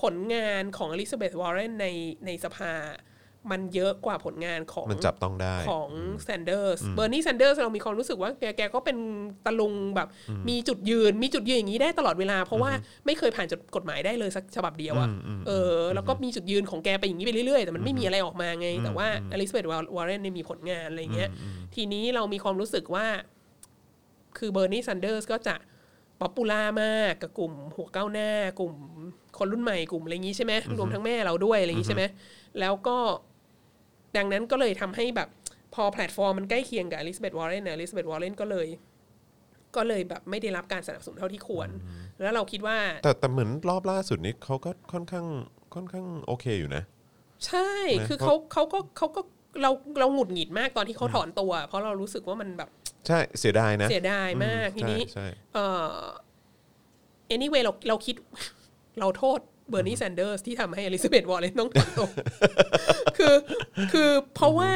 Speaker 3: ผลงานของอลิซาเบธวอร์เรนในในสภา มันเยอะกว่าผลงานของ
Speaker 2: มันจับต้องได้
Speaker 3: ของแซนเดอร์สเบอร์นีแซนเดอร์สเรามีความรู้สึกว่าแกแกก็เป็นตะลุงแบบ มีจุดยืนมีจุดยืนอย่างนี้ได้ตลอดเวลา เพราะว่าไม่เคยผ่านจดกฎหมายได้เลยสักฉบับเดียวอะเออแล้วก็มีจุดยืนของแกไปอย่างนี้ไปเรื่อยๆ แต่มันไม่มีอะไรออกมาไง แต่ว่าอลิซาเบธวอร์เรนเนี่ยมีผลงานอะไรเงี้ยทีนี้เรามีความรู้สึกว่า คือเบอร์นีแซนเดอร์สก็จะป๊อปปูล่ามากกับกลุ่มหัวก้าวหน้า กลุ่มคนรุ่นใหม่กลุ่มอะไรอย่างนี้ใช่ไหมรวมทั้งแม่เราด้วยอะไรอย่างนี้ใช่ไหมแล้วก็ ดังนั้นก็เลยทำให้แบบพอแพลตฟอร์มมันใกล้เคียงกับอลิซาเบธวอร์เรนเนี่ยอลิซาเบธวอร์เรนก็เลย ก็เลยแบบไม่ได้รับการสนับสนุนเท่าที่ควร แล้วเราคิดว่า
Speaker 2: แต่แต่เหมือนรอบล่าสุดนี้เขาก็ค่อนข้างค่อนข้างโอเคอยู่นะ
Speaker 3: ใช่
Speaker 2: นะ
Speaker 3: คือ
Speaker 2: เพ
Speaker 3: เขา
Speaker 2: ราะ
Speaker 3: เขาก็เขาก็เราเราหงุดหงิดมากตอนที่เขาถอนตัว เพราะเรารู้สึกว่ามันแบบ
Speaker 2: ใช่เสียดายนะ
Speaker 3: เสียดายมาก
Speaker 2: อื
Speaker 3: ทีนี้
Speaker 2: ใช่ใช่
Speaker 3: เอ่อ anyway เราเราคิด เราโทษเบอร์นีแซนเดอร์สที่ทำให้อลิซาเบธวอร์เรนต้องถอนตัว คือคือเพราะว่า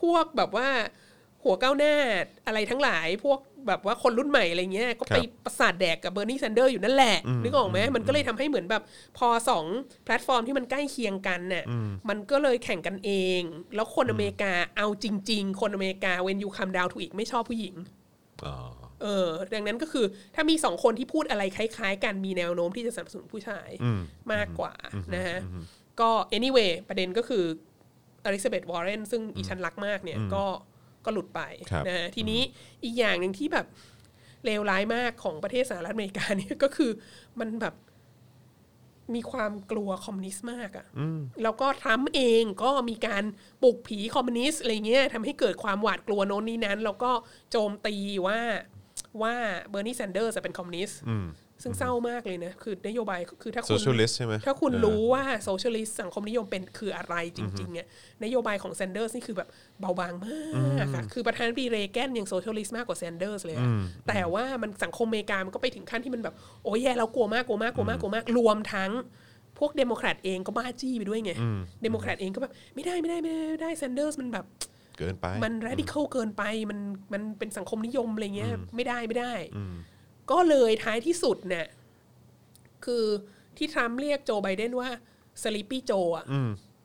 Speaker 3: พวกแบบว่าหัวก้าวหน้าอะไรทั้งหลายพวกแบบว่าคนรุ่นใหม่อะไรเงี้ย ก็ไป
Speaker 2: ครับ
Speaker 3: ประสาทแดกกับเบอร์นีแซนเดอร์อยู่นั่นแหละ นึกออกไหมมันก็เลยทำให้เหมือนแบบ พอสองแพลตฟอร์มที่มันใกล้เคียงกันเนี่ยมันก็เลยแข่งกันเอง แล้วคนอเมริกาเอาจริง ๆ คนอเมริกาเวนยูคัมดาวถูกอีกไม่ชอบผู้หญิง
Speaker 2: ๋อ
Speaker 3: เออดังนั้นก็คือถ้ามีสองคนที่พูดอะไรคล้ายๆกันมีแนวโน้มที่จะสนับสนุนผู้ชาย
Speaker 2: อืม
Speaker 3: มากกว่านะฮะก็ anyway ประเด็นก็คืออลิซาเบธวอร์เรนซึ่งอีชันรักมากเนี่ยก็ก็หลุดไป
Speaker 2: ครับ
Speaker 3: นะฮะทีนี้อีกอย่างหนึ่งที่แบบเลวร้ายมากของประเทศสหรัฐอเมริกาเนี่ย ก็คือมันแบบมีความกลัวคอมมิวนิสต์มากอะ่ะแล้วก็ทรัมป์เองก็มีการปลุกผีคอมมิวนิสต์อะไรเงี้ยทำให้เกิดความหวาดกลัวโน้นนี้นั้น แล้วก็โจมตีว่าว่าเบอร์นีแซนเดอร์จะเป็นคอมมิวนิสต์ซึ่งเศร้ามากเลยนะ คือนโยบายคือถ้า
Speaker 2: โซ
Speaker 3: คุณ
Speaker 2: เชียลิสต์ใช่ไหม
Speaker 3: ถ้าคุณ
Speaker 2: เออ
Speaker 3: รู้ว่าโซเชียลิสต์สังคมนิยมเป็นคืออะไรจริงๆเนี่ยนโยบายของแซนเดอร์สนี่คือแบบเบาบางมากค่ะคือประธานาธิบดีเรแกนยังโซเชียลิสต์มากกว่าแซนเดอร์สเลยอะแต่ว่ามันสังคมอเมริกามันก็ไปถึงขั้นที่มันแบบ โอ้ยแย่แล้วกลัวมากกลัวมากกลัวมากกลัวมากรวมทั้ง พวกเดโมแครตเองก็บ้าจี้ไปด้วยไงเดโมแครตเองก็แบบไม่ได้ไม่ได้ไม่ได้ไม่ได้แซนเดอร์สมันแบบ
Speaker 2: เกินไป
Speaker 3: มัน radical เกินไป มัน มันเป็นสังคมนิยมอะไรเงี้ย ไม่ได้ไม่ได้ ก็เลยท้ายที่สุดเนี่ย คือที่ทรัมป์เรียกโจไบเดนว่า sleepy Joe อ่ะ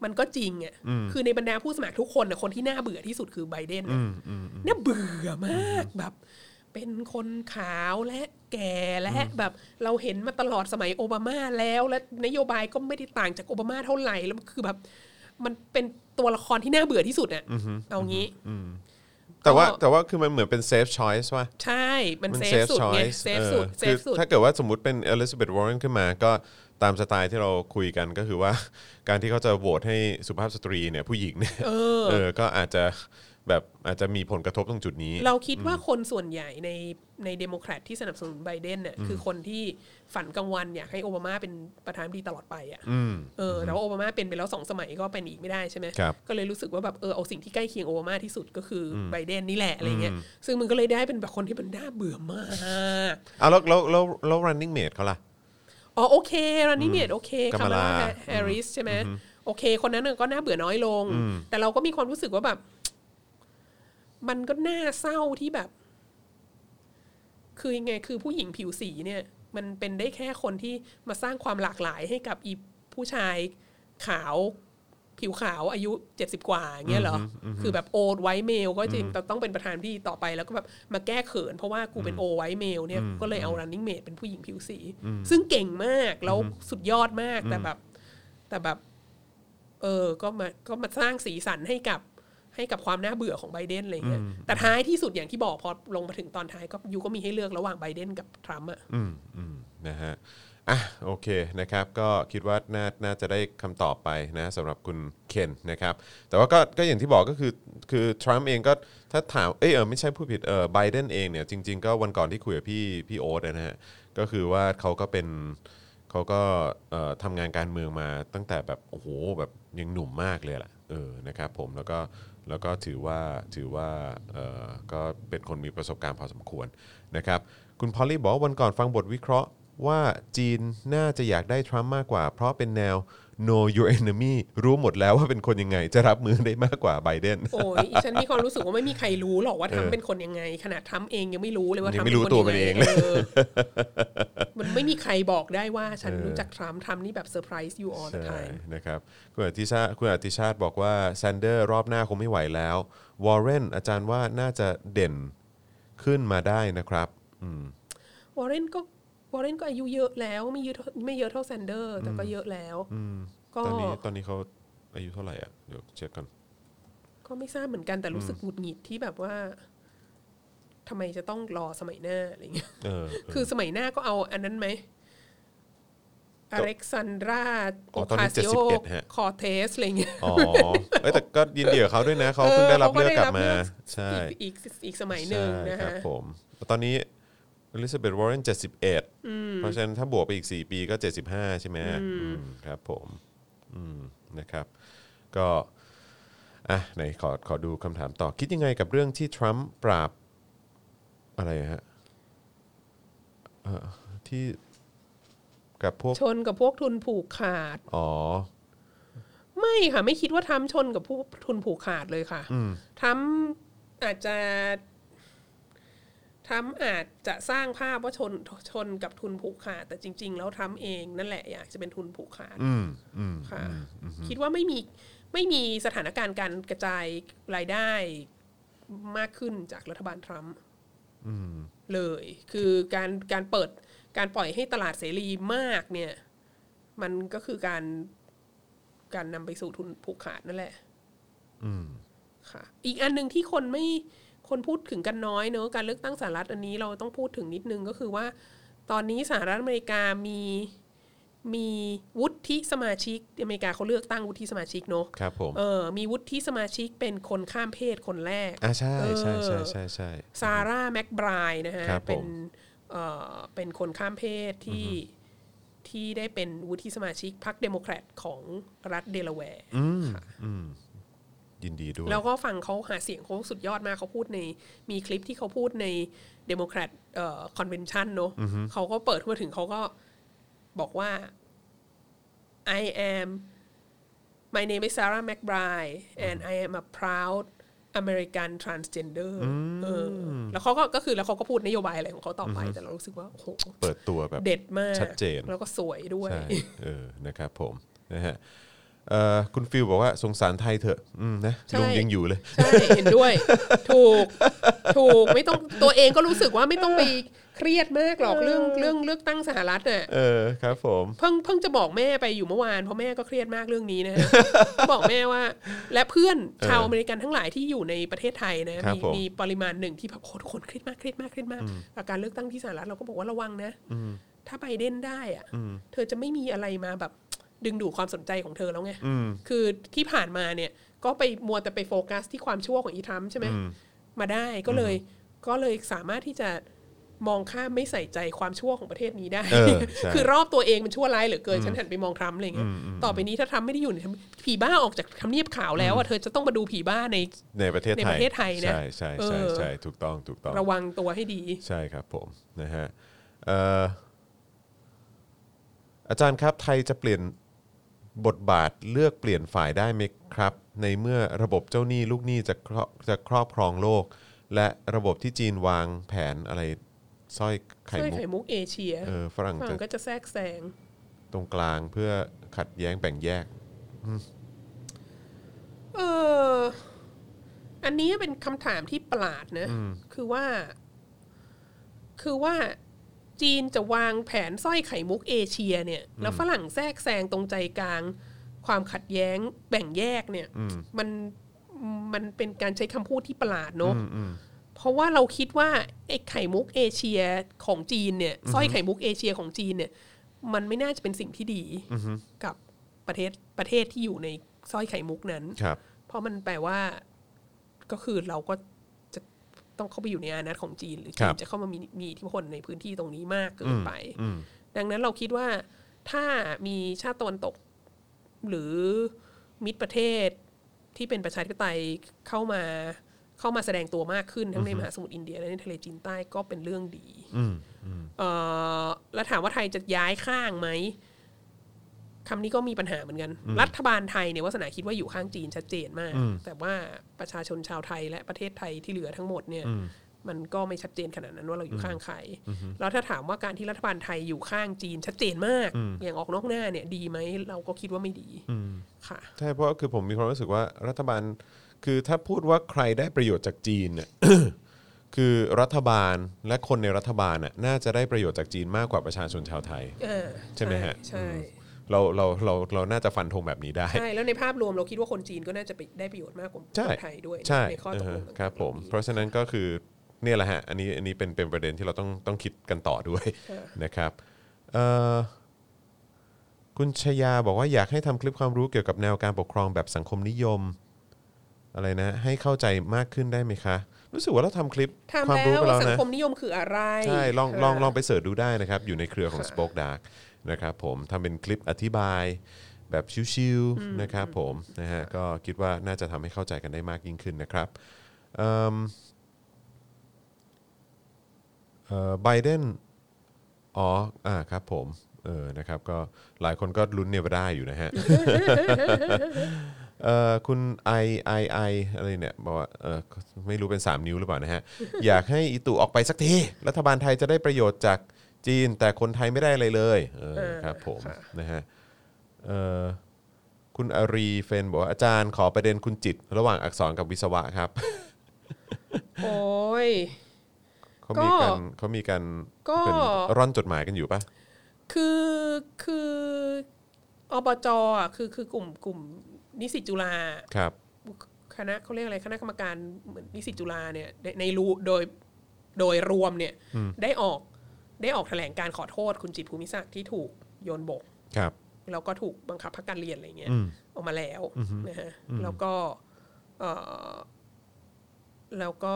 Speaker 3: มันก็จริงอ่ะ คือในบรรดาผู้สมัครทุกคนน่ะคนที่น่าเบื่อที่สุดคือไบเดนน่ะเนี่ยเบื่อมากแบบ เป็นคนขาวและแก่และแบบเราเห็นมาตลอดสมัยโอบามาแล้ว และนโยบายก็ไม่ได้ต่างจากโอบามาเท่าไหร่แล้วคือแบบ มันเป็นตัวละครที่น่าเบื่อที่สุดอ่ะเอางี้
Speaker 2: แต่ว่า
Speaker 3: ก็
Speaker 2: แต่ว่าคือมันเหมือนเป็นเซฟช h o ส์ว่ะ
Speaker 3: ใช่ มัน
Speaker 2: มัน
Speaker 3: เซ
Speaker 2: เซ
Speaker 3: ฟ
Speaker 2: ฟ
Speaker 3: สุด
Speaker 2: ช h o
Speaker 3: ไง
Speaker 2: ส์
Speaker 3: เซฟสุด เซ
Speaker 2: คือ
Speaker 3: ฟสุด
Speaker 2: ถ้าเกิดว่าสมมติเป็นอลิซาเบธวอร์เรนขึ้นมาก็ตามสไตล์ที่เราคุยกันก็คือว่า การที่เขาจะโหวตให้สุภาพสตรีเนี่ยผู้หญิงเนี่ย
Speaker 3: เออ
Speaker 2: เออก็อาจจะแบบอาจจะมีผลกระทบตรงจุดนี้
Speaker 3: เราคิดว่าคนส่วนใหญ่ในในเดโมแครตที่สนับสนุนไบเดนเนี่ยคือคนที่ฝันกลางวันอยากให้โอบามาเป็นประธานาธิบดีตลอดไปอ่ะเออแต่ว่าโอบามาเป็นไปแล้วสองสมัยก็เป็นอีกไม่ได้ใช่ไหม
Speaker 2: ครับ
Speaker 3: ก็เลยรู้สึกว่าแบบเออเอาสิ่งที่ใกล้เคียงโอบามาที่สุดก็คืออไบเดนนี่แหละอะไรเงี้ยซึ่งมันก็เลยได้เป็นแบบคนที่มันน่าเบื่อมาก
Speaker 2: เอาแล้วแล้วแล้วแล้ว running mate เขาล่ะ
Speaker 3: อ๋อโอเครันนี่เมดโอเค
Speaker 2: กาม
Speaker 3: คา
Speaker 2: ลา
Speaker 3: มาลาแฮร์ริสใช่ไหมโอเค คนนั้นน่ะก็น่าเบื่อน้อยลง แต่เราก็มีความรู้สึกว่าแบบ มันก็น่าเศร้าที่แบบ คือยังไงคือผู้หญิงผิวสีเนี่ย มันเป็นได้แค่คนที่มาสร้างความหลากหลายให้กับอีผู้ชายขาวผิวขาวอายุเจ็ดสิบกว่าอย่างเงี้ยเหรออคือแบบโอดไวเมลก็จริงแต่ต้องเป็นประธานที่ต่อไปแล้วก็แบบมาแก้เขิน เพราะว่ากูเป็นโอไวเมลเนี่ยก็เลยเอา running mate เป็นผู้หญิงผิวสี ซึ่งเก่งมากแล้วสุดยอดมากแต่แบบ แต่แบบ เออ ก็มา ก็มาสร้างสีสันให้กับ ให้กับความน่าเบื่อของไบเดนอะไรเงี้ย แต่ท้ายที่สุดอย่างที่บอกพอลงมาถึงตอนท้ายก็ยูก็มีให้เลือกระหว่างไบเดนกับทรัมป์อะ
Speaker 2: อืมอืมนะฮะอ่ะโอเคนะครับก็คิดว่าน่าน่าจะได้คำตอบไปนะสำหรับคุณเคนนะครับแต่ว่าก็ก็อย่างที่บอกก็คือคือทรัมป์เองก็ถ้าถามเอยเออไม่ใช่ผู้ผิดเออไบเดนเองเนี่ยจริง ๆ ก็วันก่อนที่คุยกับพี่พี่โอ๊ตนะฮะก็คือว่าเขาก็เป็นเขาก็เอ่อทำงานการเมืองมาตั้งแต่แบบโอ้โหแบบยังหนุ่มมากเลยล่ะเออนะครับผมแล้วก็แล้วก็ถือว่าถือว่าเออก็เป็นคนมีประสบการณ์พอสมควรนะครับ คุณพอลลี่บอกว่าวันก่อนฟังบทวิเคราะห์ ว่าจีนน่าจะอยากได้ทรัมป์มากกว่า เพราะเป็นแนว know your enemy รู้หมดแล้วว่าเป็นคนยังไง จะรับมือได้มากกว่าไบเดน
Speaker 3: โอ้ยอีฉันมีความรู้สึกว่าไม่มีใครรู้หรอกว่าทำเป็นคนยังไง ขนาดทำเองยังไม่รู้เลยว่า
Speaker 2: ยั
Speaker 3: ทำ
Speaker 2: ง
Speaker 3: เป็
Speaker 2: ไม่
Speaker 3: น
Speaker 2: รู้
Speaker 3: คน
Speaker 2: ตั
Speaker 3: ยั
Speaker 2: ว
Speaker 3: ง
Speaker 2: มัน
Speaker 3: ไง
Speaker 2: เอง
Speaker 3: เออมันไม่มีใครบอกได้ว่าฉัน
Speaker 2: เออ
Speaker 3: รู้จักทรัมป์ทำนี่แบบเซอร์ไพรส์ you all the
Speaker 2: ใช่
Speaker 3: time
Speaker 2: นะครับคุณอธิชาติคุณอธิชาติบอกว่าแซนเดอร์รอบหน้าคงไม่ไหวแล้ววอร์เรนอาจารย์ว่าน่าจะเด่นขึ้นมาได้นะครับอืม
Speaker 3: วอร์เรนก็วอร์เรนก็อายุเยอะแล้วไม่เยอะเท่าไม่เยอะเท่าแซนเดอร์ แต่ก็เยอะแล้ว
Speaker 2: อืม
Speaker 3: ก็
Speaker 2: ตอนนี้ตอนนี้เขาอายุเท่าไหร่อ่ะ เดี๋ยวเช็คก่อน
Speaker 3: ก็ไม่ทราบเหมือนกันแต่รู้สึกหงุดหงิดที่แบบว่าทำไมจะต้องรอสมัยหน้าอะไรเงี้ย
Speaker 2: เออเ
Speaker 3: คือสมัยหน้าก็เอาอันนั้นไหมอเล็กซานดรา
Speaker 2: อ๋
Speaker 3: โอ
Speaker 2: อตอนนี้
Speaker 3: คาซิโอ
Speaker 2: 71ฮะ
Speaker 3: คอเทสอะไรเงี้ย
Speaker 2: อ๋อเอ้ยแต่ก็ยินดีกับเขาด้วยนะเขาเพิ่งได้รับเลือกกลับมา ใช่
Speaker 3: อีกอีกอีกสมัยหนึ่งนะ
Speaker 2: ครั
Speaker 3: ฮะ
Speaker 2: บผมตอนนี้อลิซาเบธวอร์เรน71 เพราะฉะนั้นถ้าบวกไปอีก 4 ปีก็ 75 ใช่ไหมอืมครับผมอืมนะครับ ก็อ่ะไหนขอขอดูคำถามต่อ คิดยังไงกับเรื่องที่ทรัมป์ปราบ อะไรฮะเอ่อที่กับพวก
Speaker 3: ชนกับพวกทุนผูกขาด
Speaker 2: อ๋อ
Speaker 3: ไม่ค่ะไม่คิดว่าทำชนกับผู้ทุนผูกขาดเลยค่ะทำอาจจะทำอาจจะสร้างภาพว่าชนชนกับทุนผูกขาด แต่จริง ๆ แล้วทำเองนั่นแหละอยากจะเป็นทุนผูกขาด
Speaker 2: อืมอืม
Speaker 3: ค่ะ คิดว่าไม่มีไม่มีสถานการณ์การกระจายรายได้มากขึ้นจากรัฐบาลทรัมป์เลย คือการการเปิดการปล่อยให้ตลาดเสรีมากเนี่ย มันก็คือการ การนำไปสู่ทุนผูกขาดนั่นแหละ
Speaker 2: อืม
Speaker 3: ค่ะ อีกอันหนึ่งที่คนไม่คนพูดถึงกันน้อยเนอะการเลือกตั้งสหรัฐอันนี้เราต้องพูดถึงนิดนึงก็คือว่า ตอนนี้สหรัฐอเมริกามีมีวุฒิสมาชิกอเมริกาเขาเลือกตั้งวุฒิสมาชิกเนอะ
Speaker 2: ครับผม
Speaker 3: เออมีวุฒิสมาชิกเป็นคนข้ามเพศคนแรก
Speaker 2: อ่ะใช่ใช่
Speaker 3: เออ
Speaker 2: ใช่ใช่ใช่
Speaker 3: ซาร่าแม็กไบรน์นะฮะ
Speaker 2: ครับผม
Speaker 3: เป็นเอ่อเป็นคนข้ามเพศที่ที่ได้เป็นวุฒิสมาชิกพรรคเดโมแครตของรัฐเดลาแวร์
Speaker 2: อืมอืมยินดีด้วย
Speaker 3: แล้วก็ฟังเขาหาเสียงเขาสุดยอดมากเขาพูดในมีคลิปที่เขาพูดในเดโมแครตเอ่อคอนเวนชันเนอะเขาก็เปิดมาถึงเขาก็บอกว่า I am my name is Sarah McBride and I am a proud American transgender เออแล้วเขาก็ก็คือแล้วเขาก็พูดนโยบายอะไรของเขาต่อไป แต่เรารู้สึกว่าโอ้โห
Speaker 2: เปิดตัวแบบ
Speaker 3: เด็ดมาก
Speaker 2: ชัดเจน
Speaker 3: แล้วก็สวยด้วย
Speaker 2: ใช่เออนะครับผมนะฮะเอ่อคุณฟิลบอกว่าสงสารไทยเถอะอืมนะ
Speaker 3: ใช่
Speaker 2: ลุงยังอยู่เลย
Speaker 3: ใช่ เห็นด้วย ถูก ถูกไม่ต้องตัวเองก็รู้สึกว่าไม่ต้องไปเครียดมากหรอกเรื่องเรื่องเลือกตั้งสหรัฐเนี่ย
Speaker 2: เออครับผม
Speaker 3: เพิ่งเพิ่งจะบอกแม่ไปอยู่เมื่อวานเพราะแม่ก็เครียดมากเรื่องนี้นะ บอกแม่ว่า และเพื่อนชาวอเมริกันทั้งหลายที่อยู่ในประเทศไทยนะครับ มี
Speaker 2: ผม
Speaker 3: มีปริมาณหนึ่งที่แบบโอ้ทุกคนเครียดมากเครียดมากเครียดมากกับการเลือกตั้งที่สหรัฐเราก็บอกว่าระวังนะถ้าไบเดนได้อะเธอจะไม่มีอะไรมาแบบดึงดูดความสนใจของเธอแล้วไง
Speaker 2: อืม
Speaker 3: คือที่ผ่านมาเนี่ยก็ไปมัวแต่ไปโฟกัสที่ความชั่วของอีทรัมป์ใช่ไหม
Speaker 2: อืม
Speaker 3: มาได้ก็เลยก็เลยสามารถที่จะมองข้ามไม่ใส่ใจความชั่วของประเทศนี้ได้
Speaker 2: เออใช่
Speaker 3: คือรอบตัวเองมันชั่วร้ายเหลือเกิน ฉันหันไปมองทรัมป์อะไรเงี้ยต่อไปนี้ถ้าทรัมป์ไม่ได้อยู่ในทำผีบ้าออกจากทำเนียบขาวแล้วอ่ะเธอจะต้องมาดูผีบ้าใน
Speaker 2: ในประเทศไทย
Speaker 3: ในประเทศไทยนะ
Speaker 2: ใช่ใช่ใช่
Speaker 3: เออ
Speaker 2: ใช่ถูกต้องถูกต้อง
Speaker 3: ระวังตัวให้ดี
Speaker 2: ใช่ครับผมนะฮะเอ่ออาจารย์ครับไทยจะเปลี่ยนบทบาทเลือกเปลี่ยนฝ่ายได้ไหมครับ ในเมื่อระบบเจ้าหนี้ลูกหนี้จะครอบจะครอบครองโลก และระบบที่จีนวางแผนอะไรสร้อยไข่
Speaker 3: ช่วย
Speaker 2: มุก
Speaker 3: ไข่มุกเอเชีย
Speaker 2: เออฝรั่ง
Speaker 3: ฝั่
Speaker 2: จะ
Speaker 3: งก็จะแทรกแซง
Speaker 2: ตรงกลางเพื่อขัดแย้งแบ่งแยก
Speaker 3: เออ อันนี้เป็นคำถามที่ประหลาดนะ คือว่า คือว่าจีนจะวางแผนสร้อยไข่มุกเอเชียเนี่ย แล้วฝรั่งแทรกแซงตรงใจกลาง ความขัดแย้งแบ่งแยกเนี่ย มัน มันเป็นการใช้คำพูดที่ประหลาดเนอะ เพราะว่าเราคิดว่าไอ้ไข่มุกเอเชียของจีนเนี่ยสร้อยไข่มุกเอเชียของจีนเนี่ย มันไม่น่าจะเป็นสิ่งที่ดีกับประเทศประเทศที่อยู่ในสร้อยไข่มุกนั้น
Speaker 2: ครับ
Speaker 3: เพราะมันแปลว่าก็คือเราก็จะต้องเข้าไปอยู่ในอาณาจของจีน หรือ
Speaker 2: ค
Speaker 3: จี
Speaker 2: รั
Speaker 3: น
Speaker 2: บ
Speaker 3: จะเข้ามามีมีอิทธิพลในพื้นที่ตรงนี้มากเกินไป ดังนั้นเราคิดว่าถ้ามีชาติตะวันตก หรือมิตรประเทศที่เป็นประชาธิปไตยเข้ามาเข้ามาแสดงตัวมากขึ้นทั้งในมหาสมุทรอินเดียและในทะเลจีนใต้ก็เป็นเรื่องดี เอ่อแล้วถามว่าไทยจะย้ายข้างไหมคำนี้ก็มีปัญหาเหมือนกัน รัฐบาลไทยเนี่ยวัสนาคิดว่าอยู่ข้างจีนชัดเจนมาก แต่ว่าประชาชนชาวไทยและประเทศไทยที่เหลือทั้งหมดเนี่ย มันก็ไม่ชัดเจนขนาดนั้นว่าเราอยู่ข้างใครแล้วถ้าถามว่าการที่รัฐบาลไทยอยู่ข้างจีนชัดเจนมาก อย่างออกนอกหน้าเนี่ยดีไหมเราก็คิดว่าไม่ดีค่ะ
Speaker 2: ใช่เพราะคือผมมีความรู้สึกว่ารัฐบาล คือถ้าพูดว่าใครได้ประโยชน์จากจีนเนี่ย คือรัฐบาลและคนในรัฐบาลน่ะน่าจะได้ประโยชน์จากจีนมากกว่าประชาชนชาวไทย
Speaker 3: เออ
Speaker 2: ใช่ไหมฮะ
Speaker 3: ใช่
Speaker 2: อืมเราเราเราเราน่าจะฟันธงแบบนี้ได้
Speaker 3: ใช่ แล้วในภาพรวมเราคิดว่าคนจีนก็น่าจะไปได้ประโยชน์มากกว่า
Speaker 2: ใช่
Speaker 3: คนไทยด้วย
Speaker 2: ใช่
Speaker 3: ในข้อตก
Speaker 2: เอ
Speaker 3: ลงต่า
Speaker 2: อง
Speaker 3: ๆ
Speaker 2: ครับผม เพราะฉะนั้นก็คือเนี่ยแหละฮะอันนี้อันนี้เป็นเป็นประเด็นที่เราต้องต้องคิดกันต่อด้วยนะครับเอ่อคุณชยาบอกว่าอยากให้ทำคลิปความรู้เกี่ยวกับแนวการปกครองแบบสังคมนิยม อะไรนะ ให้เข้าใจมากขึ้นได้ไหมคะ รู้สึกว่าเราทำคลิป
Speaker 3: ทำ
Speaker 2: ความ
Speaker 3: แล้ว
Speaker 2: รู้ไป
Speaker 3: ว่า
Speaker 2: แล้ว
Speaker 3: สัง
Speaker 2: นะ
Speaker 3: คมนิยมคืออะไร
Speaker 2: ใช่ ลอง
Speaker 3: ค่ะ
Speaker 2: ลองลองไปเสิร์ชดูได้นะครับ อยู่ในเครือของ
Speaker 3: ค่ะ
Speaker 2: Spoke Dark นะครับผมทำเป็นคลิปอธิบายแบบชิวๆนะครับผมนะฮะก็คิดว่าน่าจะทำให้เข้าใจกันได้มากยิ่งขึ้นนะครับไบเดนอ๋ออ่าครับผมเออนะครับก็หลายคนก็ลุ้นเนวาดาอยู่นะฮะ เอ่อคุณ i i i อะไรเนี่ยบอกว่าเออไม่รู้เป็น 3 นิ้วหรือเปล่านะฮ ะ อยากให้อีตู่ออกไปสักที รัฐบาลไทยจะได้ประโยชน์จากจีน แต่คนไทยไม่ได้อะไรเลยเออ
Speaker 3: เออ
Speaker 2: ครับผม
Speaker 3: ค่ะ
Speaker 2: นะฮะเอ่อคุณอารีเฟนบอกว่าอาจารย์ขอประเด็นคุณจิต ระหว่างอักษรกับวิศวะครับ
Speaker 3: โอ้ย
Speaker 2: เขามีการ
Speaker 3: ก็
Speaker 2: เขามีการ
Speaker 3: ก็
Speaker 2: เป็นร่อนจดหมายกันอยู่ปะ
Speaker 3: คือคืออบจอ่ะคือคือกลุ่มกลุ่มนิสิตจุฬา
Speaker 2: ครับ
Speaker 3: คณะเขาเรียกอะไรคณะกรรมการเหมือนนิสิตจุฬาเนี่ยในในรูโดยโดยรวมเนี่ยได้ออกได้ออกแถลงการขอโทษคุณจิตรภูมิศักดิ์ที่ถูกโยนบก
Speaker 2: ครับ
Speaker 3: แล้วก็ถูกบังคับพักการเรียนอะไรเงี้ยออกมาแล้วนะฮะแล้วก็เอ่อแล้วก็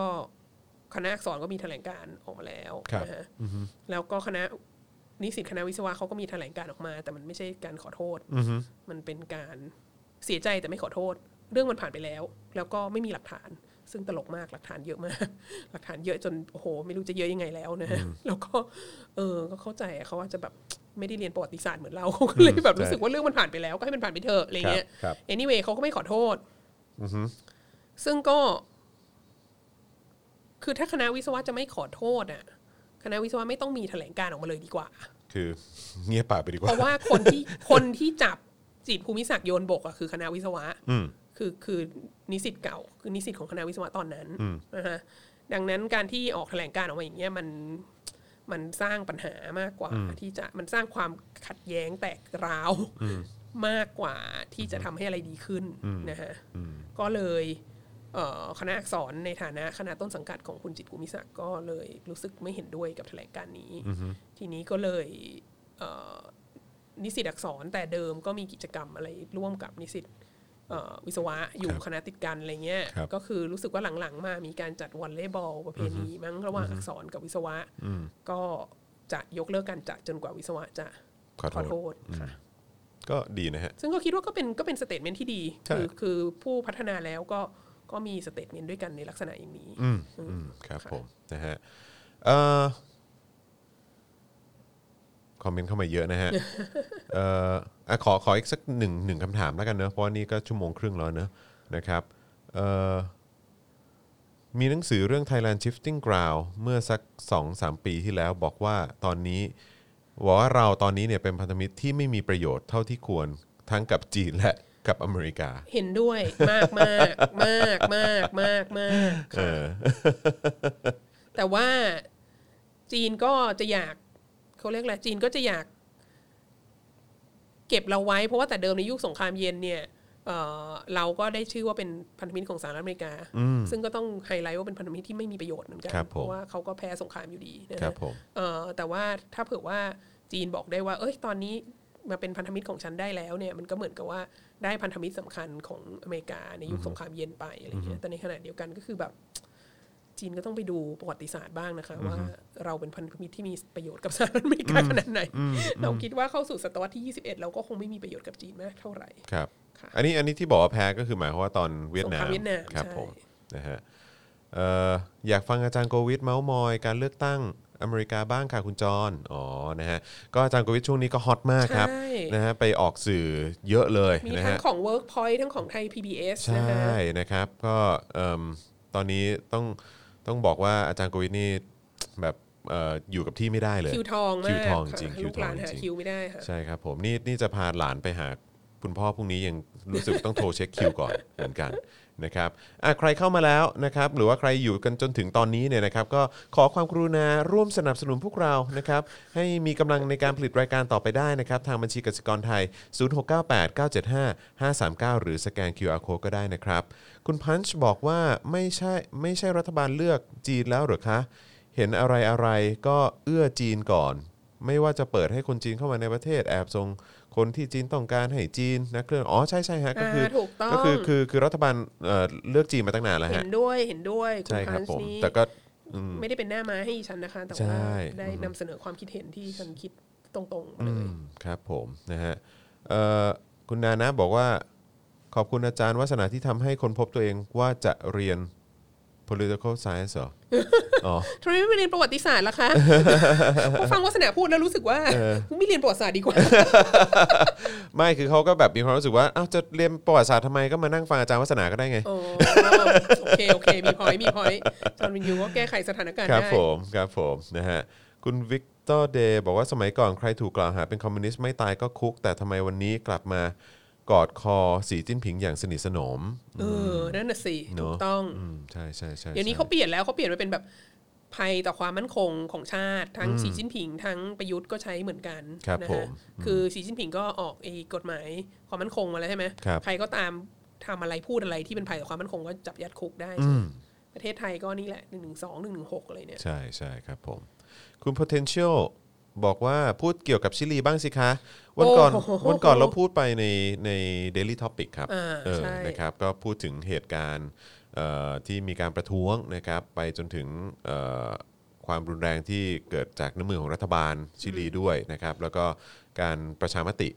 Speaker 3: คณะอักษรก็มีแถลงการออกมาแล้ว
Speaker 2: ครับ
Speaker 3: นะฮะแล้วก็คณะนิสิตคณะวิศวะเขาก็มีแถลงการออกมา แต่มันไม่ใช่การขอโทษมันเป็นการเสียใจแต่ไม่ขอโทษ เรื่องมันผ่านไปแล้ว แล้วก็ไม่มีหลักฐาน ซึ่งตลกมากหลักฐานเยอะมาก หลักฐานเยอะจนโอ้โห ไม่รู้จะเยอะยังไงแล้วนะฮะแล้วก็ เออก็เข้าใจอะเขาอาจจะแบบไม่ได้เรียนประวัติศาสตร์เหมือนเรา เขาก็เลยแบบรู้สึกว่าเรื่องมันผ่านไปแล้วก็ให้มันผ่านไปเถอะอะไรเงี้ย
Speaker 2: ครับ
Speaker 3: anyway เขาก็ไม่ขอโทษ ซึ่งก็ คือถ้าคณะวิศวะจะไม่ขอโทษอ่ะ คณะวิศวะไม่ต้องมีแถลงการณ์ออกมาเลยดีกว่า
Speaker 2: คือเงียบปากไปดีก
Speaker 3: เพ
Speaker 2: ว่า
Speaker 3: ราะว่าคนที่ คนที่จับจิตรภูมิศักดิ์โยนบกอะคือคณะวิศวะคือคือนิสิตเก่า คือนิสิตของคณะวิศวะตอนนั้นนะฮะดังนั้นการที่ออกแถลงการณ์ออกมาอย่างเงี้ยมันมันสร้างปัญหามากกว่าที่จะมันสร้างความขัดแย้งแตกร้าวมากกว่าที่จะทำให้อะไรดีขึ้นนะฮะก็เลยเอ่อคณะอักษรในฐานะคณะต้นสังกัดของคุณจิตรภูมิศักดิ์ก็เลยรู้สึกไม่เห็นด้วยกับแถลงการณ์นี้ ทีนี้ก็เลยเอ่อ นิสิตอักษรแต่เดิมก็มีกิจกรรมอะไรร่วมกับนิสิตเอ่อวิศวะอยู่
Speaker 2: ครับ
Speaker 3: คณะติดกันอะไรเงี้ย
Speaker 2: ครับ
Speaker 3: ก็คือรู้สึกว่าหลังๆ มามีการจัดวอลเลย์บอลประเพณีมั้งระหว่างอักษรกับวิศวะก็จะยกเลิกการจัดจนกว่าวิศวะจะ
Speaker 2: ขอ
Speaker 3: ขอ
Speaker 2: โท
Speaker 3: โท
Speaker 2: ษ
Speaker 3: ษค่ะ
Speaker 2: ก็ดีนะฮะ
Speaker 3: ซึ่งก็คิดว่าก็เป็นก็เป็นสเตทเมนที่ดี
Speaker 2: ใช่
Speaker 3: คือคือผู้พัฒนาแล้วก็ก็มีสเตทเมนด้วยกันในลักษณะอย่างนี้
Speaker 2: อืมอืมครับผมนะฮะเอ่อคอมเมนต์เข้ามาเยอะ นะฮะ เอ่ออะขอขออีกสักหนึ่งหนึ่งคำถามแล้วกันเนอะเพราะว่านี่ก็ชั่วโมงครึ่งแล้วเนอะนะครับเอ่อมีหนังสือเรื่อง Thailand Shifting Ground เมื่อสัก 2-3 ปีที่แล้วบอกว่าตอนนี้บอกว่าเราตอนนี้เนี่ยเป็นพันธมิตรที่ไม่มีประโยชน์เท่าที่ควรทั้งกับจีนและกับอเมริกา
Speaker 3: เห็นด้วยมากมากมากมากมากมากค่ะแต่ว่าจีนก็จะอยากเขาเรียกอะไรจีนก็จะอยาก เก็บเราไว้เพราะว่าแต่เดิมในยุคสงครามเย็นเนี่ยเอ่อเราก็ได้ชื่อว่าเป็นพันธมิตรของสหรัฐอเมริกา ซึ่งก็ต้องไฮไลท์ว่าเป็นพันธมิตรที่ไม่มีประโยชน์เหมือนกัน
Speaker 2: ครับผม
Speaker 3: เพราะว่าเขาก็แพ้สงครามอยู่ดีนะฮะ
Speaker 2: ครับผม
Speaker 3: เอ่อแต่ว่าถ้าเผื่อว่าจีนบอกได้ว่า เอ้ยตอนนี้มาเป็นพันธมิตรของฉันได้แล้วเนี่ยมันก็เหมือนกับว่าได้พันธมิตรสำคัญของอเมริกาในยุคสงครามเย็นไปอะไรเงี้ยแต่ในขณะเดียวกันก็คือแบบ จีนก็ต้องไปดูประวัติศาสตร์บ้างนะคะ ว่าเราเป็นพันธมิตรที่มีประโยชน์กับสหรัฐอเมริกาขนาดไหน เราคิดว่าเข้าสู่ศตวรรษที่ 21 เราก็คงไม่มีประโยชน์กับจีนมากเท่าไหร่
Speaker 2: ครับ
Speaker 3: ค่ะ
Speaker 2: อันนี้อันนี้ที่บอกว่าแพ้ก็คือหมายความว่าตอนเวียดนาม
Speaker 3: สงครามเวียดนาม
Speaker 2: ครับ
Speaker 3: ใช่
Speaker 2: ผมนะฮะเอ่ออยากฟังอาจารย์โกวิทเมาส์มอยการเลือกตั้ง อเมริกาบ้างค่ะคุณจรอ๋อนะฮะก็อาจารย์โกวิทช่วงนี้ก็ฮอตมากครับ
Speaker 3: ใช่
Speaker 2: นะฮะไปออกสื่อเยอะเลย
Speaker 3: มี
Speaker 2: นะ
Speaker 3: ทั้ง
Speaker 2: ฮะ
Speaker 3: ของ Workpoint ทั้งของไทย PBS
Speaker 2: ใช
Speaker 3: นะคะ
Speaker 2: ่นะครับก็เอิ่มตอนนี้ต้องต้องบอกว่าอาจารย์โกวิทนี่แบบเอ่ออยู่กับที่ไม่ได้เลย
Speaker 3: คิวทองมาก
Speaker 2: คิวทองจริง
Speaker 3: ค่ะ
Speaker 2: คิ
Speaker 3: ลู
Speaker 2: ว
Speaker 3: ก
Speaker 2: ท
Speaker 3: ห
Speaker 2: อ
Speaker 3: ลาง นหา
Speaker 2: จริง
Speaker 3: คิวไม่ได้ค่ะ
Speaker 2: ใช่ครับผมนี่นี่จะพาหลานไปหาคุณพ่อพรุ่งนี้ยังรู้สึกต้องโทรเช็คคิวก่อน เหมือนกันนะครับอ่ะใครเข้ามาแล้วนะครับหรือว่าใครอยู่กันจนถึงตอนนี้เนี่ยนะครับก็ขอความกรุณาร่วมสนับสนุนพวกเรานะครับให้มีกำลังในการผลิตรายการต่อไปได้นะครับทางบัญชีกสิกรไทย 0698975539 หรือสแกน QR code ก็ได้นะครับ คุณพันช์บอกว่าไม่ใช่ไม่ใช่รัฐบาลเลือกจีนแล้วเหรือคะ เห็นอะไรอะไรก็เอื้อจีนก่อน ไม่ว่าจะเปิดให้คนจีนเข้ามาในประเทศแอบส่งคนที่จีนต้องการให้จีนนะเครื่องอ๋อใช่ใช่ฮะก็คือ
Speaker 3: อ่าถูกต้อง
Speaker 2: คือคือคือรัฐบาลเอ่อเลือกจีนมาตั้งนานแล้ว
Speaker 3: เห็
Speaker 2: ฮะ
Speaker 3: นด้วยเห็นด้วย
Speaker 2: ใช่ครับ
Speaker 3: ณพัน
Speaker 2: ผม
Speaker 3: ธ์นี่
Speaker 2: แต่ก็อืม
Speaker 3: ไม่ได้เป็นหน้าม้าให้ดิฉันนะคะ แต่
Speaker 2: ใช่
Speaker 3: ว่าได้
Speaker 2: อืม
Speaker 3: นำเสนอความคิดเห็นที่ฉันคิดตรงๆเลย
Speaker 2: อืมครับผมนะฮะเอ่อคุณนานะบอกว่าขอบคุณอาจารย์วัฒนาที่ทำให้คนพบตัวเองว่าจะเรียน political science เหรอ อ๋อ
Speaker 3: ทำไมไม่ไปเรียนประวัติศาสตร์ล่ะ คะ ฟังวัสนาพูดแล้วรู้สึกว่าไม่เรียนประวัติศาสตร์ดีกว่า
Speaker 2: ไม่คือเขาก็แบบมีความรู้สึกว่าอ้าวจะเรียนประวัติศาสตร์ทำไมก็มานั่งฟังอาจารย์วัฒนาก็ได้ไง
Speaker 3: โอ้โอเค โอเค มีพอยมีพอยจอห์นวินยูก็แก้ไขสถานการณ์
Speaker 2: ครับ
Speaker 3: ได้
Speaker 2: ผมครับผมนะฮะคุณวิกเตอร์เดย์บอกว่าสมัยก่อนใครถูกกล่าวหาเป็นคอมมิวนิสต์ไม่ตายก็คุก แต่ทำไมวันนี้กลับมากอดคอสีจิ้นผิงอย่างสนิทสนม
Speaker 3: เออ นั่นน่ะสิ
Speaker 2: เน
Speaker 3: ถู
Speaker 2: อะ
Speaker 3: กต้อง
Speaker 2: อืมใช่ใช่ใช่
Speaker 3: เดี๋ยวนี้
Speaker 2: ใช่
Speaker 3: เขาเปลี่ยนแล้วเขาเปลี่ยนมาเป็นแบบภัยต่อความมั่นคงของชาติ ทั้งสีจิ้นผิงทั้งประยุทธ์ก็ใช้เหมือนกัน
Speaker 2: ครับ
Speaker 3: นะ
Speaker 2: ผ
Speaker 3: ฮะ
Speaker 2: ม
Speaker 3: คือสีจิ้นผิงก็ออกไอ้กฎหมายความมั่นคงมาแล้วใช่ไหม
Speaker 2: ครับ
Speaker 3: ใครก็ตามทำอะไรพูดอะไรที่เป็นภัยต่อความมั่นคงก็จับยัดคุกได้
Speaker 2: อืม
Speaker 3: ประเทศไทยก็นี่แหละหนึ่งหนึ่งสองหนึ่งหนึ่งหกอะไรเนี่ย
Speaker 2: ใช่ใช่ครับผม คุณ potential บอกว่าพูดเกี่ยวกับชิลีบ้างสิคะ วันก่อน
Speaker 3: โอ้โห
Speaker 2: วันก่อนเราพูดไปในใน daily topic ครับ
Speaker 3: อ่า
Speaker 2: เออ
Speaker 3: ใช่
Speaker 2: นะครับก็พูดถึงเหตุการณ์เอ่อที่มีการประท้วงนะครับ ไปจนถึงเอ่อความรุนแรงที่เกิดจากน้ำมือของรัฐบาลชิลีด้วยนะครับ แล้วก็การประชามติ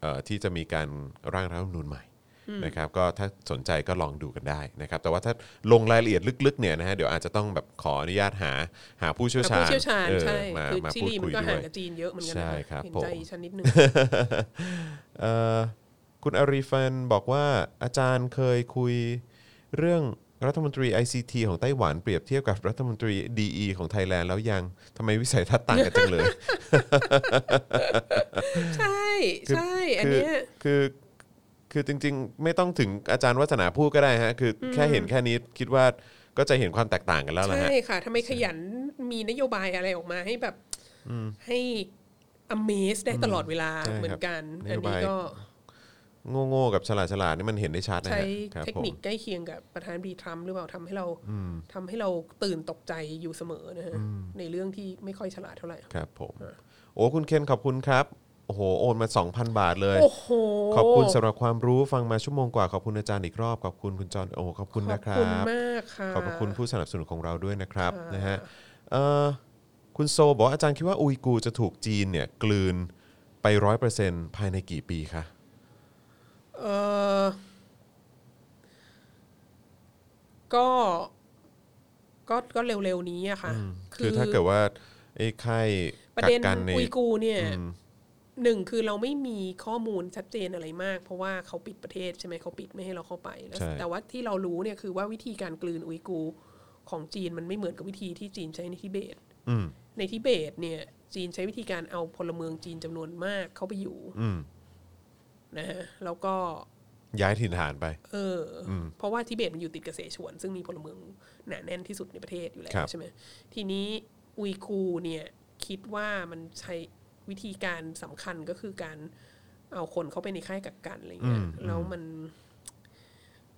Speaker 2: เอ่อที่จะมีการร่างรัฐธรรมนูญใหม่นะครับก็ถ้าสนใจก็ลองดูกันได้นะครับ แต่ว่าถ้าลงรายละเอียดลึกๆเนี่ยนะฮะเดี๋ยวอาจจะต้องแบบขออนุญาตหาหาผู้เชี่ยว
Speaker 3: ผู้
Speaker 2: ชาญ
Speaker 3: เชี่ยวชาญ
Speaker 2: เออ
Speaker 3: ใช่
Speaker 2: มา
Speaker 3: คือ
Speaker 2: มา
Speaker 3: ชิ
Speaker 2: พูด
Speaker 3: ลีมั
Speaker 2: คุ
Speaker 3: น
Speaker 2: ย
Speaker 3: ก็
Speaker 2: ด้ว
Speaker 3: ห่าง
Speaker 2: ย
Speaker 3: กับจีนเยอะเหมือนกั
Speaker 2: ใช่
Speaker 3: นะครับ เห็น
Speaker 2: ผม
Speaker 3: ใจฉันนิดนึง
Speaker 2: เอ่อคุณอารีฟันบอกว่าอาจารย์เคยคุยเรื่องรัฐมนตรี ICT ของไต้หวันเปรียบเทียบกับรัฐมนตรี DE ของไทยแลนด์แล้วยังทำไมวิสัยทัศน์ต่างกันจังเลย
Speaker 3: ใช่ใช่อัน
Speaker 2: คือ
Speaker 3: เนี้ย
Speaker 2: คือคือจริงๆ ไม่ต้องถึงอาจารย์วัฒนาพูดก็ได้ฮะคือแค่เห็นแค่นี้คิดว่าก็จะเห็นความแตกต่างกันแล้วล่ะฮะ
Speaker 3: ใช่ค่ะทำไมขยันมีนโยบายอะไรออกมาให้แบบให้ amaze ได้ตลอดเวลา
Speaker 2: ใช่ครับ
Speaker 3: เหมือนกัน
Speaker 2: น
Speaker 3: อัน
Speaker 2: โยบาย
Speaker 3: นี้ก็
Speaker 2: โง่ๆกับฉลาดฉลาดๆนี่มันเห็นได้ชัดนะฮ
Speaker 3: ใช้
Speaker 2: ะครับ
Speaker 3: เทค
Speaker 2: ผม
Speaker 3: นิคใกล้เคียงกับประธานบรีทรัมป์หรือเปล่าทำให้เราทำให้เราตื่นตกใจอยู่เสมอนะฮะในเรื่องที่ไม่ค่อยฉลาดเท่าไหร่
Speaker 2: ครับผมโอ้คุณเคนขอบคุณครับโอ้โหโอนมา 2,000 บาทเลย
Speaker 3: โอ้โห
Speaker 2: ขอบคุณสำหรับความรู้ฟังมาชั่วโมงกว่าขอบคุณอาจารย์อีกรอบขอบคุณคุณจอนโอ้ขอบคุณ
Speaker 3: ขอ
Speaker 2: นะ
Speaker 3: บ
Speaker 2: ครั
Speaker 3: คุณ
Speaker 2: บ
Speaker 3: มากค่ะ
Speaker 2: ขอบพระคุณผู้สนับสนุนของเราด้วยนะครับ
Speaker 3: ค่ะ
Speaker 2: นะฮะเอ่อคุณโซบอกว่าอาจารย์คิดว่าอุยกูร์จะถูกจีนเนี่ยกลืนไปร้อยเปอร์เซ็นต์ภายในกี่ปีคะ
Speaker 3: เออก็ก็ก็เร็วๆนี้อะค่ะ
Speaker 2: คือถ้าเกิดว่าไอ้ค่าย
Speaker 3: ประ
Speaker 2: กัก
Speaker 3: เด็น
Speaker 2: กันใน
Speaker 3: อุยกูร์เนี่ย
Speaker 2: อืม
Speaker 3: หนึ่งคือเราไม่มีข้อมูลชัดเจนอะไรมาก เพราะว่าเขาปิดประเทศใช่ไหมเขาปิดไม่ให้เราเข้าไปแล้ว
Speaker 2: ใช่
Speaker 3: แต่ว่าที่เรารู้เนี่ยคือว่าวิธีการกลืนอุยกูร์ของจีนมันไม่เหมือนกับวิธีที่จีนใช้ในทิเบต
Speaker 2: อืม
Speaker 3: ในทิเบตเนี่ยจีนใช้วิธีการเอาพลเมืองจีนจำนวนมากเข้าไปอยู่
Speaker 2: อืม
Speaker 3: นะฮะแล้วก็
Speaker 2: ย้ายถิ่นฐานไป
Speaker 3: เอออเพราะว่าทิเบตมันอยู่ติดกับเสฉวน ซึ่งมีพลเมืองหนาแน่นที่สุดในประเทศอยู่แล้
Speaker 2: ครั
Speaker 3: ว
Speaker 2: บ
Speaker 3: ใช่ไหมทีนี้อุยกูร์เนี่ยคิดว่ามันใช้วิธีการสำคัญก็คือการเอาคนเข้าไปในค่ายกักกันอะไรเงี้ยแล้วมัน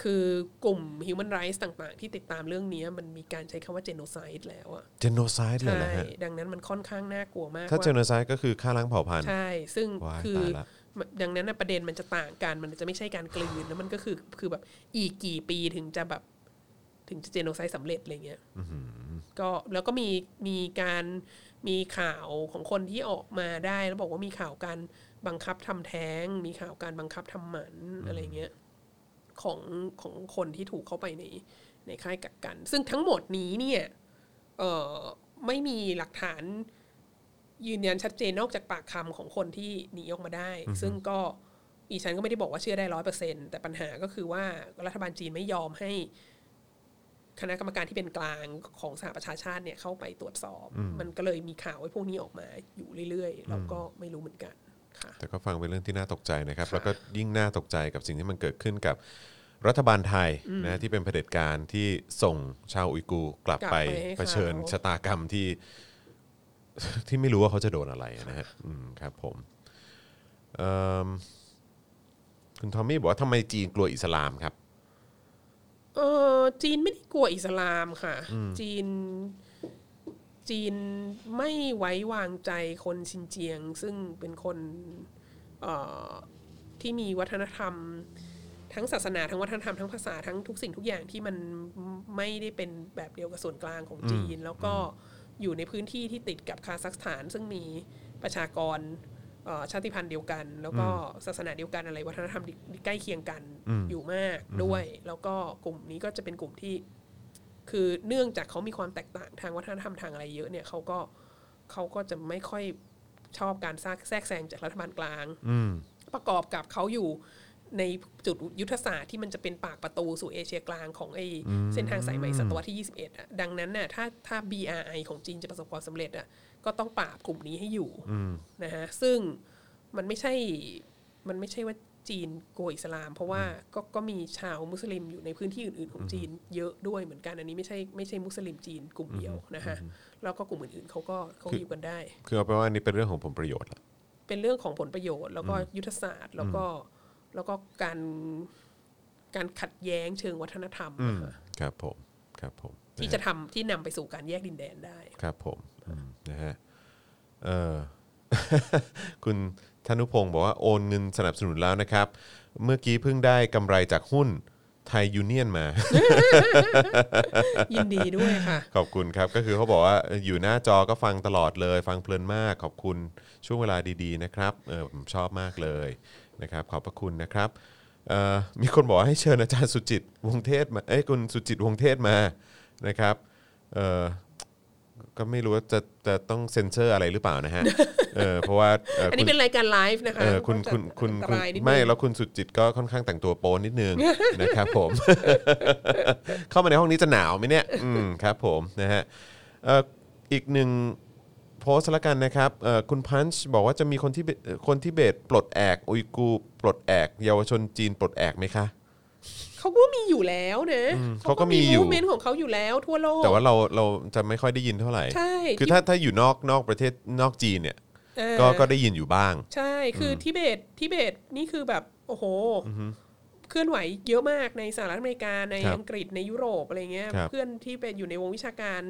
Speaker 3: คือกลุ่ม Human Rights ต่าง ๆ ที่ติดตามเรื่องนี้มันมีการใช้คำว่า genocide แล้วอะ
Speaker 2: เจโนไซด์เลย
Speaker 3: ใช่
Speaker 2: นะฮะ
Speaker 3: ดังนั้นมันค่อนข้างน่ากลัวมาก
Speaker 2: ถ้า
Speaker 3: ว่า
Speaker 2: เจโนไซด์ก็คือฆ่าล้างเผ่าพันธุ์
Speaker 3: ใช่ ซึ่ง
Speaker 2: ว้าย
Speaker 3: คือ
Speaker 2: ตายละ
Speaker 3: ดังนั้นนะประเด็นมันจะต่างกัน มันจะไม่ใช่การกลืน แล้วมันก็คือคือแบบอีกกี่ปีถึงจะแบบถึงจะเจโนไซด์สำเร็จอะไรเงี้ยก็แล้วก็มีมีการมีข่าวของคนที่ออกมาได้ แล้วบอกว่ามีข่าวการบังคับทำแท้ง มีข่าวการบังคับทำหมันอะไรเงี้ยของของคนที่ถูกเข้าไปในในค่ายกักกัน ซึ่งทั้งหมดนี้เนี่ย เออ ไม่มีหลักฐานยืนยันชัดเจนนอกจากปากคำของคนที่หนีออกมาได้ ซึ่งก็อีฉันก็ไม่ได้บอกว่าเชื่อได้ร้อยเปอร์เซ็นแต่ปัญหาก็คือว่ารัฐบาลจีนไม่ยอมให้ คณะกรรมการที่เป็นกลางของสหประชาชาติเนี่ยเข้าไปตรวจสอบ มันก็เลยมีข่าวไอ้พวกนี้ออกมาอยู่เรื่อยๆเราก็ไม่รู้เหมือนกันค่ะ
Speaker 2: แต่ก็ฟังเป็นเรื่องที่น่าตกใจนะครับ
Speaker 3: ค่ะ
Speaker 2: แล้วก็ยิ่งน่าตกใจกับสิ่งที่มันเกิดขึ้นกับรัฐบาลไทยนะที่เป็นเผด็จการที่ส่งชาวอุยกูร์กลับไปเผชิญชะตากรรมที่ ที่ไม่รู้ว่าเขาจะโดนอะไรนะฮะอืมครับผมเอิ่มคุณทอมมี่บอกว่าทำไมจีนกลัวอิสลามครับ
Speaker 3: เออจีนไม่ได้กลัวอิสลามค่ะ จีน จีนไม่ไว้วางใจคนชินเจียง ซึ่งเป็นคนเอ่อที่มีวัฒนธรรม ทั้งศาสนาทั้งวัฒนธรรมทั้งภาษาทั้งทุกสิ่งทุกอย่างที่มันไม่ได้เป็นแบบเดียวกับส่วนกลางของจีน แล้วก็อยู่ในพื้นที่ที่ติดกับคาซัคสถาน ซึ่งมีประชากรเอ่อชาติพันธุ์เดียวกัน แล้วก็ศาสนาเดียวกันอะไรวัฒนธรรมใกล้เคียงกันอยู่มากด้วย แล้วก็กลุ่มนี้ก็จะเป็นกลุ่มที่ คือเนื่องจากเขามีความแตกต่างทางวัฒนธรรมทางอะไรเยอะเนี่ยเขาก็เขาก็จะไม่ค่อยชอบการแทรกแทรกแซงจากรัฐบาลกลาง
Speaker 2: อืม
Speaker 3: ประกอบกับเขาอยู่ในจุดยุทธศาสตร์ที่มันจะเป็นปากประตูสู่เอเชียกลางของไอเส้นทางสายใหม่ศตวรรษที่ 21อะดังนั้นน่ะถ้าถ้า BRI ของจีนจะประสบความสำเร็จอะก็ต้องปราบกลุ่มนี้ให้อยู่นะฮะซึ่งมันไม่ใช่ มันไม่ใช่ว่าจีนกลัวอิสลาม เพราะว่าก็ก็มีชาวมุสลิมอยู่ในพื้นที่อื่น ๆ ของจีนเยอะด้วยเหมือนกันอันนี้ไม่ใช่ไม่ใช่มุสลิมจีนกลุ่มเดียวนะฮะแล้วก็กลุ่มอื่นๆเขาก็เขาอยู่กันได้
Speaker 2: คือเอาไปนว่าอันนี่เป็นเรื่องของผลประโยชน์ละ
Speaker 3: เป็นเรื่องของผลประโยชน์ แล้วก็ยุทธศาสตร์ แล้วก็แล้วก็การการขัดแย้งเชิงวัฒนธรรมอะค่ะ
Speaker 2: ครับผมครับผม
Speaker 3: ที่จะทำที่นำไปสู่การแยกดินแดนได้
Speaker 2: ครับผมอืมนะฮะเออ คุณธนุพงศ์บอกว่าโอนเงินสนับสนุนแล้วนะครับ เมื่อกี้เพิ่งได้กำไรจากหุ้นไทยยูเนียนมา
Speaker 3: ยินดีด้วยค่ะ
Speaker 2: ขอบคุณครับ ก็คือเขาบอกว่าเอ่ออยู่หน้าจอก็ฟังตลอดเลย ฟังเพลินมาก ขอบคุณช่วงเวลาดีๆนะครับเออผมชอบมากเลยนะครับ ขอบพระคุณนะครับเอ่อมีคนบอกว่าให้เชิญอาจารย์สุจิตวงศ์เทศมาเอ้ยคุณสุจิตวงศ์เทศมานะครับเอ่อก็ไม่รู้ว่าจะจะต้องเซ็นเซอร์อะไรหรือเปล่านะฮะเออเพราะว่าเอ่อ
Speaker 3: อั
Speaker 2: อ
Speaker 3: นนี้
Speaker 2: คุณ
Speaker 3: เป็นรายการไลฟ์นะคะ
Speaker 2: เออคุณคุณคุณ
Speaker 3: อันต
Speaker 2: คุณ
Speaker 3: รายนิดนึง
Speaker 2: ไม่แล้วคุณสุดจิตก็ค่อนข้างแต่งตัวโป๊นิดนึ ง นะครับผม เข้ามาในห้องนี้จะหนาวไหมเนี่ยอืมครับผมนะฮะเอ่ออีกหนึ่งโพสต์ละกันนะครับเอ่อคุณพันช์บอกว่าจะมีคนที่เบเอ่อคนที่เบตปลดแอกอุยกูร์ปลดแอกเยาวชนจีนปลดแอกไหมคะ
Speaker 3: เขาก็มีอยู่แล้วนะ
Speaker 2: เขาก็มีอยู่
Speaker 3: เมนต์ของเขาอยู่แล้วทั่วโลก
Speaker 2: แต่ว่าเราเราจะไม่ค่อยได้ยินเท่าไหร่
Speaker 3: ใช่
Speaker 2: คือ
Speaker 3: ที่
Speaker 2: ถ้าถ้าอยู่นอกนอกประเทศนอกจีนเนี่ย
Speaker 3: เออ
Speaker 2: ก็ก็ได้ยินอยู่บ้าง
Speaker 3: ใช่ คือทิเบต ทิเบต นี่คือแบบ โอ้โห เคลื่อนไหวเยอะมากในสหรัฐอเมริกา ใน
Speaker 2: ครับ
Speaker 3: อังกฤษ ในยุโรปอะไรเงี้ย
Speaker 2: ครับ
Speaker 3: เพื่อนที่เป็นอยู่ในวงวิชาการ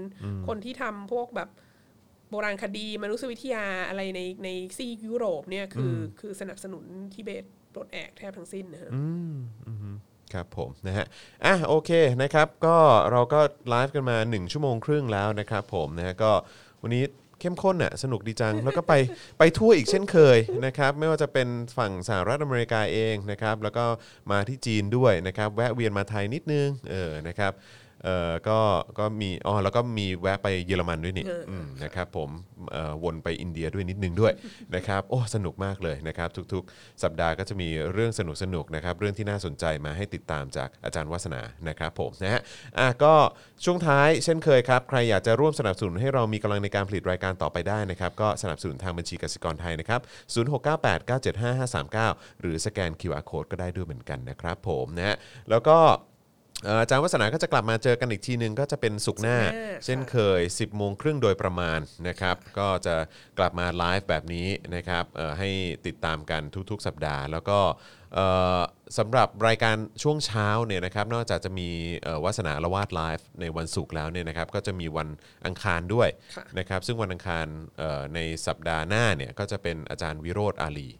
Speaker 3: คนที่ทำพวกแบบโบราณคดี มนุษยวิทยาอะไรในในซีกยุโรปเนี่ย คืออคือสนับสนุนทิเบตปลดแอกแทบทั้งสิ้นนะฮะ
Speaker 2: ครับผมนะฮะอ่ะโอเคนะครับก็เราก็ไลฟ์กันมา 1 ชั่วโมงครึ่งแล้วนะครับผมนะฮะก็วันนี้เข้มข้นน่ะสนุกดีจัง แล้วก็ไปไปทั่วอีกเช่นเคยนะครับไม่ว่าจะเป็นฝั่งสหรัฐอเมริกาเองนะครับแล้วก็มาที่จีนด้วยนะครับแวะเวียนมาไทยนิดนึงเออนะครับเออก็ก็มีอ๋อแล้วก็มีแวะไปเยอรมันด้วยนี่
Speaker 3: เอออื
Speaker 2: ม นะครับผมเอ่อวนไปอินเดียด้วยนิดนึงด้วย นะครับโอ้สนุกมากเลยนะครับ ทุกๆ สัปดาห์ก็จะมีเรื่องสนุกๆนะครับเรื่องที่น่าสนใจมาให้ติดตามจากอาจารย์วัฒนานะครับผมนะฮะอ่ะก็ช่วงท้ายเช่นเคยครับ ใครอยากจะร่วมสนับสนุนให้เรามีกำลังในการผลิตรายการต่อไปได้นะครับ ก็สนับสนุนทางบัญชีกสิกรไทยนะครับ 0698975539 หรือสแกน QR Code ก็ได้ด้วยเหมือนกันนะครับผมนะฮะแล้วก็เอ่ออาจารย์วัฒนาก็จะกลับมาเจอกันอีกทีนึงก็จะเป็นสุกร์หน้า
Speaker 3: ศุกร์หน้า
Speaker 2: เช่น เคย 10 โมงครึ่งโดยประมาณนะครับ ก็จะกลับมาไลฟ์แบบนี้นะครับเอ่อให้ติดตามกันทุกๆ สัปดาห์ แล้วก็เอ่อสำหรับรายการช่วงเช้าเนี่ยนะครับ นอกจากจะมีเอ่อวาสนาละวาดไลฟ์ในวันศุกร์แล้วเนี่ยนะครับ ก็จะมีวันอังคารด้วย
Speaker 3: ค่ะ
Speaker 2: นะครับ ซึ่งวันอังคารเอ่อในสัปดาห์หน้าเนี่ยก็จะเป็นอาจารย์วิโรธอาลี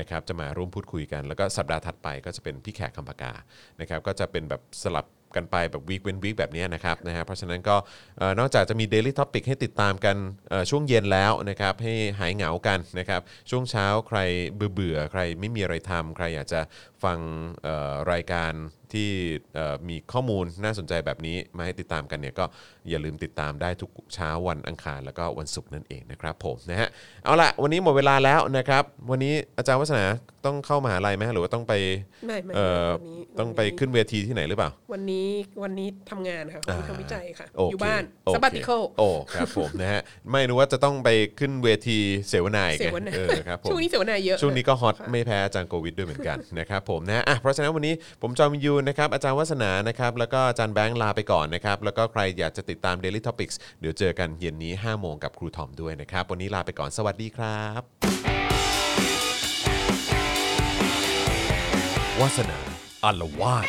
Speaker 2: นะครับจะมาร่วมพูดคุยกัน แล้วก็สัปดาห์ถัดไปก็จะเป็นพี่แขกคำปากานะครับก็จะเป็นแบบสลับกันไปแบบวีคเว้นวีคแบบเนี้ยนะครับนะฮะเพราะฉะนั้นก็เอ่อนอกจากจะมี Daily Topic ให้ติดตามกันเอ่อช่วงเย็นแล้วนะครับให้หายเหงากันนะครับช่วงเช้าใครเบื่อๆใครไม่มีอะไรทำใครอยากจะฟังเอ่อรายการ ที่เอ่อมีข้อมูลน่าสนใจแบบนี้มาให้ติดตามกันเนี่ยก็อย่าลืมติดตามได้ทุกเช้าวันอังคารแล้วก็วันศุกร์นั่นเองนะครับผมนะฮะเอาละวันนี้หมดเวลาแล้วนะครับ วันนี้อาจารย์วัฒนาต้องเข้ามหาลัยไหมฮะหรือว่าต้องไป
Speaker 3: ไม่ไม่
Speaker 2: เอ่อ
Speaker 3: วันนี้
Speaker 2: ต้อง
Speaker 3: วันนี้
Speaker 2: ไปขึ้นเวทีที่ไหนหรือเปล่า
Speaker 3: วันนี้วันนี้ทำงานค่ะวันนี้ทำวิจัยค่ะ
Speaker 2: โเค
Speaker 3: อยู่บ้าน
Speaker 2: โอเค
Speaker 3: สบัติเคิล
Speaker 2: โอ้ครับผมนะฮะไม่รู้ว่าจะต้องไปขึ้นเวทีเสวนาอีก
Speaker 3: เสวนา
Speaker 2: เออครับผม
Speaker 3: ช่วงนี้เสวนาเยอะ
Speaker 2: ช่วงนี้ก็ฮอตไม่แพ้อาจารย์โควิดด้วยเหมือนกัน นะครับผมนะอ่ะเพราะฉะนั้นวันนี้ผมจอมยูนะครับอาจารย์วัฒนานะครับแล้วก็อาจารย์แบงค์ลาไปก่อนนะครับแล้วก็ใครอยากจะติดตาม Daily Topics เดี๋ยวเจอกันเย็นนี้5โมงกับครูทอมด้วยนะครับวันนี้ลาไปก่อนสวัสดีครับ
Speaker 1: วาสนาอารวาส